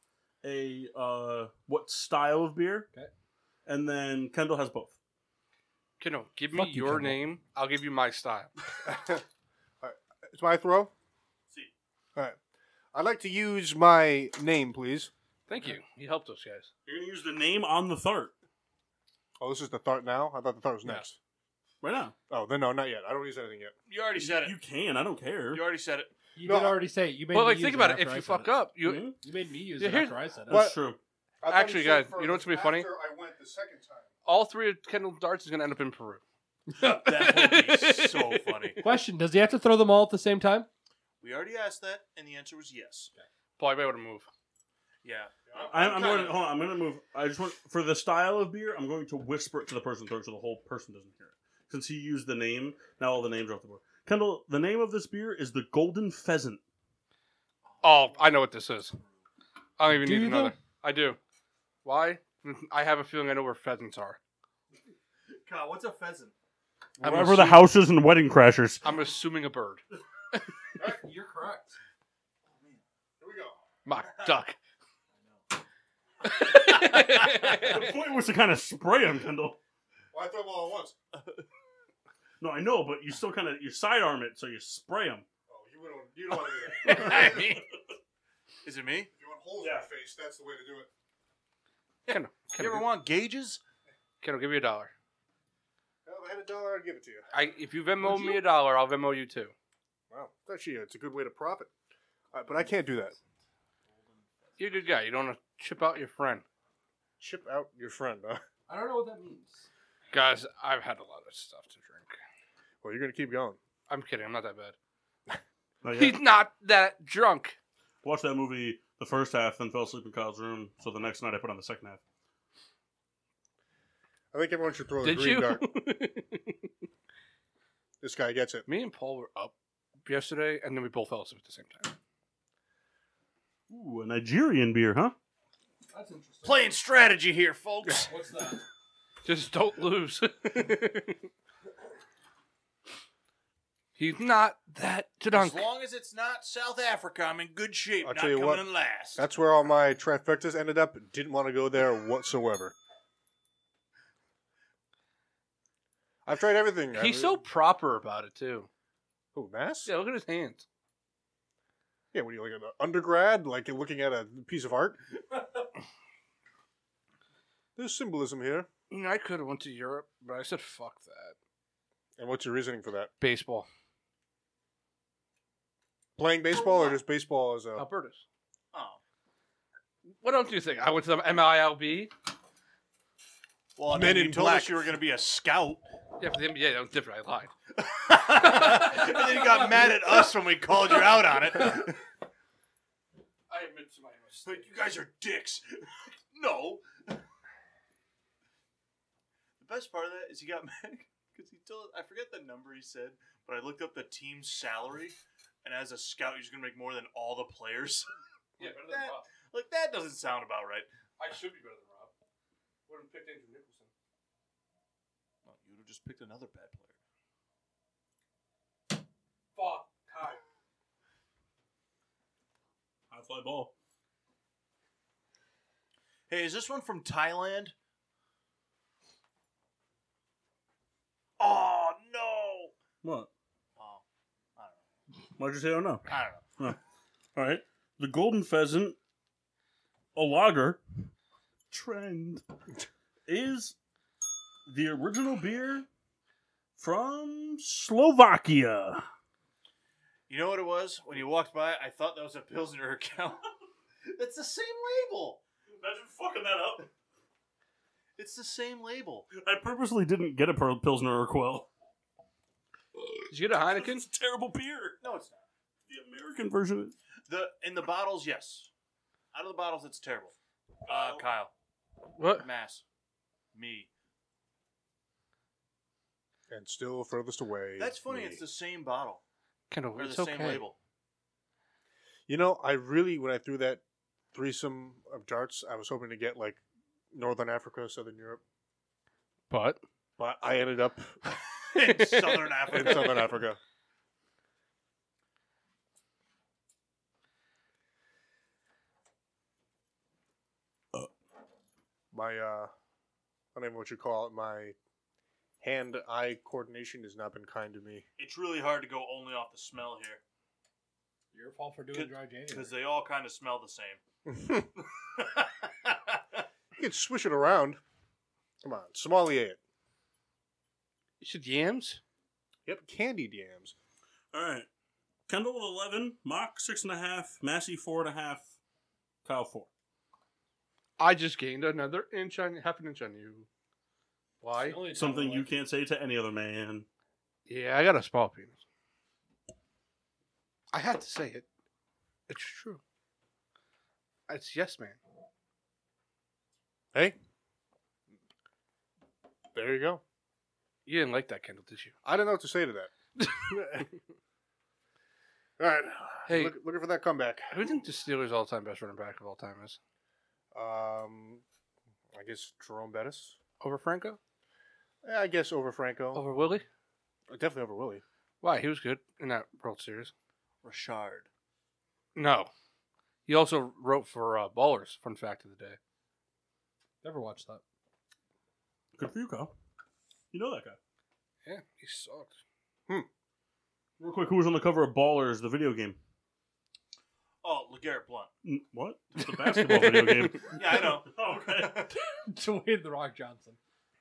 A: a uh, what style of beer?
E: Okay.
A: And then Kendall has both.
C: Kendall, give
E: Fuck
C: me
E: you,
C: your
E: Kendall.
C: name. I'll give you my style.
D: it's my throw.
A: See.
D: All right. I'd like to use my name, please.
C: Thank you. You helped us, guys.
A: You're gonna use the name on the third
D: Oh, this is the thought now. I thought the thought was
C: No.
D: next.
A: right now.
D: Oh, then no, not yet. I don't use anything yet.
B: You already said it.
A: You can. I don't care.
B: You already said it.
E: You
D: No,
E: did
D: I-
E: already say it. You made
C: But
E: me
C: like,
E: use
C: think
E: it
C: about it.
E: after
C: If
E: I
C: you
E: said
C: fuck
E: it. Mm-hmm.
C: up, you
A: Hmm?
E: you made me use
C: Yeah,
E: it
C: here-
E: after I said it.
A: That's true.
D: I thought
C: Actually,
D: you said
C: guys, you know what's gonna be
D: furthest
C: funny?
D: After I went the second time.
C: all three of Kendall darts is gonna end up in Peru.
B: That would be
C: <laughs>
B: so funny.
E: <laughs> Question: Does he have to throw them all at the same time?
B: We already asked that, and the answer was yes.
C: Paul, you might want to move.
B: Yeah.
A: I'm, I'm going. To, hold on. I'm going to move. I just want for the style of beer. I'm going to whisper it to the person third, so the whole person doesn't hear it. Since he used the name, now all the names are off the board. Kendall, the name of this beer is the Golden Pheasant.
C: Oh, I know what this is. I don't even
E: Do
C: need
E: you, though?
C: another. I do. Why? Mm-hmm. I have a feeling I know where pheasants are.
G: God, what's a pheasant?
C: I'm
A: Wherever the houses and wedding
C: <laughs>
A: crashers.
C: I'm assuming a bird.
E: You're correct.
C: Mock duck. <laughs>
A: the point was to kind of spray him, Kendall.
D: Well, I threw them all at once.
A: No, I know, but you still kind of you sidearm it, so you spray him.
D: Oh, you don't. You don't want to do that.
C: <laughs>
B: Is it me?
D: If you want holes in your face, that's the way to do it.
C: Kendall,
B: You ever
C: Kendall,
B: want gauges?
C: Kendall, give me a dollar.
D: Well, if I had a dollar, I'd give it to you.
C: I, if you Venmo me a dollar, I'll Venmo you too.
D: Wow, it's actually it's a good way to profit. Uh, but I can't do that.
C: You're a good guy. You don't want to chip out your friend.
D: Chip out your friend. Huh? <laughs>
E: I don't know what that means.
C: Guys, I've had a lot of stuff to drink.
D: Well, you're gonna keep going.
C: I'm kidding. I'm not that bad.
A: Not yet.
C: He's not that drunk.
A: Watched that movie the first half, then fell asleep in Kyle's room. So the next night, I put on the second half.
D: I think everyone should
E: Oh,
D: throw the
C: Did
D: green
C: you?
D: dart. This guy gets it.
C: <laughs> me and Paul were up yesterday, and then we both fell asleep at the same time.
A: Ooh, a Nigerian beer, huh?
E: That's interesting.
B: Playing strategy here, folks.
E: What's that?
C: Just don't lose. <laughs> He's not that drunk.
B: As long as it's not South Africa, I'm in good shape.
D: I'll
B: not
D: tell you
B: coming
D: what,
B: in last.
D: That's where all my trifectas ended up. Didn't want to go there whatsoever. I've tried everything. I-
C: He's so proper about it too.
D: Who, Mass?
C: Yeah, look at his hands.
D: Yeah, what are you looking at? Undergrad? Like you're looking at a piece of
C: <laughs>
D: art? There's symbolism here.
C: You know, I could have went to Europe, but I said fuck that.
D: And what's your reasoning for that?
C: Baseball,
D: Playing baseball or just baseball as a.
C: Albertus.
B: Oh.
C: What else do you think? I went to the MILB.
B: Well, I
D: Men
B: mean, you
D: in
B: told
D: black.
B: us you were going to be a scout.
C: Yeah, for the NBA, that was different. I lied.
B: and then you got mad at us when we called you out on it.
C: I admit to my
B: But you guys are dicks. no. The best part of that is he got <laughs> mad because he told I forget the number he said, but I looked up the team's salary, and as a scout, he's going to make more than all the players. <laughs>
C: Yeah, better
B: than Rob. like that doesn't sound about right.
C: I should be better than Rob. Would have picked Andrew Nicholson.
B: Well, you would have just picked another bad player.
C: Fuck. Hi.
A: High fly ball.
B: Hey, is this one from Thailand? Oh no!
A: What?
B: Oh,
A: Why'd you say? Oh no.
B: I don't know.
A: All right. The Golden Pheasant, a lager, trend, is the original beer from Slovakia.
B: You know what it was? When you walked by, I thought that was a Pilsner <laughs> account. That's the same label.
A: Imagine fucking that up.
B: It's the same label.
A: I purposely didn't get a Pil- Pilsner or Quell.
C: Did you get a Heineken?
A: It's a terrible beer.
B: No, it's not.
A: The American version is.
B: The in the bottles, yes. Out of the bottles, it's terrible. Uh, Kyle,
C: What?
B: Mass, me.
D: and still furthest away.
B: That's funny.
D: me.
B: It's the same bottle
C: Kendall,
B: or
C: it's
B: the
C: okay.
B: same label.
D: You know, I really when I threw that threesome of darts, I was hoping to get like Northern Africa, Southern Europe,
C: But
D: but I ended up
B: In Southern <laughs>
D: in
B: Africa.
D: Southern Africa. My uh, I don't know what you call it. My hand-eye coordination has not been kind to me.
B: It's really hard to go only off the smell here
E: Your fault for doing
B: Good,
E: dry January.
B: because they all kind of smell the same.
D: <laughs> you can swish it around. Come on, sommelier it.
C: you said yams?
D: Yep, candied yams.
A: All right. Kendall with 11, Mock 6.5, Massey 4.5, Kyle 4.
C: I just gained another inch on half an inch on you. Why?
E: Only time
A: Something
E: I
A: you
E: like-
A: can't say to any other man.
C: Yeah, I got a small penis. I had to say it. It's true. It's yes, man.
D: Hey, there you go.
C: You didn't like that, Kendall, did you?
D: I don't know what to say to that. <laughs> all right.
C: Hey.
D: Look, looking for that comeback.
C: Who do you think the Steelers' all-time best running back of all time is?
D: Um, I guess Jerome Bettis.
C: Over Franco?
D: Yeah, I guess over Franco.
C: Over Willie?
D: Definitely over Willie.
C: Why? He was good in that World Series.
B: Rashard.
C: No. He also wrote for uh, Ballers, fun fact of the day.
E: Never watched that.
A: Good for you, Kyle. You know that guy.
C: Yeah, he sucked.
A: Real quick, who was on the cover of Ballers, the video game?
B: Oh, Legarrette Blunt. <laughs>
A: N- What? It's a basketball
E: <laughs>
A: video game.
B: Yeah, I <laughs> know.
A: Oh, okay.
E: <laughs> Dwayne the Rock Johnson.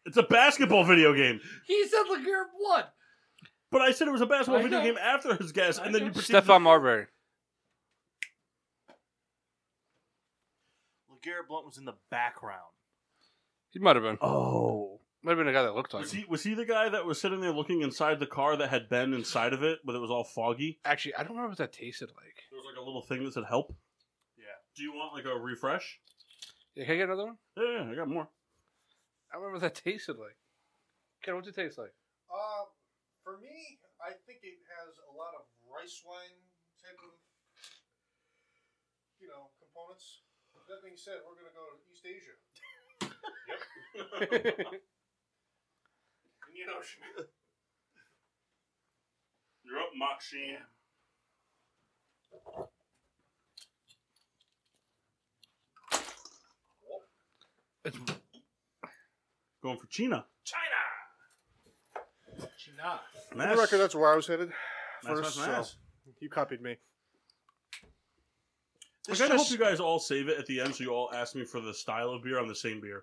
A: It's a basketball video game.
E: He said Laguerre Blood.
A: But I said it was a basketball
E: I
A: video
E: know.
A: game after his guess,
E: I
A: and then
E: know.
A: you proceeded.
C: Stephon Marbury.
B: Legarrette Blunt was in the background.
C: He might have been.
A: Oh.
C: Might have been a guy that looked like
A: Was
C: him.
A: he, was he the guy that was sitting there looking inside the car that had been inside of it, but it was all foggy?
C: Actually, I don't remember what that tasted like.
A: There was like a little thing that said help.
B: Yeah.
A: Do you want like a refresh?
C: Yeah, can I get another one?
A: Yeah, yeah, I got more.
C: I remember what that <laughs> tasted like. Ken, what'd it taste like?
D: Uh, for me, I think it has a lot of rice wine type of, you know, components. That being said, we're going to go to East Asia. Indian Ocean.
A: You're up, Moxie.
C: It's
A: Going for China.
E: China.
D: For the record, that's where I was headed.
A: Mass,
D: First,
A: mass, mass.
D: so you copied me.
A: I
B: This,
A: kind of hope
B: just,
A: you guys all save it at the end, so you all ask me for the style of beer on the same beer.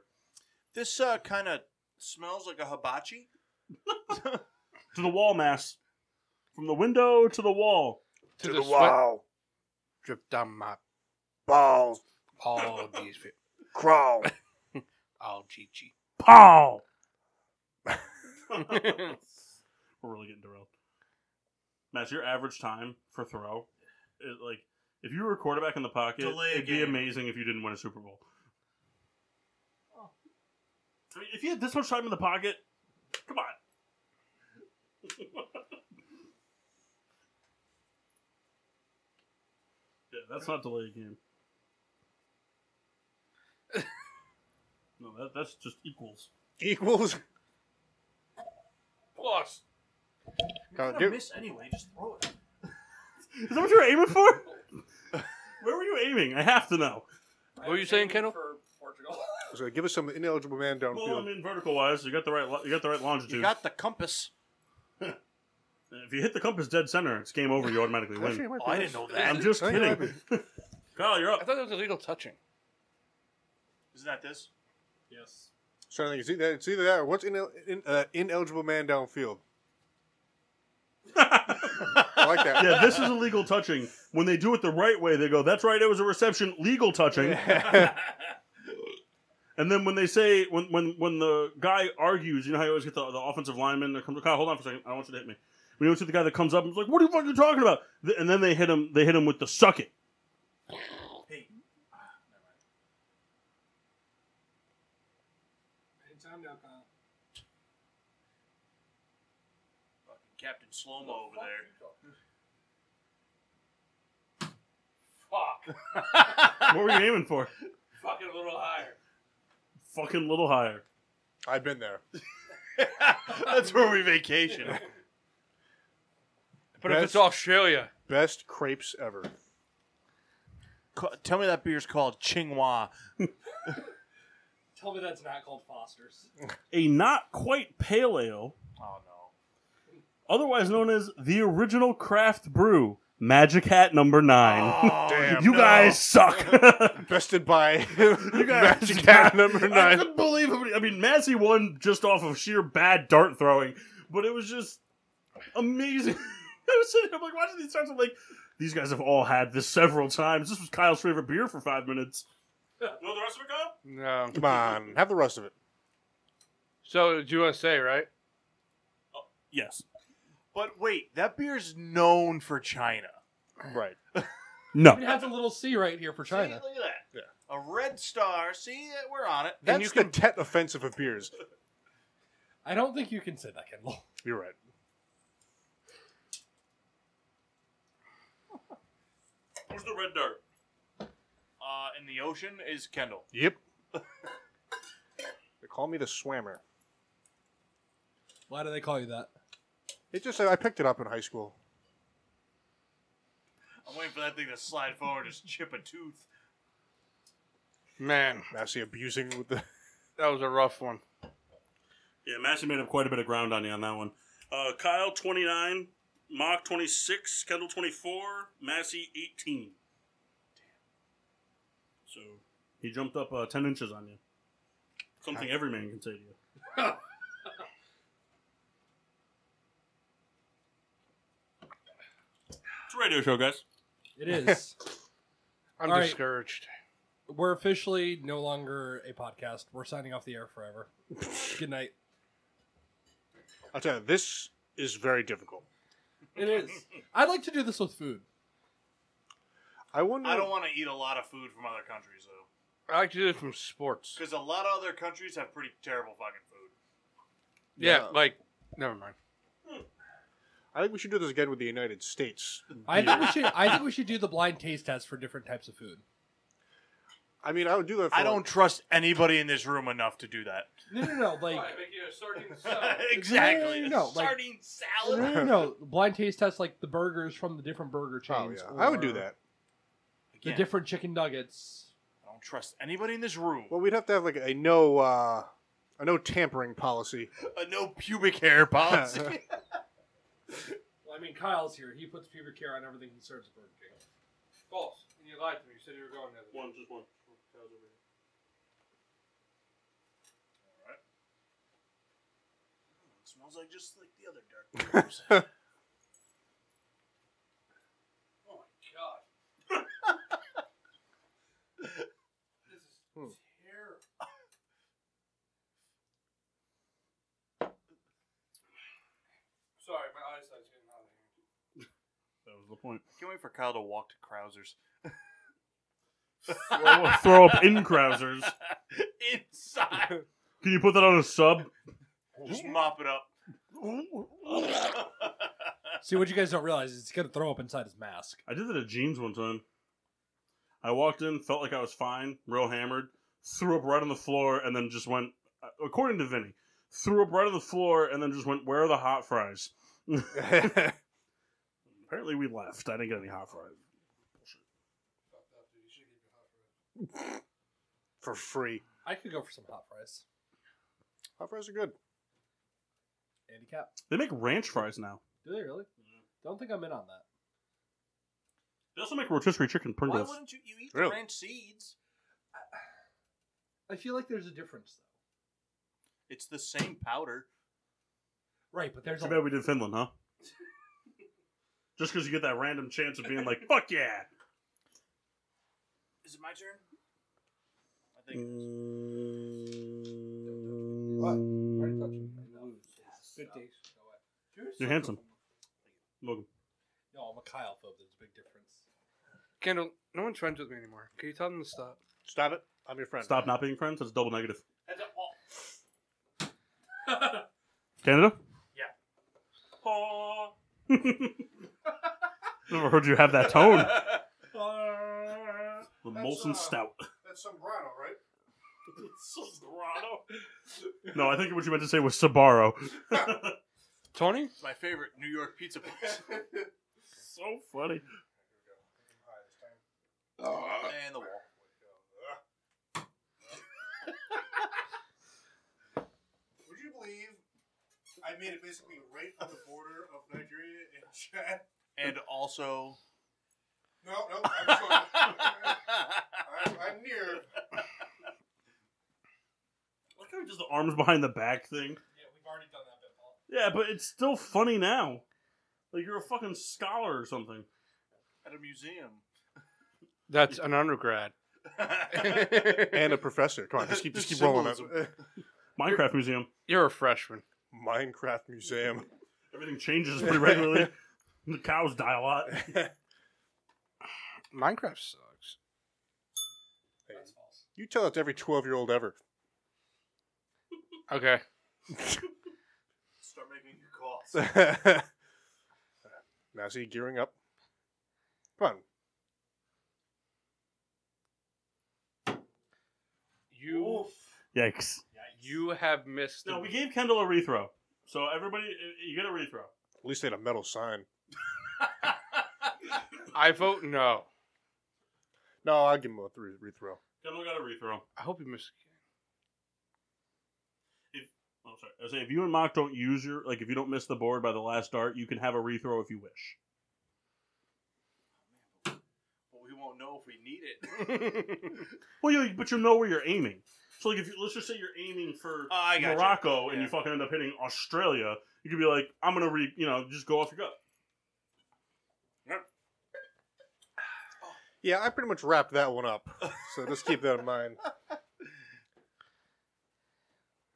B: this uh, kind of smells like a hibachi.
A: To the wall, mass. From the window to the wall.
C: <laughs> to, the, sweat dripped down my
H: Balls.
C: all of these fit.
D: <laughs>
H: Crawl.
C: All GG. <laughs>
A: Pow! We're really getting derailed. Mass, your average time for throw, is like if you were a quarterback in the pocket,
B: Delay a
A: it'd be
B: game.
A: amazing if you didn't win a Super Bowl. I mean, if you had this much time in the pocket, come on. <laughs> yeah, that's not delay a game. No, that, that's just equals.
D: Equals.
C: Plus,
D: Come on,
B: Gonna
D: give-
B: miss anyway. Just throw it.
A: Is that what you were aiming <laughs> for? Where were you aiming? I have to know.
C: what were you saying, Kendall?
E: For Portugal. <laughs>
D: so give us some ineligible man
A: Well, I
D: downfield.
A: mean, vertical wise, you got the right lo- you got the right longitude.
B: You got the compass.
A: if you hit the compass dead center, it's game over. You automatically
D: Actually, it might
A: win.
B: Oh,
D: be
B: I
D: nice.
B: didn't know that.
A: I'm just
D: I think it
A: kidding. <laughs> Kyle, you're
C: I
A: up.
C: thought it was illegal touching.
B: Isn't that this?
E: yes.
D: So I think it's either, it's either that or what's in, in, uh, ineligible man downfield.
A: <laughs>
D: I like that.
A: Yeah, this is illegal touching. When they do it the right way, they go, "That's right, it was a reception." Legal touching. And then when they say when when when the guy argues, you know how you always get the, the offensive lineman that comes. Kyle, hold on for a second. I don't want you to hit me. When you go to the guy that comes up and is like, "What are you fucking talking about?" Th- And then they hit him. They hit him with the suck it.
E: Anytime now, Kyle.
B: Captain Slow Mo over there.
C: Fuck.
A: What were
B: <laughs>
A: you aiming for?
C: Fucking a little higher.
A: Fucking little higher.
D: <laughs> I've been there.
B: That's where we vacation.
C: But if
D: Best-
C: it's Australia,
D: Best crepes ever.
B: <laughs> Ca- Tell me that beer's called Chinghua.
E: Tell me that's not called Foster's.
A: A not quite pale ale,
B: Oh no.
A: otherwise known as the original craft brew, Magic Hat number nine.
B: Oh,
D: Oh, Damn.
A: Oh, you guys suck. <laughs>
D: Bested by <laughs> you
A: guys
D: Magic Cat number
A: I
D: nine.
A: couldn't believe it. I mean, Massey won just off of sheer bad dart throwing, but it was just amazing. <laughs> I was sitting here, I'm like, watching these times. I'm like, these guys have all had this several times. This was Kyle's favorite beer for five minutes. You want the rest of it, Kyle?
C: no.
D: Come on, have the rest of it.
C: So it's USA, right?
A: Yes.
B: But wait, that beer's known for China.
D: Right.
A: No.
E: We have the little C right here for China.
B: See, look at that. A red star. See that we're on it.
D: That's
C: and you
D: the
C: can
D: Tet offensive of beers.
E: I don't think you can say that, Kendall. <laughs>
D: You're right.
A: Where's the red dart?
B: Uh, in the ocean is Kendall.
D: Yep. they call me the swammer.
E: Why do they call you that?
D: It just I picked it up in high school.
B: I'm waiting for that thing to slide forward and just chip a tooth.
C: man,
D: Massey abusing with the <laughs>
C: that was a rough one.
A: Yeah, Massey made up quite a bit of ground on you on that one. Uh, Kyle, 29. Mock, 26. Kendall, 24. Massey, 18. So he jumped up uh, 10 inches on you. Something every man can say to you. it's a radio show, guys.
E: It is.
C: I'm
E: All right.
C: discouraged.
E: <laughs> We're officially no longer a podcast. We're signing off the air
C: <laughs>
E: forever. Good night.
D: I'll tell you, this is very difficult.
E: It is. I'd like to do this with food.
D: I wonder
B: I don't want to eat a lot of food from other countries though,
C: I like to do it from sports.
B: because a lot of other countries have pretty terrible fucking food.
C: Yeah, like never mind.
D: I think we should do this again with the United States.
E: I think we should. I think we should do the blind taste test for different types of food.
D: I mean I would do that for
B: I don't trust anybody in this room enough to do that.
E: No, no, no. Like
B: <laughs>
E: <laughs>
B: exactly.
E: No, no, no, like-
B: Sardine
E: no,
B: salad.
E: no, no, no. Blind taste test like the burgers from the different burger
D: Oh
E: chains.
D: yeah. I would do
E: or
D: that.
E: The
B: Again,
E: different chicken nuggets.
B: I don't trust anybody in this room.
D: Well we'd have to have like a no uh a no tampering <laughs> policy.
B: A uh, no pubic hair <laughs> policy.
E: Well, I mean, Kyle's here. He puts pubic hair on everything he serves at Burger King.
C: False. And you lied to me. You said you were going there.
A: One, just one.
B: It smells like just like the other <laughs> dark beers. oh
C: Oh,
B: my god. this is
D: Hmm.
B: terrible.
C: Sorry, my eyesight's getting out of here.
A: That was the point.
B: Can't wait for Kyle to walk to Krauser's.
A: throw, throw up in Krausers.
B: Inside.
A: Can you put that on a sub?
B: <laughs> Just mop it up.
E: See what you guys don't realize is he's gonna throw up inside his mask.
A: I did that at Jeans one time. I walked in, felt like I was fine, real hammered, threw up right on the floor, and then just went, according to Vinny, threw up right on the floor, and then just went, Where are the hot fries? Apparently we left. I didn't get any hot fries.
D: for free.
E: I could go for some hot fries.
D: Hot fries are good.
E: Andy Cap.
A: They make ranch fries now.
E: Do they really? Don't think I'm in on that.
A: They also make rotisserie chicken
B: <laughs> Why
A: Pringles.
B: wouldn't you, you eat
D: Really?
B: the ranch seeds?
E: I feel like there's a difference though.
B: It's the same powder.
E: Right, but there's
A: Too
E: a
A: bad we did Finland, huh? just because you get that random chance of being like, Fuck yeah!
B: Is it my turn? I think it is.
C: Mm.
E: Good taste.
A: You're handsome. Welcome.
E: No, I'm a Kyle phobe. There's a big difference.
C: Kendall, no one's friends with me anymore. Can you tell them to stop?
D: Stop it. I'm your friend.
A: Stop not being friends. That's double negative.
B: That's all.
A: Canada? Paw. <laughs> Never heard you have that tone. <laughs>
B: <laughs>
A: The Molson
D: uh,
A: Stout.
D: That's some Brano, right?
A: No, I think what you meant to say was Sabaro.
C: Tony?
B: It's my favorite New York pizza place.
A: so funny.
B: <laughs> and the wall.
D: Would you believe I made it basically right on the border of Nigeria and Chad?
B: And also.
D: No, no, I'm sorry. <laughs> I'm, I'm near.
A: Look how he does the arms behind the back thing.
E: <laughs>
A: Yeah, but it's still funny now. Like you're a fucking scholar or something.
B: At
D: <laughs>
B: a museum.
C: That's an <laughs> undergrad.
D: And a professor. Come on, just keep just keep rolling up.
A: Minecraft Museum.
C: You're a freshman.
D: Minecraft Museum. <laughs>
A: Everything changes pretty regularly. <laughs> the cows die a lot.
C: Minecraft sucks.
D: You tell that to every twelve year old
C: <laughs>
D: ever.
C: Okay.
B: <laughs> Start making your
D: <laughs>
B: calls.
D: now see gearing up. Come on.
C: You
A: Yikes.
C: you have missed.
A: No,
C: the-
A: we gave Kendall a rethrow. So everybody, you get a rethrow.
D: At least they had a metal sign.
C: I vote no.
D: No, I'll give him a three
C: <laughs>
D: rethrow.
A: Kendall got a rethrow.
C: I hope you missed.
A: Oh, sorry. I was saying, if you and Mock don't use your, like, if you don't miss the board by the last dart, you can have a rethrow if you wish.
B: But we won't know if we need it.
A: Well, you, but you know where you're aiming. So, like, if you, let's just say you're aiming for
B: Oh, I got
A: Morocco and
B: Yeah.
A: you fucking end up hitting Australia, you could be like, I'm gonna re, you know, just go off your gut.
D: Yeah, I pretty much wrapped that one up. So just keep that in mind.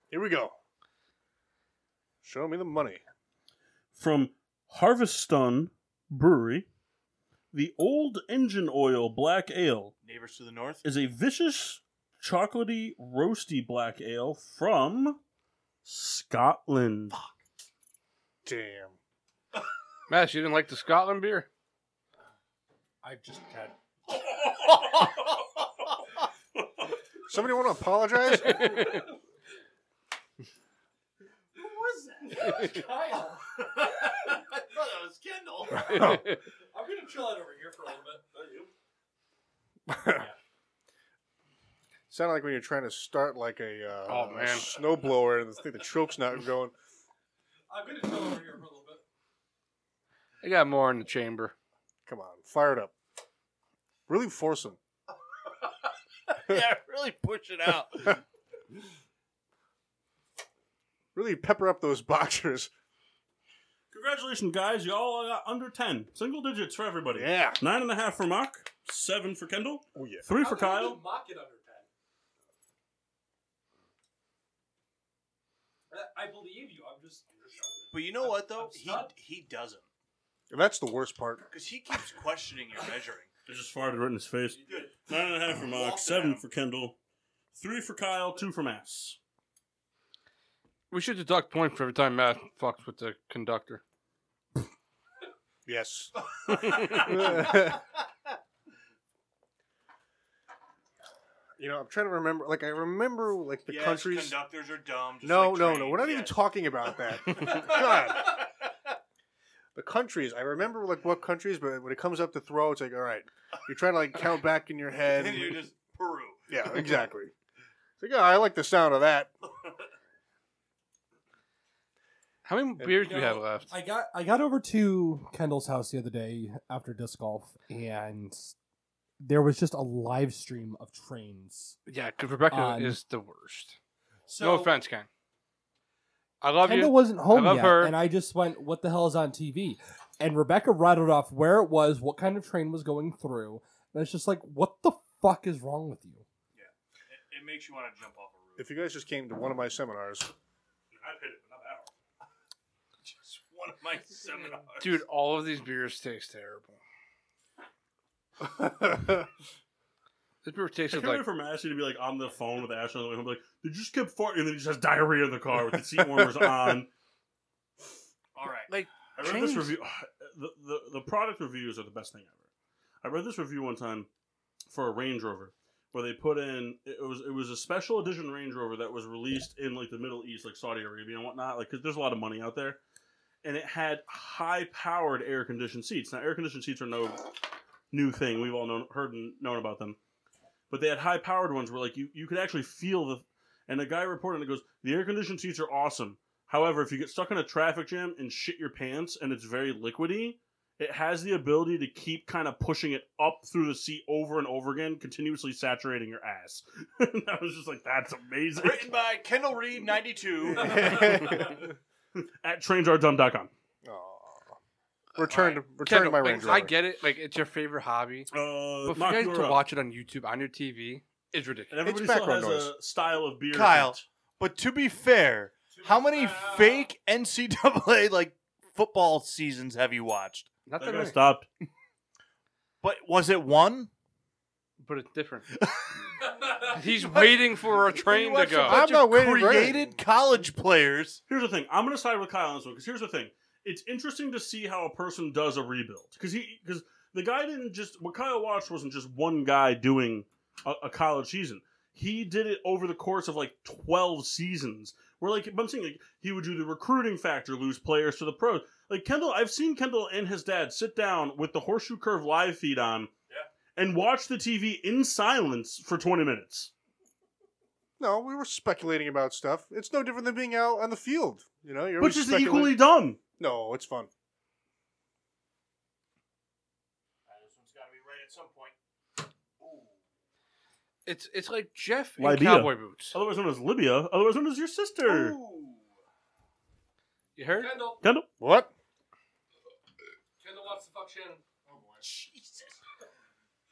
D: Here we go. Show me the money.
A: From Harveston Brewery, the Old Engine Oil Black Ale
B: Neighbors to the <laughs> north.
A: is a vicious, chocolatey, roasty black ale from Scotland.
D: Damn.
C: Matt, you didn't like the Scotland beer? <laughs>
E: I just had
D: Somebody want to
C: <laughs>
D: apologize?
G: Who was
D: <laughs>
G: that? Kyle. I thought that was Kendall. I'm gonna chill out over here for a little bit.
D: Sound like when you're trying to start like a uh,
C: Oh, man.
D: snowblower and the, thing, the choke's not going.
G: I'm gonna chill over here for a little bit.
C: I got more in the chamber.
D: Come on, fire it up. Really force them.
B: yeah, really push it out.
D: Really pepper up those <laughs> boxers.
A: Congratulations, guys. Y'all got under 10. Single digits for everybody.
D: Yeah.
A: Nine and a half for Mock, seven for Kendall,
D: Oh yeah.
A: three
G: How
A: for
G: can you
A: Kyle.
G: Mock it under ten. I- Uh, I believe you. I'm just. I'm just showing
B: But you know what though?
G: I'm
B: He
G: stunned.
B: he doesn't
D: And that's the worst part.
B: because he keeps questioning <laughs> your measuring.
A: I just farted right in his face.
G: you. Good.
B: <laughs>
A: Nine and a half for Mock, seven for Kendall, three for Kyle, two for Mass.
C: We should deduct points for every time Matt fucks with the conductor.
D: <laughs> Yes. you know, I'm trying to remember. Like I remember, like <laughs> the
B: Yes,
D: countries.
B: conductors are dumb. just
D: No,
B: like
D: no,
B: trains,
D: no. We're not even
B: yes.
D: talking about
B: <laughs>
D: that. God. The countries. I remember like what countries, but when it comes up to throw, it's like, all right, you're trying to like count back in your head.
B: And <laughs> you're just Peru. <laughs>
D: yeah, exactly. It's like, oh, I like the sound of that.
C: How many beers do we have left?
E: I got I got over to Kendall's house the other day after disc golf, and there was just a live stream of trains.
C: Yeah, because Rebecca
E: Um,
C: is the worst.
E: So
C: no offense, Ken. I love
E: Kendall
C: you.
E: wasn't home
C: love
E: yet,
C: her.
E: and I just went, "What the hell is on TV?" And Rebecca rattled off where it was, what kind of train was going through, and it's just like, "What the fuck is wrong with you?"
B: It, it makes you want to jump off a roof.
D: If you guys just came to one of my seminars, <laughs>
B: I've hit it, but not that hard. <laughs> Just one of my seminars.
C: Dude, all of these beers taste terrible. This beer
A: I
C: tastes
A: can't
C: like
A: wait for Massey to be like on the phone with Ashley on the way home, like, they just kept farting, and then he just has diarrhea in the car with the seat warmers on.
B: All right.
C: like
A: I read this
B: James.
A: review. <sighs> The, the, the product reviews are the best thing ever. I read this review one time for a Range Rover where they put in it was it was a special edition Range Rover that was released in like the Middle East, like Saudi Arabia and whatnot, like because there's a lot of money out there, and it had high powered air conditioned seats. Now air conditioned seats are no new thing. We've all known heard and known about them, but they had high powered ones where like you you could actually feel the. And the guy reported it goes, the air conditioned seats are awesome. However, if you get stuck in a traffic jam and shit your pants and it's very liquidy, it has the ability to keep kind of pushing it up through the seat over and over again, continuously saturating your ass. <laughs> and I was just like, that's amazing.
B: Written by Kendall Reed, 92.
A: <laughs> At trainsardumb.com.
D: Return to return to
C: Kendall,
D: my
C: like,
D: Range Rover.
C: I get it. Like it's your favorite hobby,
A: Uh,
C: but for
A: Mach
C: you guys to
A: Nora.
C: watch it on YouTube on your TV is ridiculous.
A: And everybody
D: It's
A: still has
D: background
A: a style of beer.
B: Kyle. <laughs> But to be fair, how many fake NCAA like football seasons have you watched?
C: Not
A: That
C: that
A: guy
C: many,
A: stopped.
B: But was it one?
C: but it's different. He's waiting for a train to go.
D: I'm
B: Bunch
D: not
B: of
D: waiting for anything.
B: created college players.
A: Here's the thing. I'm going to side with Kyle on this one because here's the thing. It's interesting to see how a person does a rebuild because he because the guy didn't just what Kyle watched wasn't just one guy doing a, a college season. He did it over the course of like twelve seasons. Where like but I'm saying like he would do the recruiting factor, lose players to the pros. Like Kendall, I've seen Kendall and his dad sit down with the horseshoe curve live feed on. And watch the TV in silence for 20 minutes.
D: No, we were speculating about stuff. It's no different than being out on the field. You know, you're
A: Which
D: always
A: is
D: specula-
A: equally dumb.
D: No, it's fun.
B: This one's got to be right at some point.
C: It's it's like Jeff in
A: Libya.
C: cowboy boots.
A: Otherwise known as Libya. Otherwise known as your sister.
C: You heard?
E: Kendall,
A: Kendall.
D: What?
E: Kendall wants to fuck Shannon.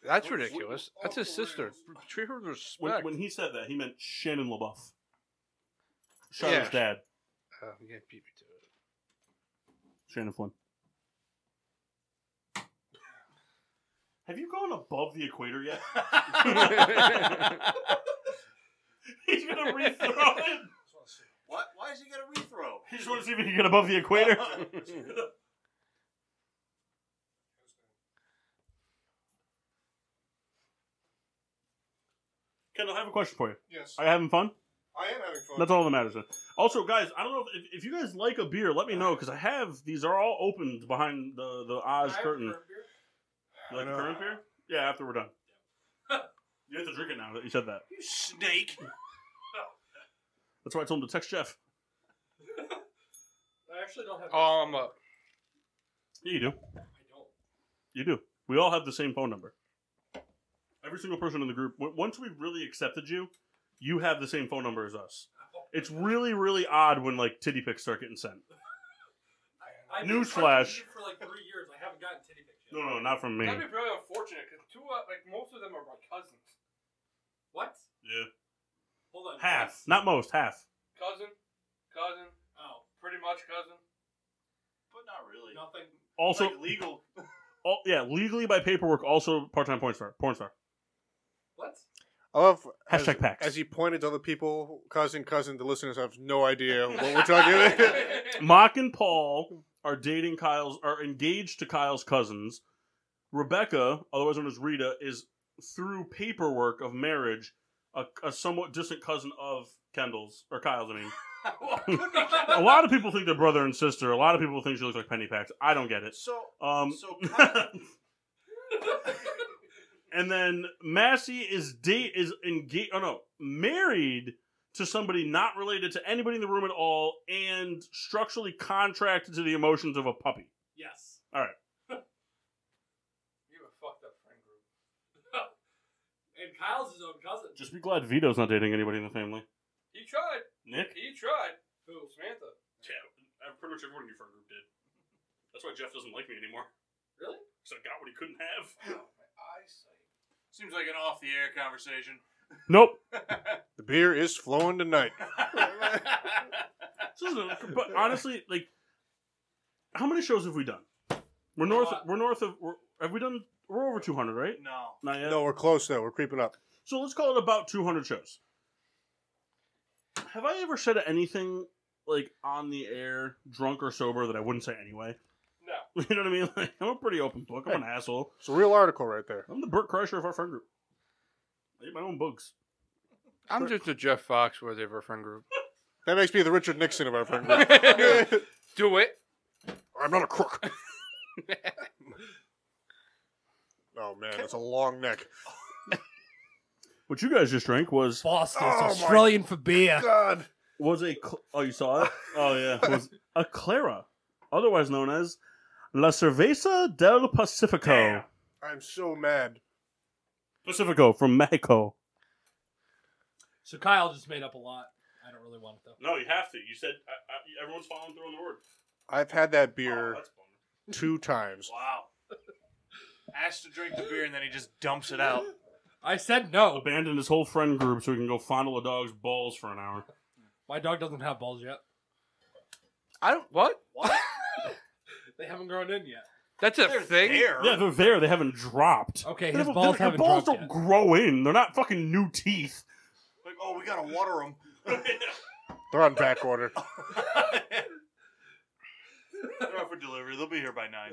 C: That's ridiculous. That's his sister. Treat her with
A: When,
C: respect.
A: when he said that, he meant Shannon LaBeouf. Shannon's
C: Yeah.
A: dad,
C: Oh, you can't beat me to it. <laughs>
A: Shannon Flynn. Have you gone above the equator yet? <laughs> He's gonna rethrow it.
G: What? Why is he gonna rethrow?
A: He just wants to see if he can get above the equator. Kendall, I have a question for you.
D: <laughs> Yes.
A: Are you having fun?
D: I am having fun.
A: That's all that matters. Then. Also, guys, I don't know if, if you guys like a beer. Let me know because I have these are all opened behind the the Oz curtain. You like
D: I
A: the
D: know.
A: current beer? Yeah, after we're done. you have to drink it now that you said that.
G: You snake.
A: That's why I told him to text Jeff.
E: I actually don't have.
C: Oh, I'm up.
A: Yeah, you do. You do. We all have the same phone number. Every single person in the group. w- Once we really accepted you, you have the same phone number as us. It's really, really odd when like titty pics start getting sent.
E: I, I've
A: Newsflash.
E: For like three years, I haven't gotten titty pics.
A: No, no, not from me.
C: That'd be very unfortunate because two, uh, like most of them are my cousins.
E: What?
A: Yeah,
E: Hold on.
A: half, not most, half.
C: Cousin, cousin,
E: Oh,
C: pretty much cousin.
G: But not really.
E: nothing.
A: Also,
G: Like,
A: <laughs>
G: legal.
A: all, yeah, legally by paperwork. Also, part-time porn star, porn star.
E: What?
D: I love
A: Hashtag
D: as,
A: packs.
D: As he pointed to other people, cousin, cousin, the listeners have no idea what we're talking about.
G: <laughs>
A: Mock and Paul are dating Kyle's are engaged to Kyle's cousins. Rebecca, otherwise known as Rita, is through paperwork of marriage a, a somewhat distant cousin of Kendall's or Kyle's. I mean, a lot of people think they're brother and sister. A lot of people think she looks like Penny Pax. I don't get it.
G: So
A: Um,
B: <laughs>
G: So Kyle-
A: and then Massey is date is engaged. Oh no, married to somebody not related to anybody in the room at all, and structurally contracted to the emotions of a puppy.
E: Yes.
A: All
E: <laughs>
A: right.
E: You have a fucked up friend group. <laughs> and Kyle's his own cousin.
A: Just be glad Vito's not dating anybody in the family.
C: He tried.
A: Nick?
C: He tried. Who? Samantha.
A: Yeah, pretty much everyone in your friend group did. That's why Jeff doesn't like me anymore.
E: Really?
A: Because I got what he couldn't have.
B: Seems like an off the air conversation.
A: Nope.
B: <laughs>
D: the beer is flowing tonight.
A: This isn't- but honestly, like, how many shows have we done? We're north. We're north of. We're, have we done? We're over two hundred, right?
B: No.
A: Not yet.
D: No, we're close though. We're creeping up.
A: So let's call it about 200 shows. Have I ever said anything like on the air, drunk or sober, that I wouldn't say anyway? <laughs> You know what I mean? Like, I'm a pretty open book. I'm an asshole.
D: It's a real article right there.
A: I'm the Burt Crusher of our friend group. I eat my own bugs.
C: I'm just a Jeff Foxworthy of our friend group.
D: That makes me the Richard Nixon of our friend group.
G: <laughs>
C: Do it.
D: I'm not a
B: <laughs>
D: crook. oh man, that's a long
B: <laughs>
D: neck.
A: What you guys just drank was
E: Boston,
D: Oh, my
E: Australian for beer.
D: God.
A: was a cl- oh you saw <laughs> it oh yeah was a clara, otherwise known as La Cerveza del Pacifico.
D: Damn. I'm so mad.
A: Pacifico from Mexico.
E: So Kyle just made up a lot. I don't really want it though.
A: No, you have to. You said I, I, everyone's following through on the word. Oh,
D: I've had that beer
B: Oh,
A: that's bummer.
D: two times.
A: Wow.
B: Asked to drink the beer and then he just dumps it out.
E: I said no.
A: Abandoned his whole friend group so he can go fondle a dog's balls for an hour.
E: My dog doesn't have balls yet.
C: I don't. What?
E: <laughs> They haven't grown in yet.
C: That's a thing.
A: Yeah, they're there. They haven't dropped.
E: Okay,
A: They
E: his
A: haven't-
E: balls
A: their
E: haven't
A: balls
E: dropped
A: don't
E: yet.
A: grow in. They're not fucking new teeth.
B: Like, oh, we gotta water him. <laughs>
D: They're on back order.
B: Oh, They're out for delivery. They'll be here by nine.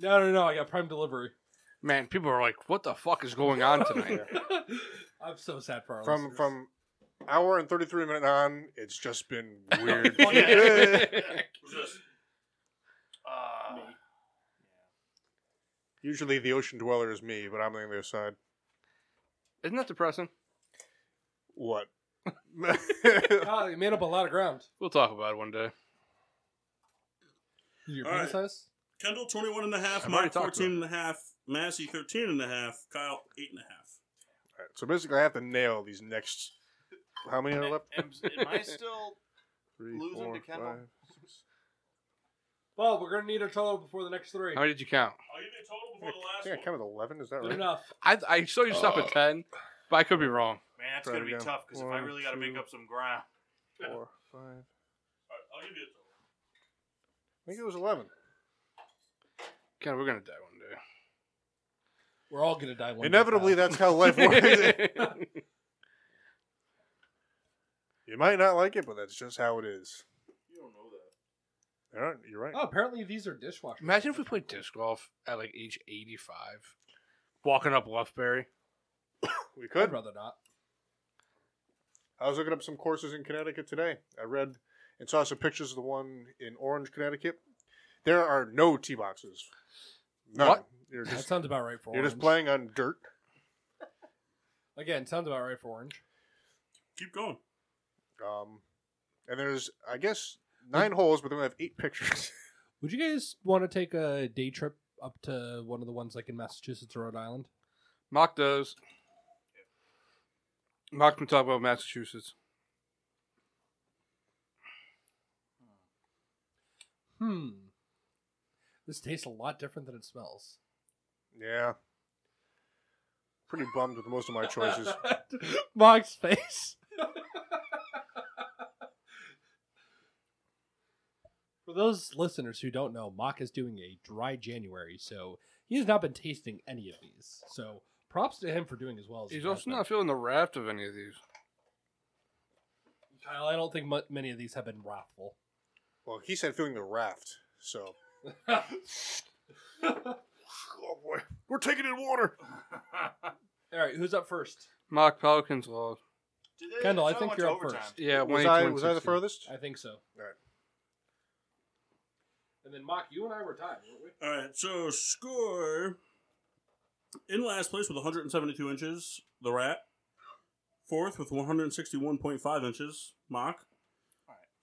E: No, no, no. I got prime delivery. <laughs>
C: Man, people are like, "What the fuck is going on tonight?"
E: I'm so sad for our
D: From
E: listeners.
D: from hour and thirty three minute on, it's just been
B: <laughs> Oh,
D: weird.
A: Who's this?
B: Uh,
D: Usually the ocean dweller is me, but I'm on the other side.
C: <laughs> Isn't that depressing?
D: What?
E: <laughs>
D: <laughs>
E: Kyle, you made up a lot of ground.
C: We'll talk about it one day.
E: Your
A: All
E: penis size?
A: Kendall 21 and a half,
C: I've already
A: Mike
C: talked to
A: 14 and a half, Massey 13 and a half, Kyle 8 and a half.
D: Alright, so basically, I have to nail these next. How many are left?
B: am, am I still?
D: Three,
B: Losing to Kendall.
E: Well, we're gonna need a total before the next three.
C: How many did you count?
A: I'll give you a total before
D: I think I came with eleven. Is that
E: Good
D: right?
E: enough.
C: I I saw you stop at ten, but I could be wrong.
B: Man, that's gonna be
D: Probably
B: tough because if I
D: one,
B: really gotta make
D: two.
B: up some ground,
D: Four, five.
A: I'll give you a total.
D: I think it was eleven.
C: God, we're gonna die one day.
E: We're all gonna die one day,
D: Inevitably,
E: Kyle.
D: that's how life <laughs>
B: <laughs>
D: works. you might not like it, but that's just how it is.
B: you don't know that.
D: All right, you're right.
E: Oh, apparently these are
C: <laughs>
E: dishwashers.
C: Imagine if we played disc golf at like age eighty-five, walking up Bluffberry.
D: we
E: I'd
D: could.
E: rather not.
D: I was looking up some courses in Connecticut today. I read and saw some pictures of the one in Orange, Connecticut. There are no tee boxes. None.
C: What?
D: You're
E: That
D: just
E: sounds about right for
D: you're
E: orange.
D: just playing on dirt.
E: Again, sounds about right for orange.
A: Keep going.
D: Um, and there's I guess nine holes, but they only have eight pictures. <laughs>
E: Would you guys want to take a day trip up to one of the ones like in Massachusetts or Rhode Island?
C: Mock those. Mock can talk about Massachusetts.
E: Hmm. This tastes a lot different than it smells.
D: yeah. Pretty bummed with most of my
E: <laughs>
D: choices.
E: Mark's face. For those listeners who don't know, Mock is doing a dry January, so he has not been tasting any of these. So props to him for doing as well as he
C: He's
E: has
C: also
E: been.
C: not feeling the raft of any of these.
E: Kyle, I don't think mu- many of these have been wrathful. <laughs>
D: Well, he said feeling the raft, so. oh boy, we're taking in water.
E: All right, who's up first?
C: Mock Pelicans lost.
B: Did they-
E: Kendall, I
B: so
E: think
B: much
E: you're up
B: overtime.
E: first.
C: Yeah,
D: Was
C: 118,
D: I, was I the
C: 116.
D: furthest?
E: I think so. All
D: right.
E: And then Mock, you and I were tied, weren't we?
A: All right, so score in last place with 172 inches, the rat. Fourth with 161.5 inches, mock.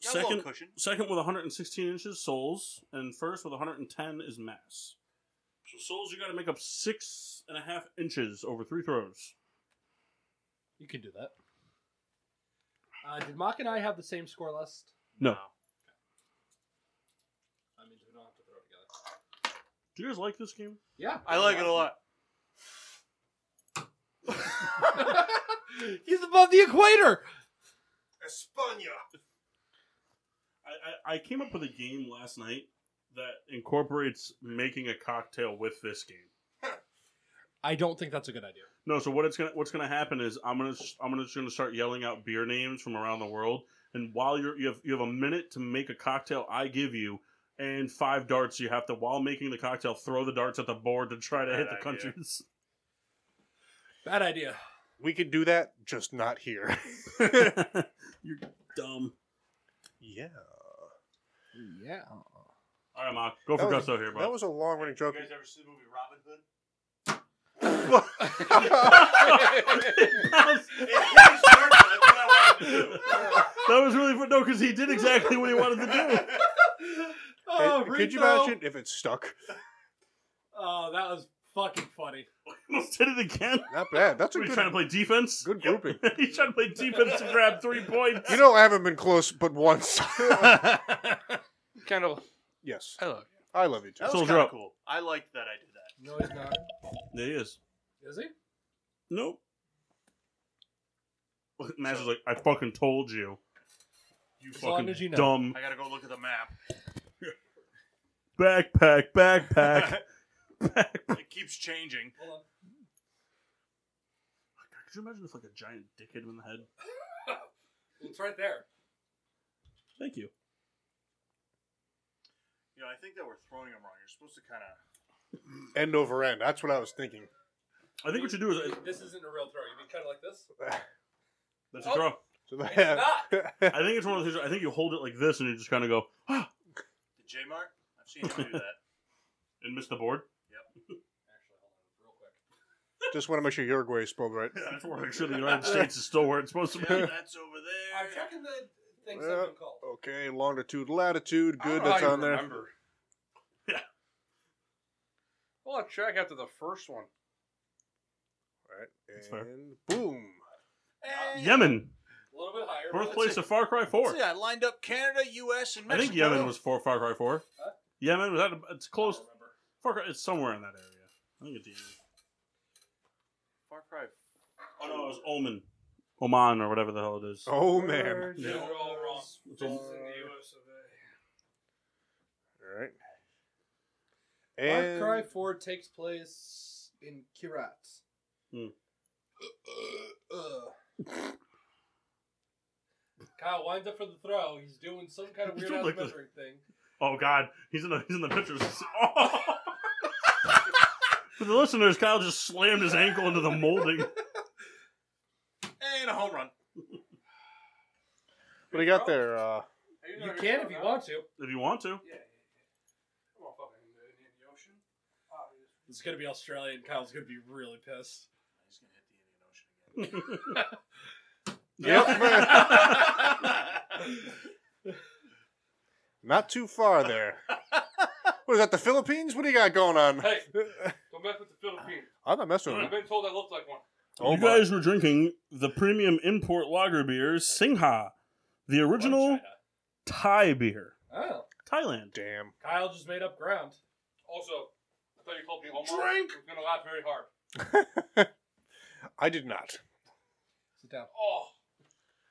B: Got a little
A: Second,
B: cushion.
A: second with 116 inches, souls, and first with 110 is mass. So souls, you got to make up six and a half inches over three throws.
E: You can do that. Uh, did Mock and I have the same score list?
A: No.
E: I mean, we don't have to throw it together.
A: Do you guys like this game?
E: Yeah,
B: I like it a lot.
E: <laughs> He's above the equator.
A: I, I, I came up with a game last night that incorporates making a cocktail with this game.
E: I don't think that's a good idea.
A: No, so what it's gonna what's gonna happen is I'm gonna I'm gonna just gonna start yelling out beer names from around the world, and while you're you have you have a minute to make a cocktail I give you, and five darts you have to, while making the cocktail, throw the darts at the board to try to
G: Bad
A: hit the
G: idea.
A: countries.
E: Bad
D: <laughs>
E: idea.
D: We could do that, just not here. <laughs>
A: You're dumb.
D: yeah.
E: Yeah.
A: All right, Mark, go for
D: was-
A: gusto here, bro.
D: That was a long running joke. <laughs>
G: guys ever see the movie Robin
B: <laughs>
G: Hood?
A: <laughs>
C: <laughs>
A: that
B: <laughs>
A: was really for no, because he did exactly what he
D: <laughs>
A: wanted to do.
D: Hey,
G: oh,
D: could you
G: Rico.
D: imagine if it stuck?
G: Oh, that was fucking
D: <laughs>
G: funny.
A: Almost did it again.
D: Not bad. That's a
A: He's
D: good,
A: trying to play defense.
D: good grouping.
A: <laughs> He's trying to play defense to grab three points.
D: You know, I haven't been close but once. <laughs>
C: Kendall,
D: yes.
C: I love
D: I love you too.
B: That was
A: Soldier
B: kind of
A: up.
B: cool. I liked that I did that.
E: No, he's not.
A: There he is.
E: Is he?
A: Nope. Nash is like, I fucking told you. You
E: As long
A: fucking
E: as you know.
A: dumb.
B: I gotta go look at the <laughs> map.
A: Backpack, backpack.
B: <laughs> It keeps changing.
A: <laughs> Could you imagine if like a giant dick hit him in the head?
E: It's right there.
A: Thank you.
B: You know, I think that we're throwing them wrong. You're supposed to kind of.
D: End over end. That's what I was thinking. <laughs>
A: I think what you do is uh,
E: This isn't a real throw. You mean kind of like
D: <laughs>
E: this?
A: that's a throw.
D: So that,
A: I think it's one of those things. I think you hold it like this and you just kind of go <gasps> ah,
B: The J Mark? I've seen him do that.
A: and miss the board.
D: <laughs> just want to make sure Uruguay is spelled
B: <laughs>
D: right.
A: I just want to make sure
D: <laughs>
A: the United States is still where it's supposed to <laughs> be.
B: Yeah, that's over
E: I'm
B: there.
E: checking the things
D: that
E: that
D: have
E: have
D: been Okay, longitude, latitude,
C: I don't
D: Oh, good.
E: Oh,
C: know
D: That's
C: how you
D: on there.
C: remember.
A: Yeah.
C: Well, I'll check after the
D: <laughs>
C: first one.
D: Right,
A: That's fair.
D: and boom.
B: Uh,
A: Yemen,
E: A little bit higher.
A: birthplace of Far Cry Four.
B: See, I lined up Canada, U.S., and
A: I
B: Mexico.
A: think Yemen was for Far Cry Four.
E: Huh?
A: Yemen was that? It's close. Far Cry, it's somewhere in that area. I think it's Yemen.
B: Far Cry.
A: Oh no, it was Oman, Oman or whatever the hell it is.
D: Oh man.
A: Yeah.
E: They're all wrong.
A: It's Om-
D: All right.
E: Far
D: And
E: Cry 4 takes place in Kirat.
A: Hmm.
E: Ugh. uh. <laughs> Kyle winds up for the throw. He's doing some kind of <laughs>
A: He's
E: weird
A: doing
E: ass
A: like this.
E: measuring thing.
A: Oh God, he's in the he's in the <laughs> pictures. Oh. For the listeners, Kyle just slammed his ankle into the molding.
B: And a home run.
D: what do you got there? Uh,
E: You can if you want to.
A: If you want to,
E: Yeah. Come on, fucking in the ocean. It's gonna be Australian. Kyle's gonna be really pissed.
B: He's gonna hit the Indian Ocean again.
E: <laughs>
D: not too far there. what is that? The Philippines? What do you got going on?
C: Hey, don't mess with the Philippines.
D: I'm not messing with
C: I've
D: them.
C: been told I look like one.
D: Oh
A: you
D: my.
A: guys were drinking the premium import lager beer Singha, the original Thai beer,
E: Oh.
A: Thailand.
D: Damn. <laughs>
E: Kyle just made up ground.
C: Also, I thought you called me Omar. Drink. I'm gonna laugh very hard.
D: I did not.
E: Sit down.
C: Oh,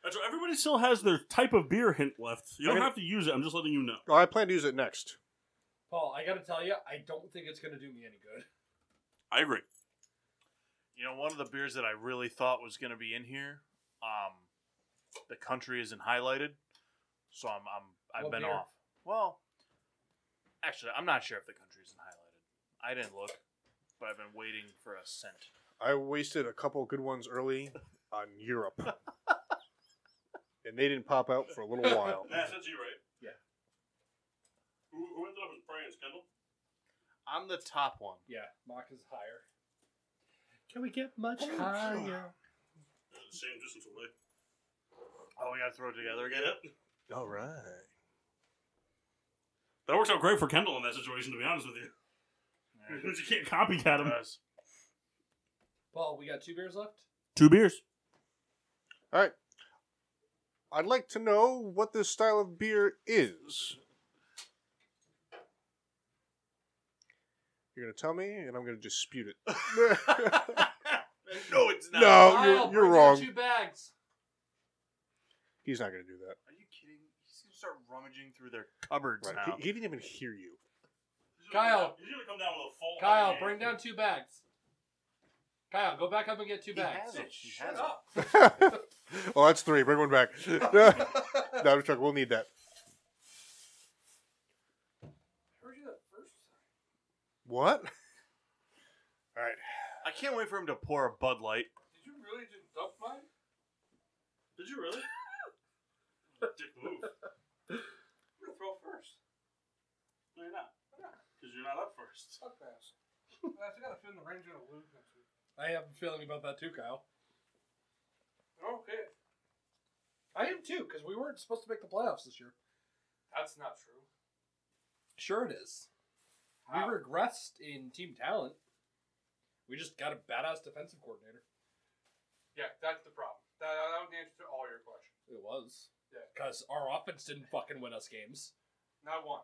A: That's right, Everybody still has their type of beer hint left. You don't
D: Okay.
A: have to use it. I'm just letting you know.
D: Oh, I plan to use it next.
E: Paul, I gotta tell you, I don't think it's gonna do me any good.
A: I agree.
B: You know, one of the beers that I really thought was going to be in here, um, the country isn't highlighted, so I'm, I'm I've
E: What
B: been
E: beer?
B: off. Well, actually, I'm not sure if the country isn't highlighted. I didn't look, but I've been waiting for a scent.
D: I wasted a couple good ones early on Europe. and they didn't pop out for a little while.
A: that's you, right?
B: Yeah.
A: Who, who ended up in France, Kendall?
B: I'm the top one.
E: Yeah, Mach is higher. Oh, Can we get much higher?
A: the same distance away.
B: Oh, we got to throw it together again.
D: All right.
A: That works out great for Kendall in that situation, to be honest with you. Because <laughs> you can't copycat him.
B: Guys,
E: <sighs> Paul, we got two beers left.
A: Two beers.
D: All right. I'd like to know what this style of beer is. You're going to tell me, and I'm going to dispute it.
B: <laughs> <laughs>
D: <laughs>
B: no, it's not.
D: No. Oh, you're-
E: Kyle,
D: you're
E: bring out
D: wrong.
E: Two bags.
D: He's not going to do that.
B: Are you kidding? He's gonna start rummaging through their cupboards
D: Right.
B: now.
D: He, he didn't even hear you.
E: Kyle.
A: He's gonna come down with a full.
E: Kyle, bring down two bags. Kyle, go back up and get two
B: He
E: bags.
B: has it. He
E: Shut
B: has it.
E: up.
D: <laughs> oh, that's three. Bring one back. no, I'm joking. We'll need that. What? <laughs>
B: I can't wait for him to pour a Bud Light.
C: Did you really just dump mine?
A: Did you
C: <laughs>
A: really? Dick move.
C: I'm gonna throw first.
A: No, you're not. Because you're not up first.
C: Suck pass. I got a feeling the Rangers will lose next week. I have a feeling about that too, Kyle. Okay.
E: I am too, because we weren't supposed to make the playoffs this year.
C: That's not true.
E: Sure, it is.
C: How?
E: We regressed in team talent. We just got a badass defensive coordinator.
C: Yeah, that's the problem. That, that was the answer to all your questions.
E: It was.
C: Yeah.
E: Because our offense didn't fucking win us games.
C: Not one.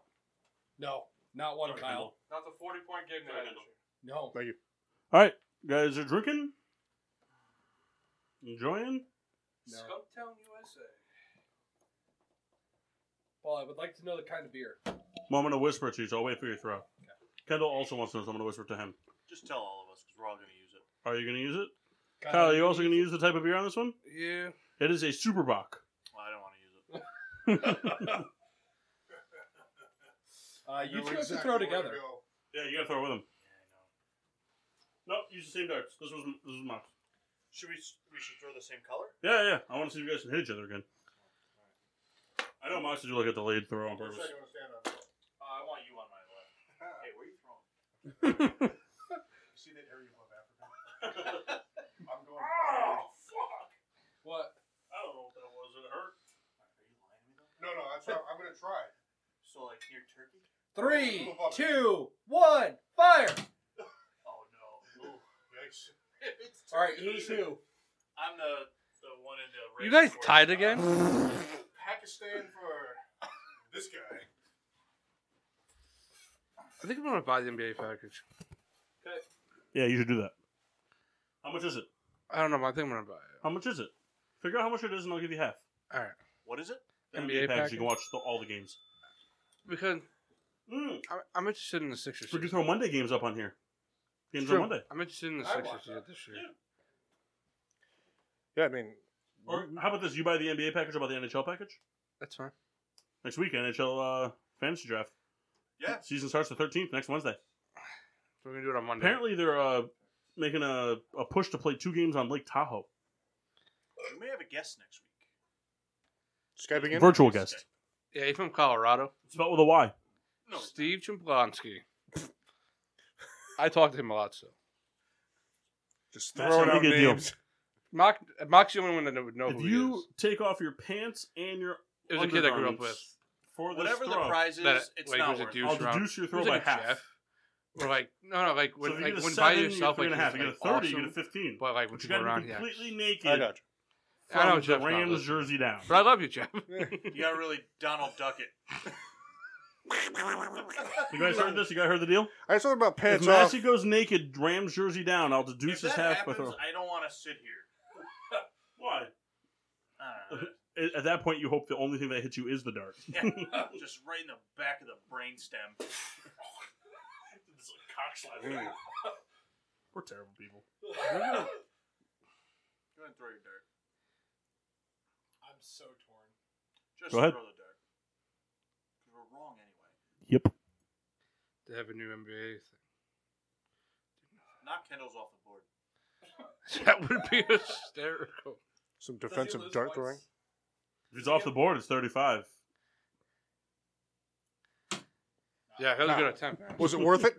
E: No, not one,
A: Sorry,
E: Kyle.
C: Not the 40 point game they
A: Sorry,
C: had this
A: Kendall.
C: year.
E: No.
D: Thank you.
A: All right, guys are drinking, enjoying.
E: No.
C: Scumptown USA.
E: Paul, I would like to know the kind of beer.
A: Well, I'm gonna whisper it to you, so I'll wait for your throw. Kendall also wants to know, so I'm gonna whisper it to him.
B: Just tell all of us because we're all going to use it.
A: Are you gonna use it, Kyle? Are you also gonna Uh, use the type of beer on this one?
C: Yeah.
A: It is a Superbock.
B: Well, I don't want to use it.
D: I
E: Uh, you
D: know
E: two have to
D: exactly
E: throw
D: where
E: together.
D: go.
A: Yeah, you gotta throw it with him. No, use the same darts. This was this was mine.
B: Should we? We should throw the same color.
A: Yeah, yeah. I want to see if you guys can hit each other again. I know Mox did look at the lead throw on
D: One
A: purpose.
D: second, I'll stand up.
B: Uh, I want you on my left. <laughs> Hey, where are you from?
D: You See that area above Africa?
B: Oh,
D: I'm going.
B: Ah!
D: Oh, fuck!
E: What?
A: I don't know what that was. It hurt.
B: Are you lying to me though?
D: No, no, that's not, I'm gonna try.
B: So like near Turkey?
E: Three, two, one, fire!
B: Oh no. <laughs>
D: Yikes.
E: All right, who's who?
B: I'm the the one in the.
C: You
B: race
C: guys
B: course.
C: tied again?
D: Pakistan for this guy.
C: I think I'm gonna buy the NBA package.
A: Yeah, you should do that. How much is it?
C: I don't know, but I think I'm gonna buy it.
A: How much is it? Figure out how much it is, and I'll give you half.
C: All right.
B: What is it?
A: The
C: NBA
A: You can watch the, all the games.
C: Because
A: Mm.
C: I'm, I'm interested in the Sixers.
A: We can
C: series.
A: throw Monday games up on here. Games
C: True.
A: on Monday.
C: I'm interested in the
E: I
C: Sixers
E: want
C: yet this year.
D: Yeah, I mean,
A: Or how about this? You buy the NBA package, or buy the NHL package
C: That's fine.
A: next week. NHL uh, fantasy draft.
B: Yeah.
A: Season starts the thirteenth next Wednesday.
C: So we're gonna do it on Monday.
A: Apparently, they're uh, making a, a push to play two games on Lake Tahoe.
B: We may have a guest next week.
D: Skyping in.
A: Virtual guest.
C: Yeah, he's from Colorado.
A: Spelled with a Y.
B: No.
C: Steve Chimplonsky. I talked to him a lot, so.
D: Just
A: That's
D: throwing
A: how we
D: out
A: get deals.
D: names. <laughs>
C: Mock, Mock's the only one that would know
A: if
C: Oh, who
A: you
C: he is.
A: take off your pants and your
C: It was a kid I grew up
A: undergarments
C: with.
A: for this
B: Whatever the
A: throw,
B: prize is,
C: That-
B: it's
C: like,
B: not
C: who's a
B: worth.
C: douche?
B: it.
A: I'll
C: round.
A: deduce your throw
C: Who's
A: by
C: like a
A: half.
C: Jeff. Or like, no, no, like when,
A: so if you
C: like,
A: get a
C: when by
A: seven,
C: yourself,
A: you
C: like,
A: get a
C: it's
A: half. You
C: like
A: get a thirty,
C: awesome,
A: you get a fifteen.
C: But like, when
A: But you
C: people
A: got
C: are
A: to
C: around,
A: be
C: yeah.
A: completely
D: I
A: naked
D: got
C: I know
A: from the
C: Jeff's not
A: Rams
C: listening.
A: jersey down.
C: But I love you, <laughs> Jeff.
B: You got really Donald Duck it.
A: <laughs> You guys heard this? You guys heard the deal?
D: I saw about
A: If
D: pants off.
A: Massey goes naked, Rams jersey down, I'll
B: If
A: deduce his
B: that
A: half by
B: happens,
A: throw.
B: I don't want to sit here.
A: Why?
B: I <laughs> don't know.
A: At- At that point, you hope the only thing that hits you is the dart.
B: Yeah, just right in the back of the brainstem.
D: Mm.
A: We're terrible people.
B: Go ahead and throw your dart.
E: I'm so torn.
B: Just
A: Go ahead.
B: throw the dart. 'Cause we're wrong anyway.
A: Yep.
C: They have a new NBA thing.
B: Knock Kendall's off the
C: <laughs> That
B: board.
C: would be hysterical.
D: Some defensive dart throwing.
A: If it's off the board, it's 35.
C: Yeah, that was a good attempt. man.
D: Was it worth it?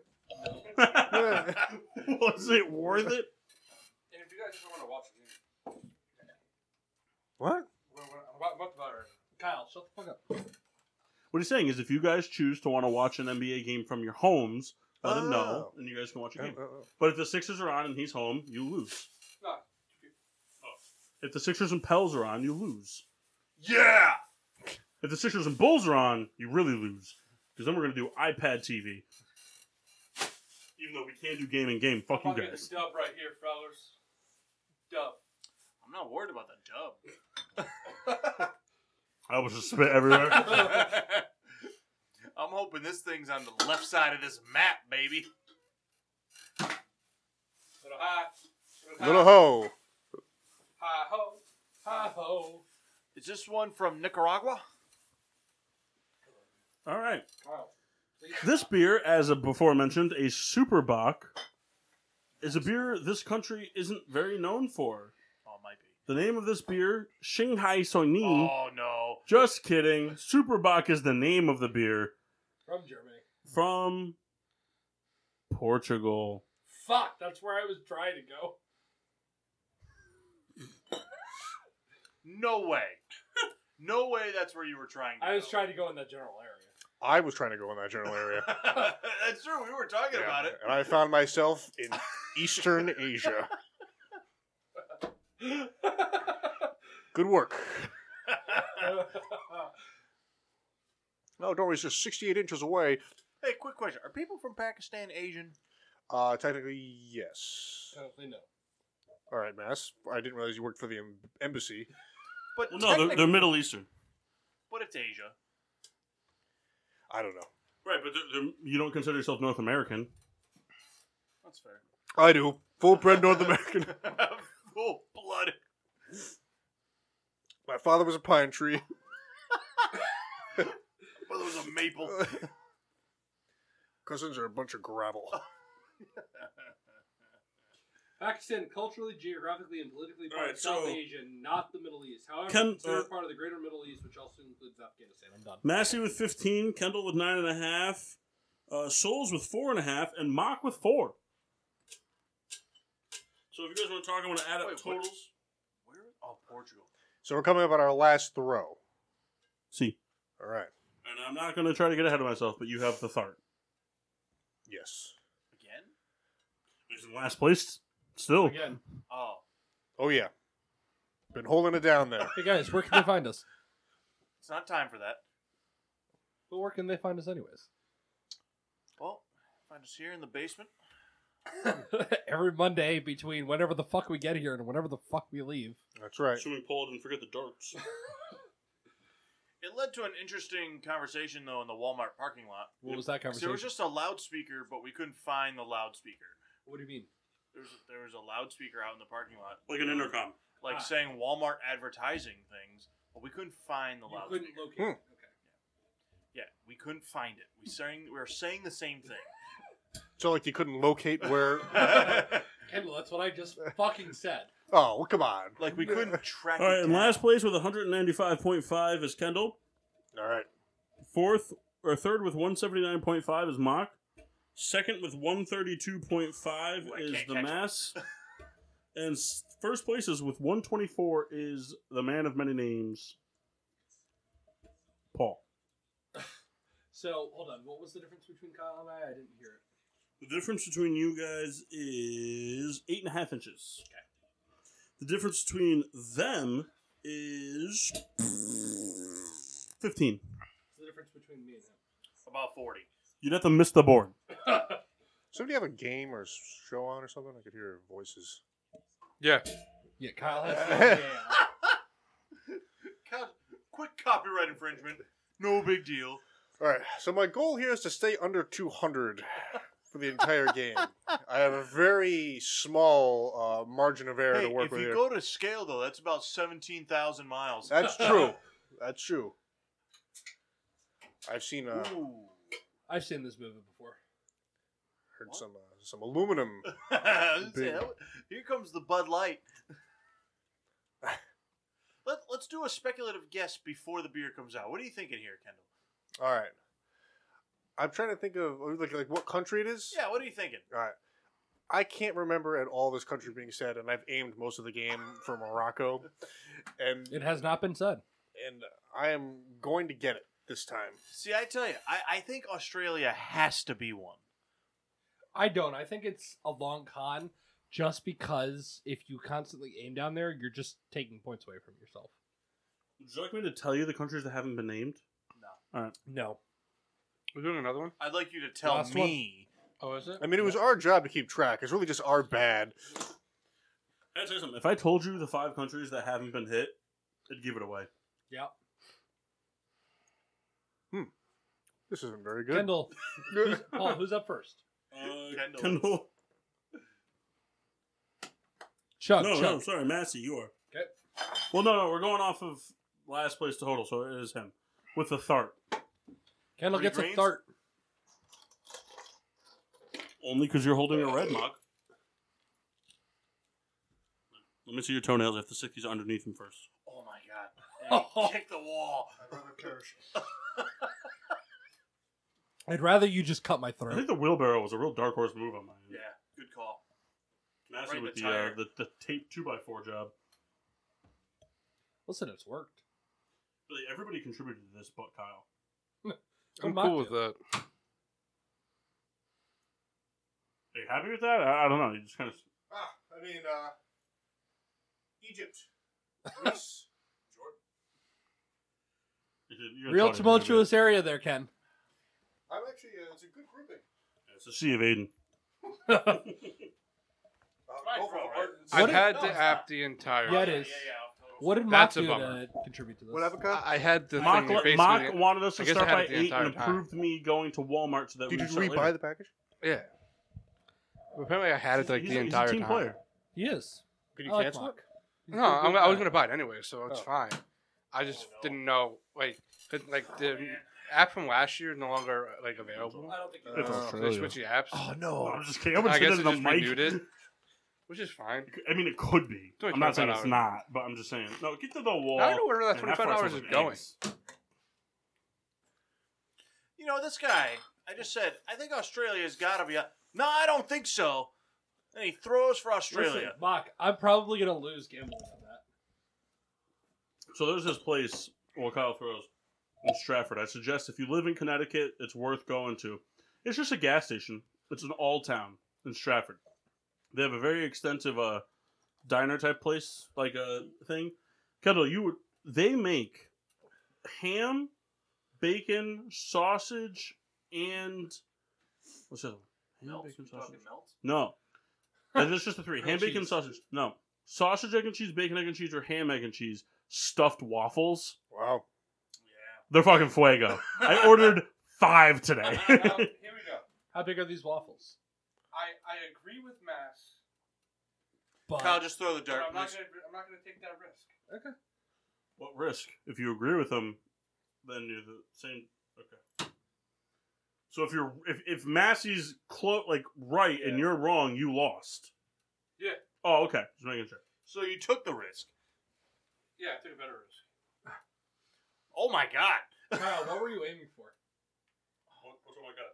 A: <laughs> Was it worth it?
C: And if you guys ever want to watch the game,
D: <laughs> What?
C: we're, we're, I'm about, I'm about to buy it.
E: Kyle, shut the fuck up.
A: What he's saying is if you guys choose to want to watch an NBA game from your homes, let him know,
D: Oh.
A: and you guys can watch a
D: Uh,
A: game.
D: uh, uh.
A: But if the Sixers are on and he's home, you lose. Oh.
C: No.
A: If the Sixers and Pels are on, you lose.
B: Yeah!
A: If the Sixers and Bulls are on, you really lose. Because then we're going to do iPad TV. Even though we can do game and game. Fuck you guys.
C: dub right here, fellas. Dub.
B: I'm not worried about the dub.
E: <laughs>
B: <laughs>
A: I was just spit everywhere.
B: <laughs> I'm hoping this thing's on the left side of this map, baby.
C: Little high.
D: Little hoe.
C: Hi ho.
E: Hi ho.
B: Is this one from Nicaragua?
A: All right. This beer, as before mentioned, a Superbock, is a beer this country isn't very known for.
B: Oh, it might be.
A: The name of this beer, Shanghai Sony.
B: Oh no.
A: Just kidding. Superbock is the name of the beer
E: From Germany.
A: from Portugal.
E: Fuck, that's where I was trying to go.
B: No way. No way. That's where you were trying. To
E: I was
B: go.
E: trying to go in that general area.
D: I was trying to go in that general <laughs> area.
B: <laughs> that's true. We were talking
D: Yeah,
B: about it.
D: And I found myself <laughs> in Eastern Asia.
E: <laughs>
D: Good work. No, don't worry, it's just 68 inches away.
B: Hey, quick question: Are people from Pakistan Asian?
D: Uh, technically, yes.
E: Technically, no.
D: All right, Mass. I didn't realize you worked for the em- embassy.
B: But
A: Well, no, they're, they're
B: technic-
A: Middle Eastern.
B: But it's Asia. <laughs>
D: I don't know.
A: Right, but they're, they're, you don't consider yourself North American.
B: That's fair.
D: I do. Full bred North American.
B: Full blood.
D: <laughs> My father was a pine <laughs> tree.
B: Well, it was a
A: Uh,
B: maple.
D: Cousins are a bunch of gravel.
E: Pakistan, culturally, geographically, and politically part
A: Alright,
E: of South
A: so-
E: Asia, not the Middle East. However,
A: Can-
E: it's not
A: uh,
E: part of the greater Middle East, which also includes Afghanistan. I'm done.
A: Massey with 15, Kendall with 9.5, uh, Souls with 4.5, and Mock with 4. So if you guys want to talk, I want to add up
B: Wait, what?
A: totals.
B: Where? Oh, Portugal.
D: So we're coming up on our last throw.
A: See.
D: All right.
A: And I'm not going to try to get ahead of myself, but you have the thart.
D: Yes.
B: Again?
A: He's in last place still.
E: Again.
B: Oh.
D: Oh, yeah. Been holding it down there.
E: Hey, guys, where can they find us?
B: It's not time for that.
E: But where can they find us, anyways?
B: Well, find us here in the basement.
E: <laughs> Every Monday between whenever the fuck we get here and whenever the fuck we leave.
D: That's right.
A: Assuming Paul didn't forget the darts.
B: It led to an interesting conversation though in the Walmart parking lot.
E: What was that
B: 'Cause There
E: conversation?
B: was just a loudspeaker, but we couldn't find the loudspeaker.
E: What do you mean?
B: There was there was a loudspeaker out in the parking lot,
A: like an intercom.
B: like
E: Ah.
B: saying Walmart advertising things, but we couldn't find the
E: You
B: loudspeaker.
E: couldn't locate. it.
B: Yeah, we couldn't find it. We saying we were saying the same thing.
D: So, like, you couldn't locate where.
E: Okay. Kendall, that's what I <laughs> just fucking said.
D: <laughs> Oh, well, come on.
B: like we couldn't track.
A: All right,
B: it
A: and
B: down.
A: last place with 195.5 is Kendall.
D: All right.
A: Fourth or third with 179.5 is Mock. Second with 132.5
B: Ooh, I
A: is
B: can't
A: the
B: catch it.
A: Mass. <laughs> and s- first places with 124 is the man of many names, Paul.
E: So hold on. What was the difference between Kyle and I? I didn't hear it.
A: The difference between you guys is eight and a half inches. Okay. The difference between them is 15.
E: What's the difference between me and him?
B: about forty.
A: You'd have to miss the board.
D: Somebody have a game or s- show on or something? I could hear voices.
C: Yeah.
E: <laughs> Yeah, Kyle has. <laughs>
B: Co- Quick copyright infringement. No big deal.
D: All right. So my goal here is to stay under 200 for the entire game. I have a very small uh, margin of error
B: Hey,
D: to work
B: if
D: with
B: you
D: here.
B: go to scale though, that's about seventeen thousand
D: <laughs>
B: miles.
D: That's true. That's true. I've seen uh, heard
B: <laughs> Ooh.
E: I've seen this movie before.
D: some uh, some aluminum.
B: Let's see,
D: Big.
B: that would- Here comes the Bud Light. <laughs> Let, let's do a speculative guess before the beer comes out. What are you thinking here, Kendall?
D: All right. I'm trying to think of like like what country it is.
B: Yeah, what are you thinking?
D: All right. I can't remember at all this country being said, and I've aimed most of the game for Morocco, and
E: It has not been said.
D: and I am going to get it this time.
B: See, I tell you, I, I think Australia has to be one.
E: I don't. I think it's a long con, just because if you constantly aim down there, you're just taking points away from yourself.
A: Would you like me to tell you the countries that haven't been named?
E: No.
C: We're doing another one?
B: I'd like you to tell
E: Last one.
B: me.
C: Oh, is it?
D: I mean, it was our job to keep track. It's really just our bad.
A: I tell you something. If I told you the five countries that haven't been hit, I'd give it away.
E: Yeah.
D: This isn't very good.
E: <laughs> Kendall, who's, Paul, who's up first?
A: Uh,
B: Kendall.
A: Kendall.
E: Chuck.
A: No,
E: Oh, Chuck.
A: no, sorry, Massey, you are.
E: Okay.
A: Well, no, no, we're going off of last place total, so it is him with the thart.
E: Kendall
B: Three
E: gets
B: greens?
E: a start.
A: Only because you're holding a red mock. Let me see your toenails. I have to stick these underneath them first.
B: Oh my god! And he kicked the wall.
E: I'd rather you just cut my
A: I <laughs>
E: throat.
A: think the wheelbarrow was a real dark horse move on mine.
B: Yeah, good call.
A: Massive
B: Right
A: with
B: the
A: the, uh,
B: tire.
A: the the tape two x four job.
E: Listen, it's worked.
A: Really, everybody contributed to this, but Kyle.
E: I'm
C: I'm cool
E: not
C: with that.
A: Are you happy with that? I, I don't know. You just kind of
D: Ah, I mean, uh,
C: <laughs>
D: Egypt, Greece, Jordan.
A: you're
E: Real
A: Tony,
E: tumultuous area there, Ken.
D: I'm actually, uh, it's a good grouping.
A: remember? It's a sea of Aden.
D: Uh, both of them are-
C: I've
E: What-
C: had the app the entire.
E: Yeah, it is. What did Mock
C: That's a
E: do
C: bummer.
E: to contribute to this?
D: What happened, Kyle?
C: I I had the
A: Mock,
C: thing. that
A: Mock
C: Basically,
A: wanted us to
C: I guess I
A: start
C: had
A: by
C: it the
A: eight and
C: entire time.
A: approved me going to Walmart so
D: Did
A: that we
D: you
A: could start
D: rebuy
A: later.
D: the package?
C: yeah. Apparently, I had it like
A: He's
C: the
A: a- he's a
C: entire
A: team
C: time.
A: player.
E: He is.
D: Could
E: I like Mock.
C: No, I'm, I was gonna buy it anyway, so it's
D: Oh.
C: fine. I just didn't know, like, 'cause, like the app from last year is no longer like available.
D: It's
C: So they switched the apps,
E: Oh
A: Oh,
E: no!
A: I'm just kidding. I would say
C: I guess
A: that in
C: it
A: the
C: just
A: mic.
C: renewed it. which is fine.
A: I mean, it could be.
C: It's only
A: I'm not saying it's
C: $25.
A: not, but I'm just saying. No, get to the wall.
C: Now I know where that
A: and
C: twenty five
A: far
C: dollars is
A: someone
C: going.
A: eggs.
B: You know this guy. I just said I think Australia's got to be. A- no, I don't think so. And he throws for
E: Listen,
B: Australia.
E: Mock, I'm probably gonna lose gambling on that.
A: So there's this place, well, Kyle throws in Stratford. I suggest if you live in Connecticut, it's worth going to. It's just a gas station. It's an all town in Stratford. They have a very extensive uh, diner type place, like a thing. Kendall, you would. They make ham, bacon, sausage, and what's the other one? Ham, bacon, sausage. No. And it's just the three. Ham, bacon, sausage. No. Sausage, egg and cheese, bacon, egg and cheese, or ham, egg and cheese. Stuffed waffles.
D: Wow.
A: They're fucking fuego. I ordered five today. <laughs>
C: here we go.
E: How big are these waffles?
C: I, I agree with Mass.
E: But
B: Kyle, just throw the dart. please.
C: gonna I'm not gonna take that risk.
A: what risk? If you agree with them, then you're the same. Okay. So if you're if if Massey's clo- like right and you're wrong, you lost.
C: Yeah.
A: Oh, okay. Just making sure.
B: So you took the risk.
C: Yeah, I took a better risk.
B: Oh my god!
E: Kyle, what were you aiming for?
A: What's oh my god?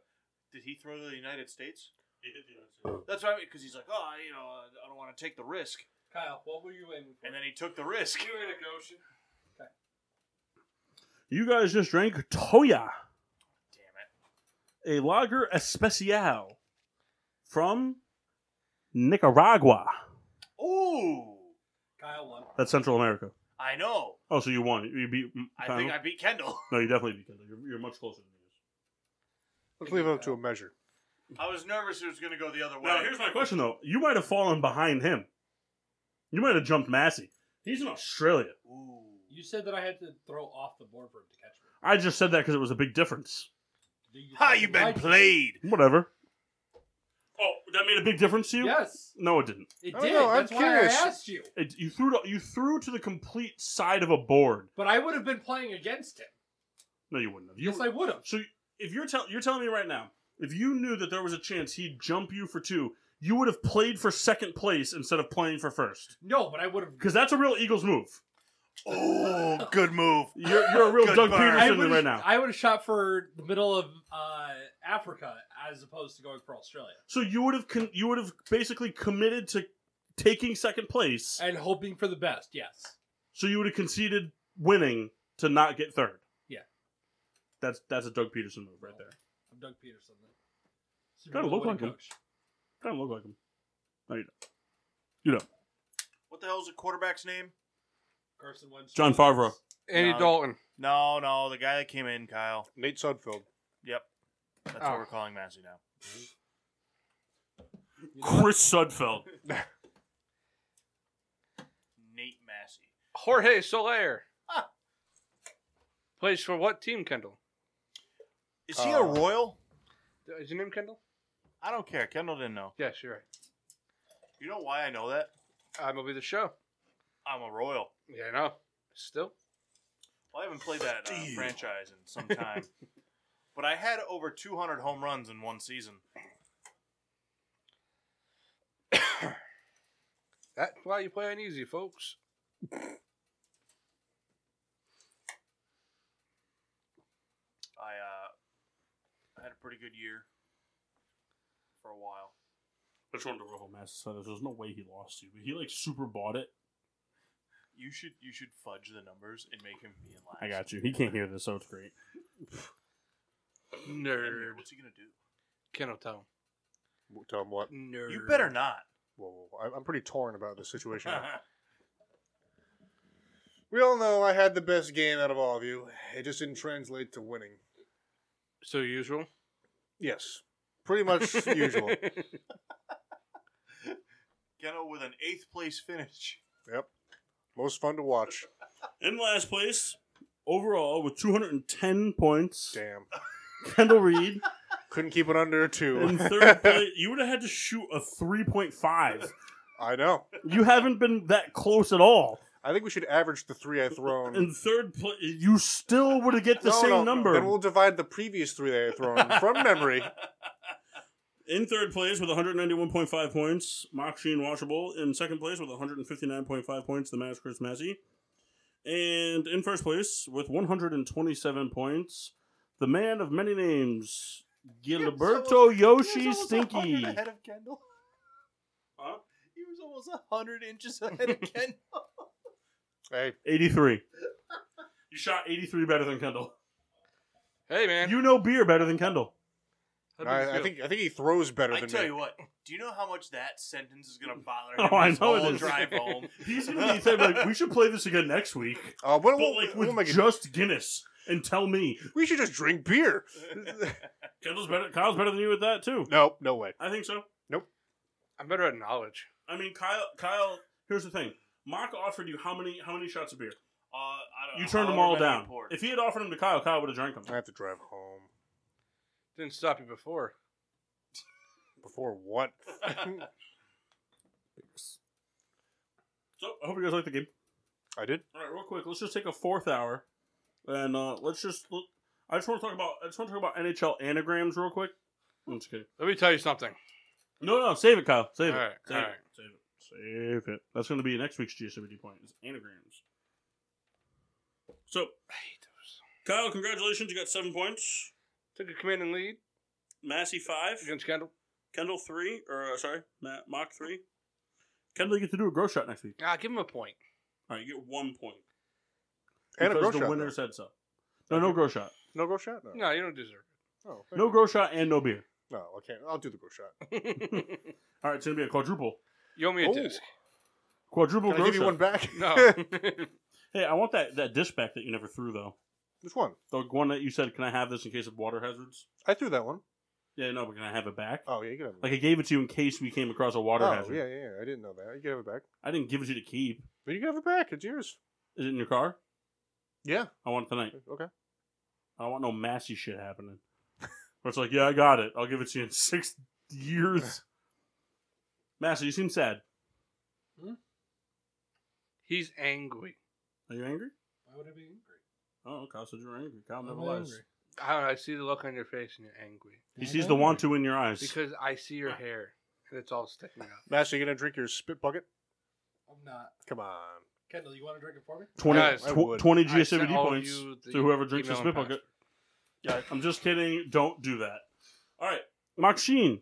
B: Did he throw to the United States? That's what I mean. Because he's like, oh, you know, I don't want to take the risk.
E: Kyle, what were you aiming for?
B: And then he took the risk.
A: You guys just drank Toya.
B: <laughs> Damn it.
A: a lager especial from Nicaragua.
B: Ooh,
E: Kyle won.
A: That's Central America.
B: I know.
A: Oh, so you won. You beat.
B: I
A: Kyle?
B: think I beat Kendall. <laughs>
A: no, you definitely beat Kendall. You're, you're much closer than me.
D: Let's leave it up to a measure.
B: I was nervous it was going to go the other way.
A: Now, here's my question though. You might have fallen behind him. You might have jumped Massey. He's in Australia.
B: Ooh.
E: You said that I had to throw off the board for him to catch me.
A: I just said that because it was a big difference.
B: <laughs> Ha, you been
E: Right.
B: played.
A: Whatever. Oh, that made a big difference to you?
E: Yes,
A: No, it didn't.
E: it
D: I don't
E: did.
D: know, I'm
E: That's why I
D: curious.
E: asked you.
A: It, you threw to, you threw to the complete side of a board.
E: But I would have been playing against him.
A: No, you wouldn't have. You
E: yes, I would have.
A: So if you're tell you're telling me right now, if you knew that there was a chance he'd jump you for two, you would have played for second place instead of playing for first,
E: No, but I would have.
A: because that's a real Eagles move.
B: Oh, good move.
A: You're, you're a <laughs> real
B: Good
A: Doug
B: burn.
E: I
A: Peterson
E: would
A: right now.
E: I would have shot for the middle of uh, Africa as opposed to going for Australia
A: so you would have con- you would have basically committed to taking second place,
E: and hoping for the best. Yes.
A: so you would have conceded winning to not get third.
E: Yeah.
A: That's that's a Doug Peterson move right there.
E: I'm Doug Peterson. Then. So
A: Gotta
E: you're the
A: look
E: way
A: like him.
E: coach.
A: Kind of look like him. No, you don't.
B: What the hell's the quarterback's name?
E: Carson Wentz.
A: John Favreau.
C: Andy
B: No.
C: Dalton.
B: No, no, the guy that came in, Kyle.
D: Nate Sudfeld.
B: Yep. That's
C: Oh.
B: what we're calling Massey now.
A: Chris Sudfeld.
B: Nate Massey.
C: Jorge Soler.
B: Ah.
C: Plays for what team, Kendall?
B: Is he
D: Uh,
B: a Royal?
C: Is your name Kendall?
B: I don't care. Kendall didn't know.
C: Yes, you're right.
B: You know why I know that?
C: I'm over the show.
B: I'm a Royal.
C: Yeah, I know. Still.
B: Well, I haven't played that uh, franchise in
D: <laughs>
B: some time. but I had over 200 home runs in one season.
C: That's why you play on easy, folks.
B: I uh, had a pretty good year for a while.
A: I just wanted to ruffle Master's feathers. There's no way he lost you, but he like super bought it.
B: You should you should fudge the numbers and make him be in last.
A: I got you. He can't hear this, so it's great.
B: Nerd.
C: Nerd.
B: What's he gonna do?
C: Cannot tell.
D: Tell him what.
C: Nerd.
B: You
D: <laughs>
B: better not.
D: Whoa, whoa, whoa. I- I'm pretty torn about this
C: <laughs>
D: situation.
B: <laughs>
D: we all know I had the best game out of all of you. It just didn't translate to winning.
C: So usual.
D: Yes, pretty
C: <laughs>
D: much usual.
B: Geno with an eighth place
A: <laughs>
B: finish.
D: Yep, most fun to watch.
A: In last place, overall with 210 points,
D: Damn,
A: Kendall <laughs> Reed.
D: couldn't keep it under a two. <laughs>
A: In third place, you would have had to shoot a 3.5.
D: I know.
A: You haven't been that close at all.
D: I think we should average the three I thrown.
A: <laughs> In third place, you still would have get the
D: No,
A: same
D: no,
A: number.
D: Then we'll divide the previous three that I
A: <laughs>
D: thrown from memory.
A: In third place with 191.5 points, Moxie and Washable. In second place with 159.5 points, the Mask Chris Massey. And in first place with 127 points, the man of many names, Gilberto Yoshi Stinky.
B: Ahead of Kendall. <laughs>
A: Huh?
B: He was almost hundred inches
D: <laughs>
B: ahead of Kendall.
D: Hey,
A: 83. You shot 83 better than Kendall.
C: Hey man.
A: You know beer better than Kendall.
C: How do you
D: I, I
C: feel?
D: think I think he throws better
B: I
D: than
B: tell
D: me.
B: you what. Do you know how much that sentence is gonna bother
A: <laughs> Oh,
B: him
A: I
B: his
A: know it
B: whole
A: is.
B: drive home?
A: He's gonna be saying like, we should play this again next week,
D: <laughs> uh, what,
A: but
D: we'll-
A: like
D: we'll
A: with
D: make it-
A: just Guinness, and tell me
D: we should just drink beer. <laughs>
A: Kendall's better. Kyle's better than you at that too.
D: no, no way.
A: I think so.
C: I'm better at knowledge.
A: I mean, Kyle. Kyle. Here's the thing. Mock offered you how many how many shots of beer?
B: Uh, I don't
A: You
B: know,
A: turned them
B: however
A: all
B: many he
A: down.
B: poured.
A: If he had offered them to Kyle, Kyle would have drank them.
D: I have to drive home
C: Didn't stop you before.
D: before
A: <laughs>
D: what?
A: So I hope you guys like the game.
D: I did.
A: All right, real quick, let's just take a fourth hour, and uh, let's just. Look, I just want to talk about I just want to talk about NHL anagrams real quick. I'm just kidding.
C: Let me tell you something.
A: No, no, save it, Kyle. Save it.
C: Alright,
A: save
C: alright.
A: it. Save it. Save it. That's going to be next week's GSWD point. Is anagrams. So,
C: I hate those.
A: Kyle, congratulations. You got seven points.
C: Took a commanding lead
A: Massey five.
C: against Kendall.
A: Kendall three. Or uh, sorry, Matt Mock three. Kendall, you get to do a gross shot next week.
C: Ah, give him a point.
A: All right, you get one point
D: And a
A: because
D: gross
A: the
D: shot.
A: winner
D: though.
A: said so. No, no gross shot.
D: No gross shot. No.
C: No, you don't deserve
D: Oh, thank
A: No
D: you.
A: gross shot and no beer.
D: No, I can't. I'll do the gross shot.
C: it.
A: All right, it's gonna be a quadruple.
C: you owe me a
D: Oh.
C: disc.
A: Quadruple
D: Can I
A: gross
D: give you
A: Oh, shot.
D: one
A: <laughs>
D: back?
C: No.
A: Hey, I want that that dish back that you never threw though.
D: <laughs> Which one?
A: The one that you said, "Can I have this in case of water hazards?"
D: I threw that one.
A: Yeah, no, but can I have it back?
D: Oh yeah, you can have it.
A: Like I gave it to you in case we came across a water
D: oh,
A: hazard.
D: Yeah, yeah, yeah. I didn't know that. You can have it back.
A: I didn't give it to you to keep.
D: But you can have it back. It's yours.
A: Is it in your car?
D: Yeah.
A: I want it tonight.
D: Okay.
A: I don't want no massy shit happening. Where it's like, yeah, I got it. I'll give it to you in six years. Massey, you seem sad.
C: He's angry.
A: Are you angry?
E: Why would I be angry?
A: Oh, Kyle said you were angry. Kyle
E: I'm
A: never
E: not
A: lies.
E: angry.
C: I don't know, I see the look on your face and you're angry.
A: He sees the want to in your eyes.
C: Because I see your hair and it's all sticking out.
D: Master, you gonna drink your spit bucket?
E: I'm not.
D: Come on. <laughs>
E: Kendall, you want to drink it for me?
A: 20,
C: Guys,
D: I
A: tw-
D: would.
A: 20
C: I sent
A: GSWD
C: all of
A: points
C: you the
A: to whoever drinks the
C: email
A: spit
C: and
A: bucket. Yeah, I'm just kidding. Don't do that. All right. Maxine,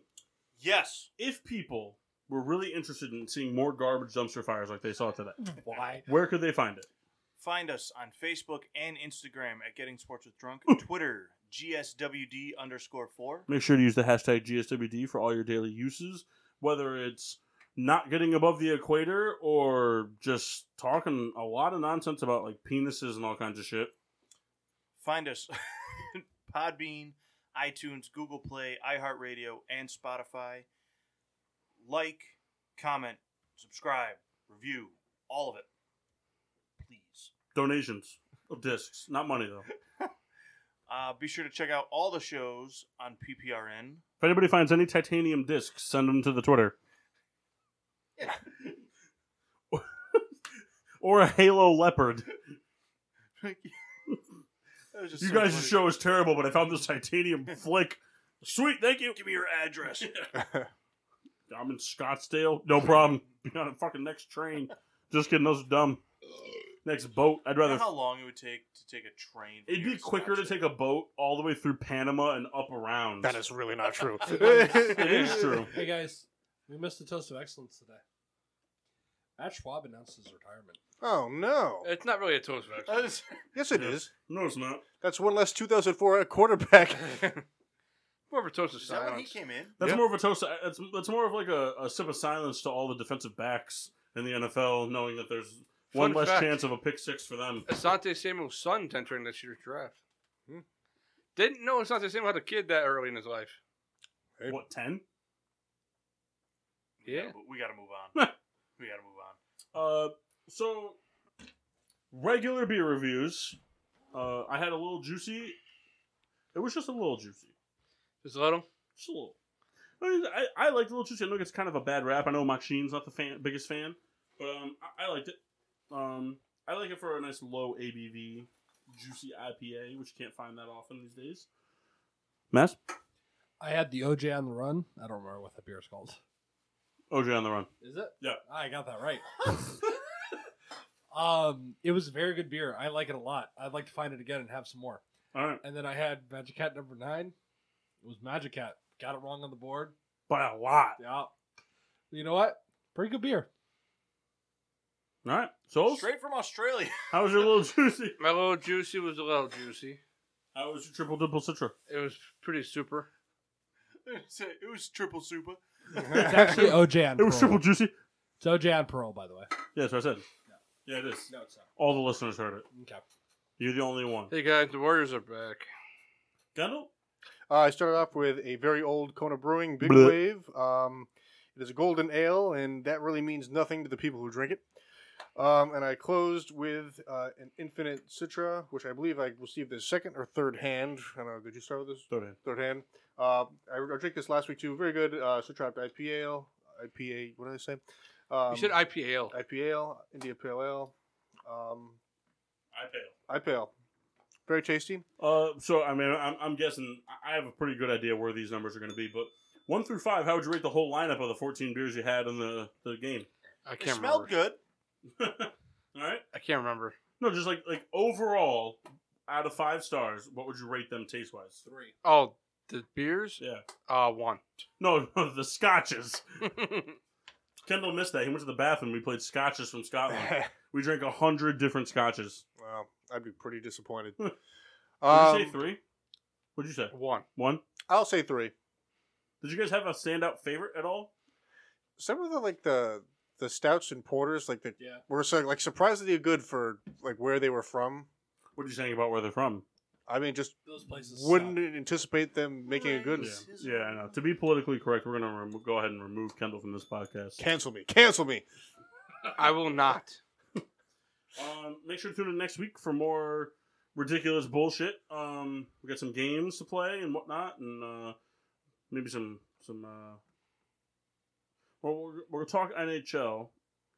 B: yes.
A: if people were really interested in seeing more garbage dumpster fires like they saw today,
E: Why?
A: where could they find it?
B: Find us on Facebook and Instagram at Getting Sports with Drunk, Twitter, GSWD underscore four.
A: Make sure to use the hashtag GSWD for all your daily uses, whether it's not getting above the equator or just talking a lot of nonsense about like penises and all kinds of shit.
B: Find us <laughs> Podbean, iTunes, Google Play, iHeartRadio, and Spotify. Like, comment, subscribe, review, all of it. Please.
A: Donations of discs, not money though. If
B: Uh, be sure to check out all the shows on PPRN.
A: anybody finds any titanium discs, send them to the
B: <laughs>
A: Twitter. or a Halo Leopard.
B: That
A: <laughs>
B: was just
A: You
B: so
A: guys'
B: funny.
A: show is terrible, but I found this
B: <laughs>
A: titanium flick. Sweet, thank you. <laughs>
B: Give me your address.
A: I'm in Scottsdale. No problem. <laughs> be on the fucking next train. Just getting those dumb next boat. I'd
B: I don't
A: rather.
B: know how long it would take to take a train. from
A: It'd
B: here
A: be quicker to
B: Scottsdale.
A: take a boat all the way through Panama and up around.
D: That is really not true.
A: <laughs>
D: <laughs>
A: It is true.
E: Hey guys, we missed a toast of excellence today. Matt Schwab announced his retirement.
D: Oh no!
C: It's not really a toast of <laughs>
B: Uh,
C: excellence.
B: it's-
D: Yes, it
A: Yeah.
D: is.
A: No, it's not.
D: That's one less 2004
A: <laughs>
D: quarterback.
C: <laughs> More of a toast of
B: Is that when he
C: silence.
B: came in?
A: That's
D: Yeah.
A: more of a toast. To, that's, that's more of like a, a sip of silence to all the defensive backs in the NFL, knowing that there's one
C: Fun
A: less
C: fact.
A: chance of a pick six for them.
C: Asante Samuel's son's entering this year's draft.
D: Hmm.
C: Didn't know Asante Samuel had a kid that early in his life.
D: Hey.
A: What ten?
C: Yeah.
B: but we got to move on. we got to move on. <laughs>
A: Uh, so regular beer reviews. Uh, I had a little juicy. It was just a little juicy.
C: Just a little.
A: Just a little. I, mean, I, I liked Little Juicy. I know it's kind of a bad rap. I know Machine's not the fan, biggest fan, but um, I, I liked it. Um, I like it for a nice low ABV, juicy IPA, which you can't find that often these days. Mass?
E: I had the OJ on the run. I don't remember what that beer's called.
A: OJ on the run.
E: Is it? Ah,
A: Yeah.
E: I got that right. um, it was a very good beer. I like it a lot. I'd like to find it again and have some more.
A: All right.
E: And then I had Magic Cat number nine. It was Magic Cat. Got it wrong on the board.
A: By a lot.
E: Yeah. You know what? Pretty good beer.
A: All right. So,
B: Straight from Australia.
A: how was your Little Juicy?
C: My little juicy was a little juicy.
A: How was your Triple Double Citra?
C: It was pretty super.
B: it was triple super.
E: <laughs> It's <laughs> actually OJ on
A: It was
E: Pearl.
A: Triple Juicy.
E: It's OJ on Pearl, by the way.
A: Yeah, that's what I said. Yeah, it is.
E: No, it's not.
A: All the listeners heard it.
E: Okay.
A: You're the only one.
C: Hey guys, the Warriors are back.
A: Kendall?
D: Uh, I started off with a very old Kona Brewing Big
A: Bleh.
D: Wave. Um, it is a golden ale, and that really means nothing to the people who drink it. Um, and I closed with uh, an Infinite Citra, which I believe I received as second or third hand. I don't know. Did you start with this?
A: Throw it in.
D: Third hand. Uh, I, I drank this last week too. Very good uh, Citra IPA. ale- IPA. What did I say? Um,
C: you said IPA. ale.
D: IPA, ale, India Pale Ale. Um,
A: I failed.
D: IPAL. Very tasty.
A: Uh, so I mean, I'm, I'm guessing I- I have a pretty good idea where these numbers are going to be. But one through five, how would you rate the whole lineup of the 14 beers you had in the, the game? <laughs>
C: I
B: It
C: can't remember.
B: smelled good.
A: All right.
C: I can't remember.
A: No, just like like overall, out of five stars, what would you rate them taste wise?
E: Three.
C: Oh, the beers?
A: Yeah.
C: Uh, one.
A: No, <laughs> no, the scotches. Kendall missed that. He went to the bathroom. We played scotches from Scotland. we drank a hundred different scotches.
D: Well, I'd be pretty
A: <laughs>
D: disappointed.
A: Did Did you say
D: um,
A: three? What'd you say?
C: one.
A: One.
D: I'll say three.
A: Did you guys have a standout favorite at all?
D: Some of the like the the stouts and porters like that
E: Yeah.
D: were so, like surprisingly good for like where they were from.
A: What are you saying about where they're from?
D: I mean, just
E: Those places.
D: wouldn't anticipate them making a good.
A: Yeah, yeah, I know. To be politically correct, we're gonna remo- go ahead and remove Kendall from this podcast.
D: Cancel me, cancel me.
C: I will not.
A: Um, make sure to tune in next week for more ridiculous bullshit. Um, we got some games to play and whatnot, and uh, maybe some some. Uh, well, we're, we're gonna talk NHL.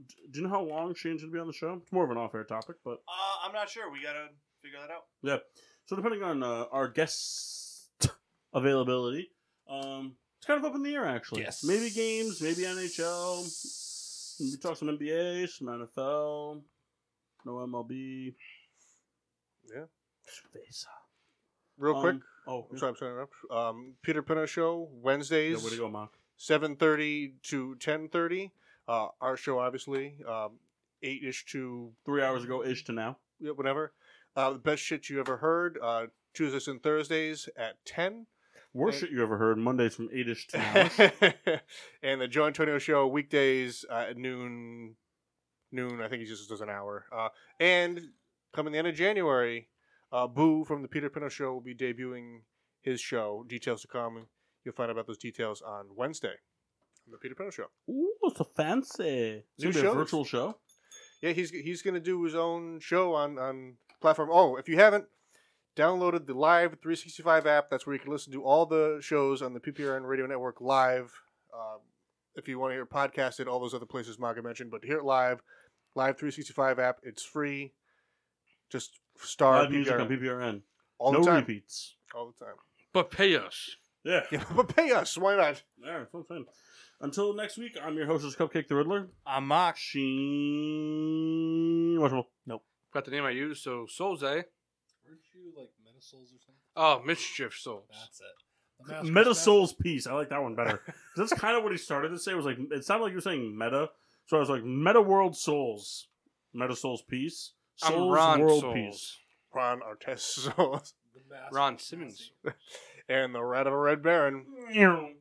A: D- Do you know how long Shane's gonna be on the show? It's more of an off-air topic, but
B: Uh, I'm not sure. We gotta figure that out.
A: yeah. So depending on uh, our guest availability, um, it's kind of up in the air actually.
E: Yes.
A: Maybe games, maybe NHL. We talk some NBA, some NFL, no MLB.
D: Yeah.
A: Cerveza.
D: Real
A: Um,
D: quick,
A: Oh,
D: I'm
A: yeah.
D: sorry, I'm sorry. to interrupt. Um, Peter Pinot show Wednesdays,
A: Yeah, way to go, Mark.
D: seven thirty to ten thirty. Uh, our show obviously um, eight ish to
A: Three hours ago ish to now.
D: yeah, whatever. Uh, the best shit you ever heard. Uh, Tuesdays and Thursdays at ten.
A: Worst
D: Hey.
A: shit you ever heard. Mondays from eight ish to
D: <laughs>
A: now.
D: and the Joe Antonio Show weekdays uh, at noon. Noon, I think he just does an hour. Uh, and coming the end of January, uh, Boo from the Peter Pino Show will be debuting his show. Details to come. You'll find out about those details on Wednesday on the Peter Pino Show.
A: Ooh, it's a fancy. It's
D: New
A: gonna be a
D: shows.
A: virtual show.
D: Yeah, he's he's going to do his own show on on platform. Oh, if you haven't downloaded the Live 365 app, that's where you can listen to all the shows on the PPRN Radio Network live. Um, if you want to hear it podcasted, all those other places Maga mentioned, but hear it live, Live 365 app, it's free. Just star
A: Live music on
D: PPRN.
A: PPRN.
D: all
A: no
D: the time,
A: repeats.
D: all the time. <laughs>
C: But pay us.
A: Yeah.
D: Yeah, but pay us. Why not?
A: Yeah, it's all fun. Until next week, I'm your hostess, Cupcake the Riddler.
B: I'm Mox.
A: She. Watchable.
C: Got the name I used, so Solze.
E: Weren't you like Meta Souls or something?
C: Oh, mischief souls.
E: That's it. The Mask
A: Meta
E: Respect-
A: Souls Peace. I like that one better. <laughs> 'Cause That's kind of what he started to say. Was like it sounded like you were saying meta, so I was like Meta World Souls, Meta Souls Peace,
C: I'm
A: Souls
C: Ron
A: World
C: Souls.
A: Peace.
D: Ron <laughs> Artest Souls
E: The Mask
C: Ron
E: Respect-
C: Simmons.
D: and the Rat of a Red Baron.
A: Meow.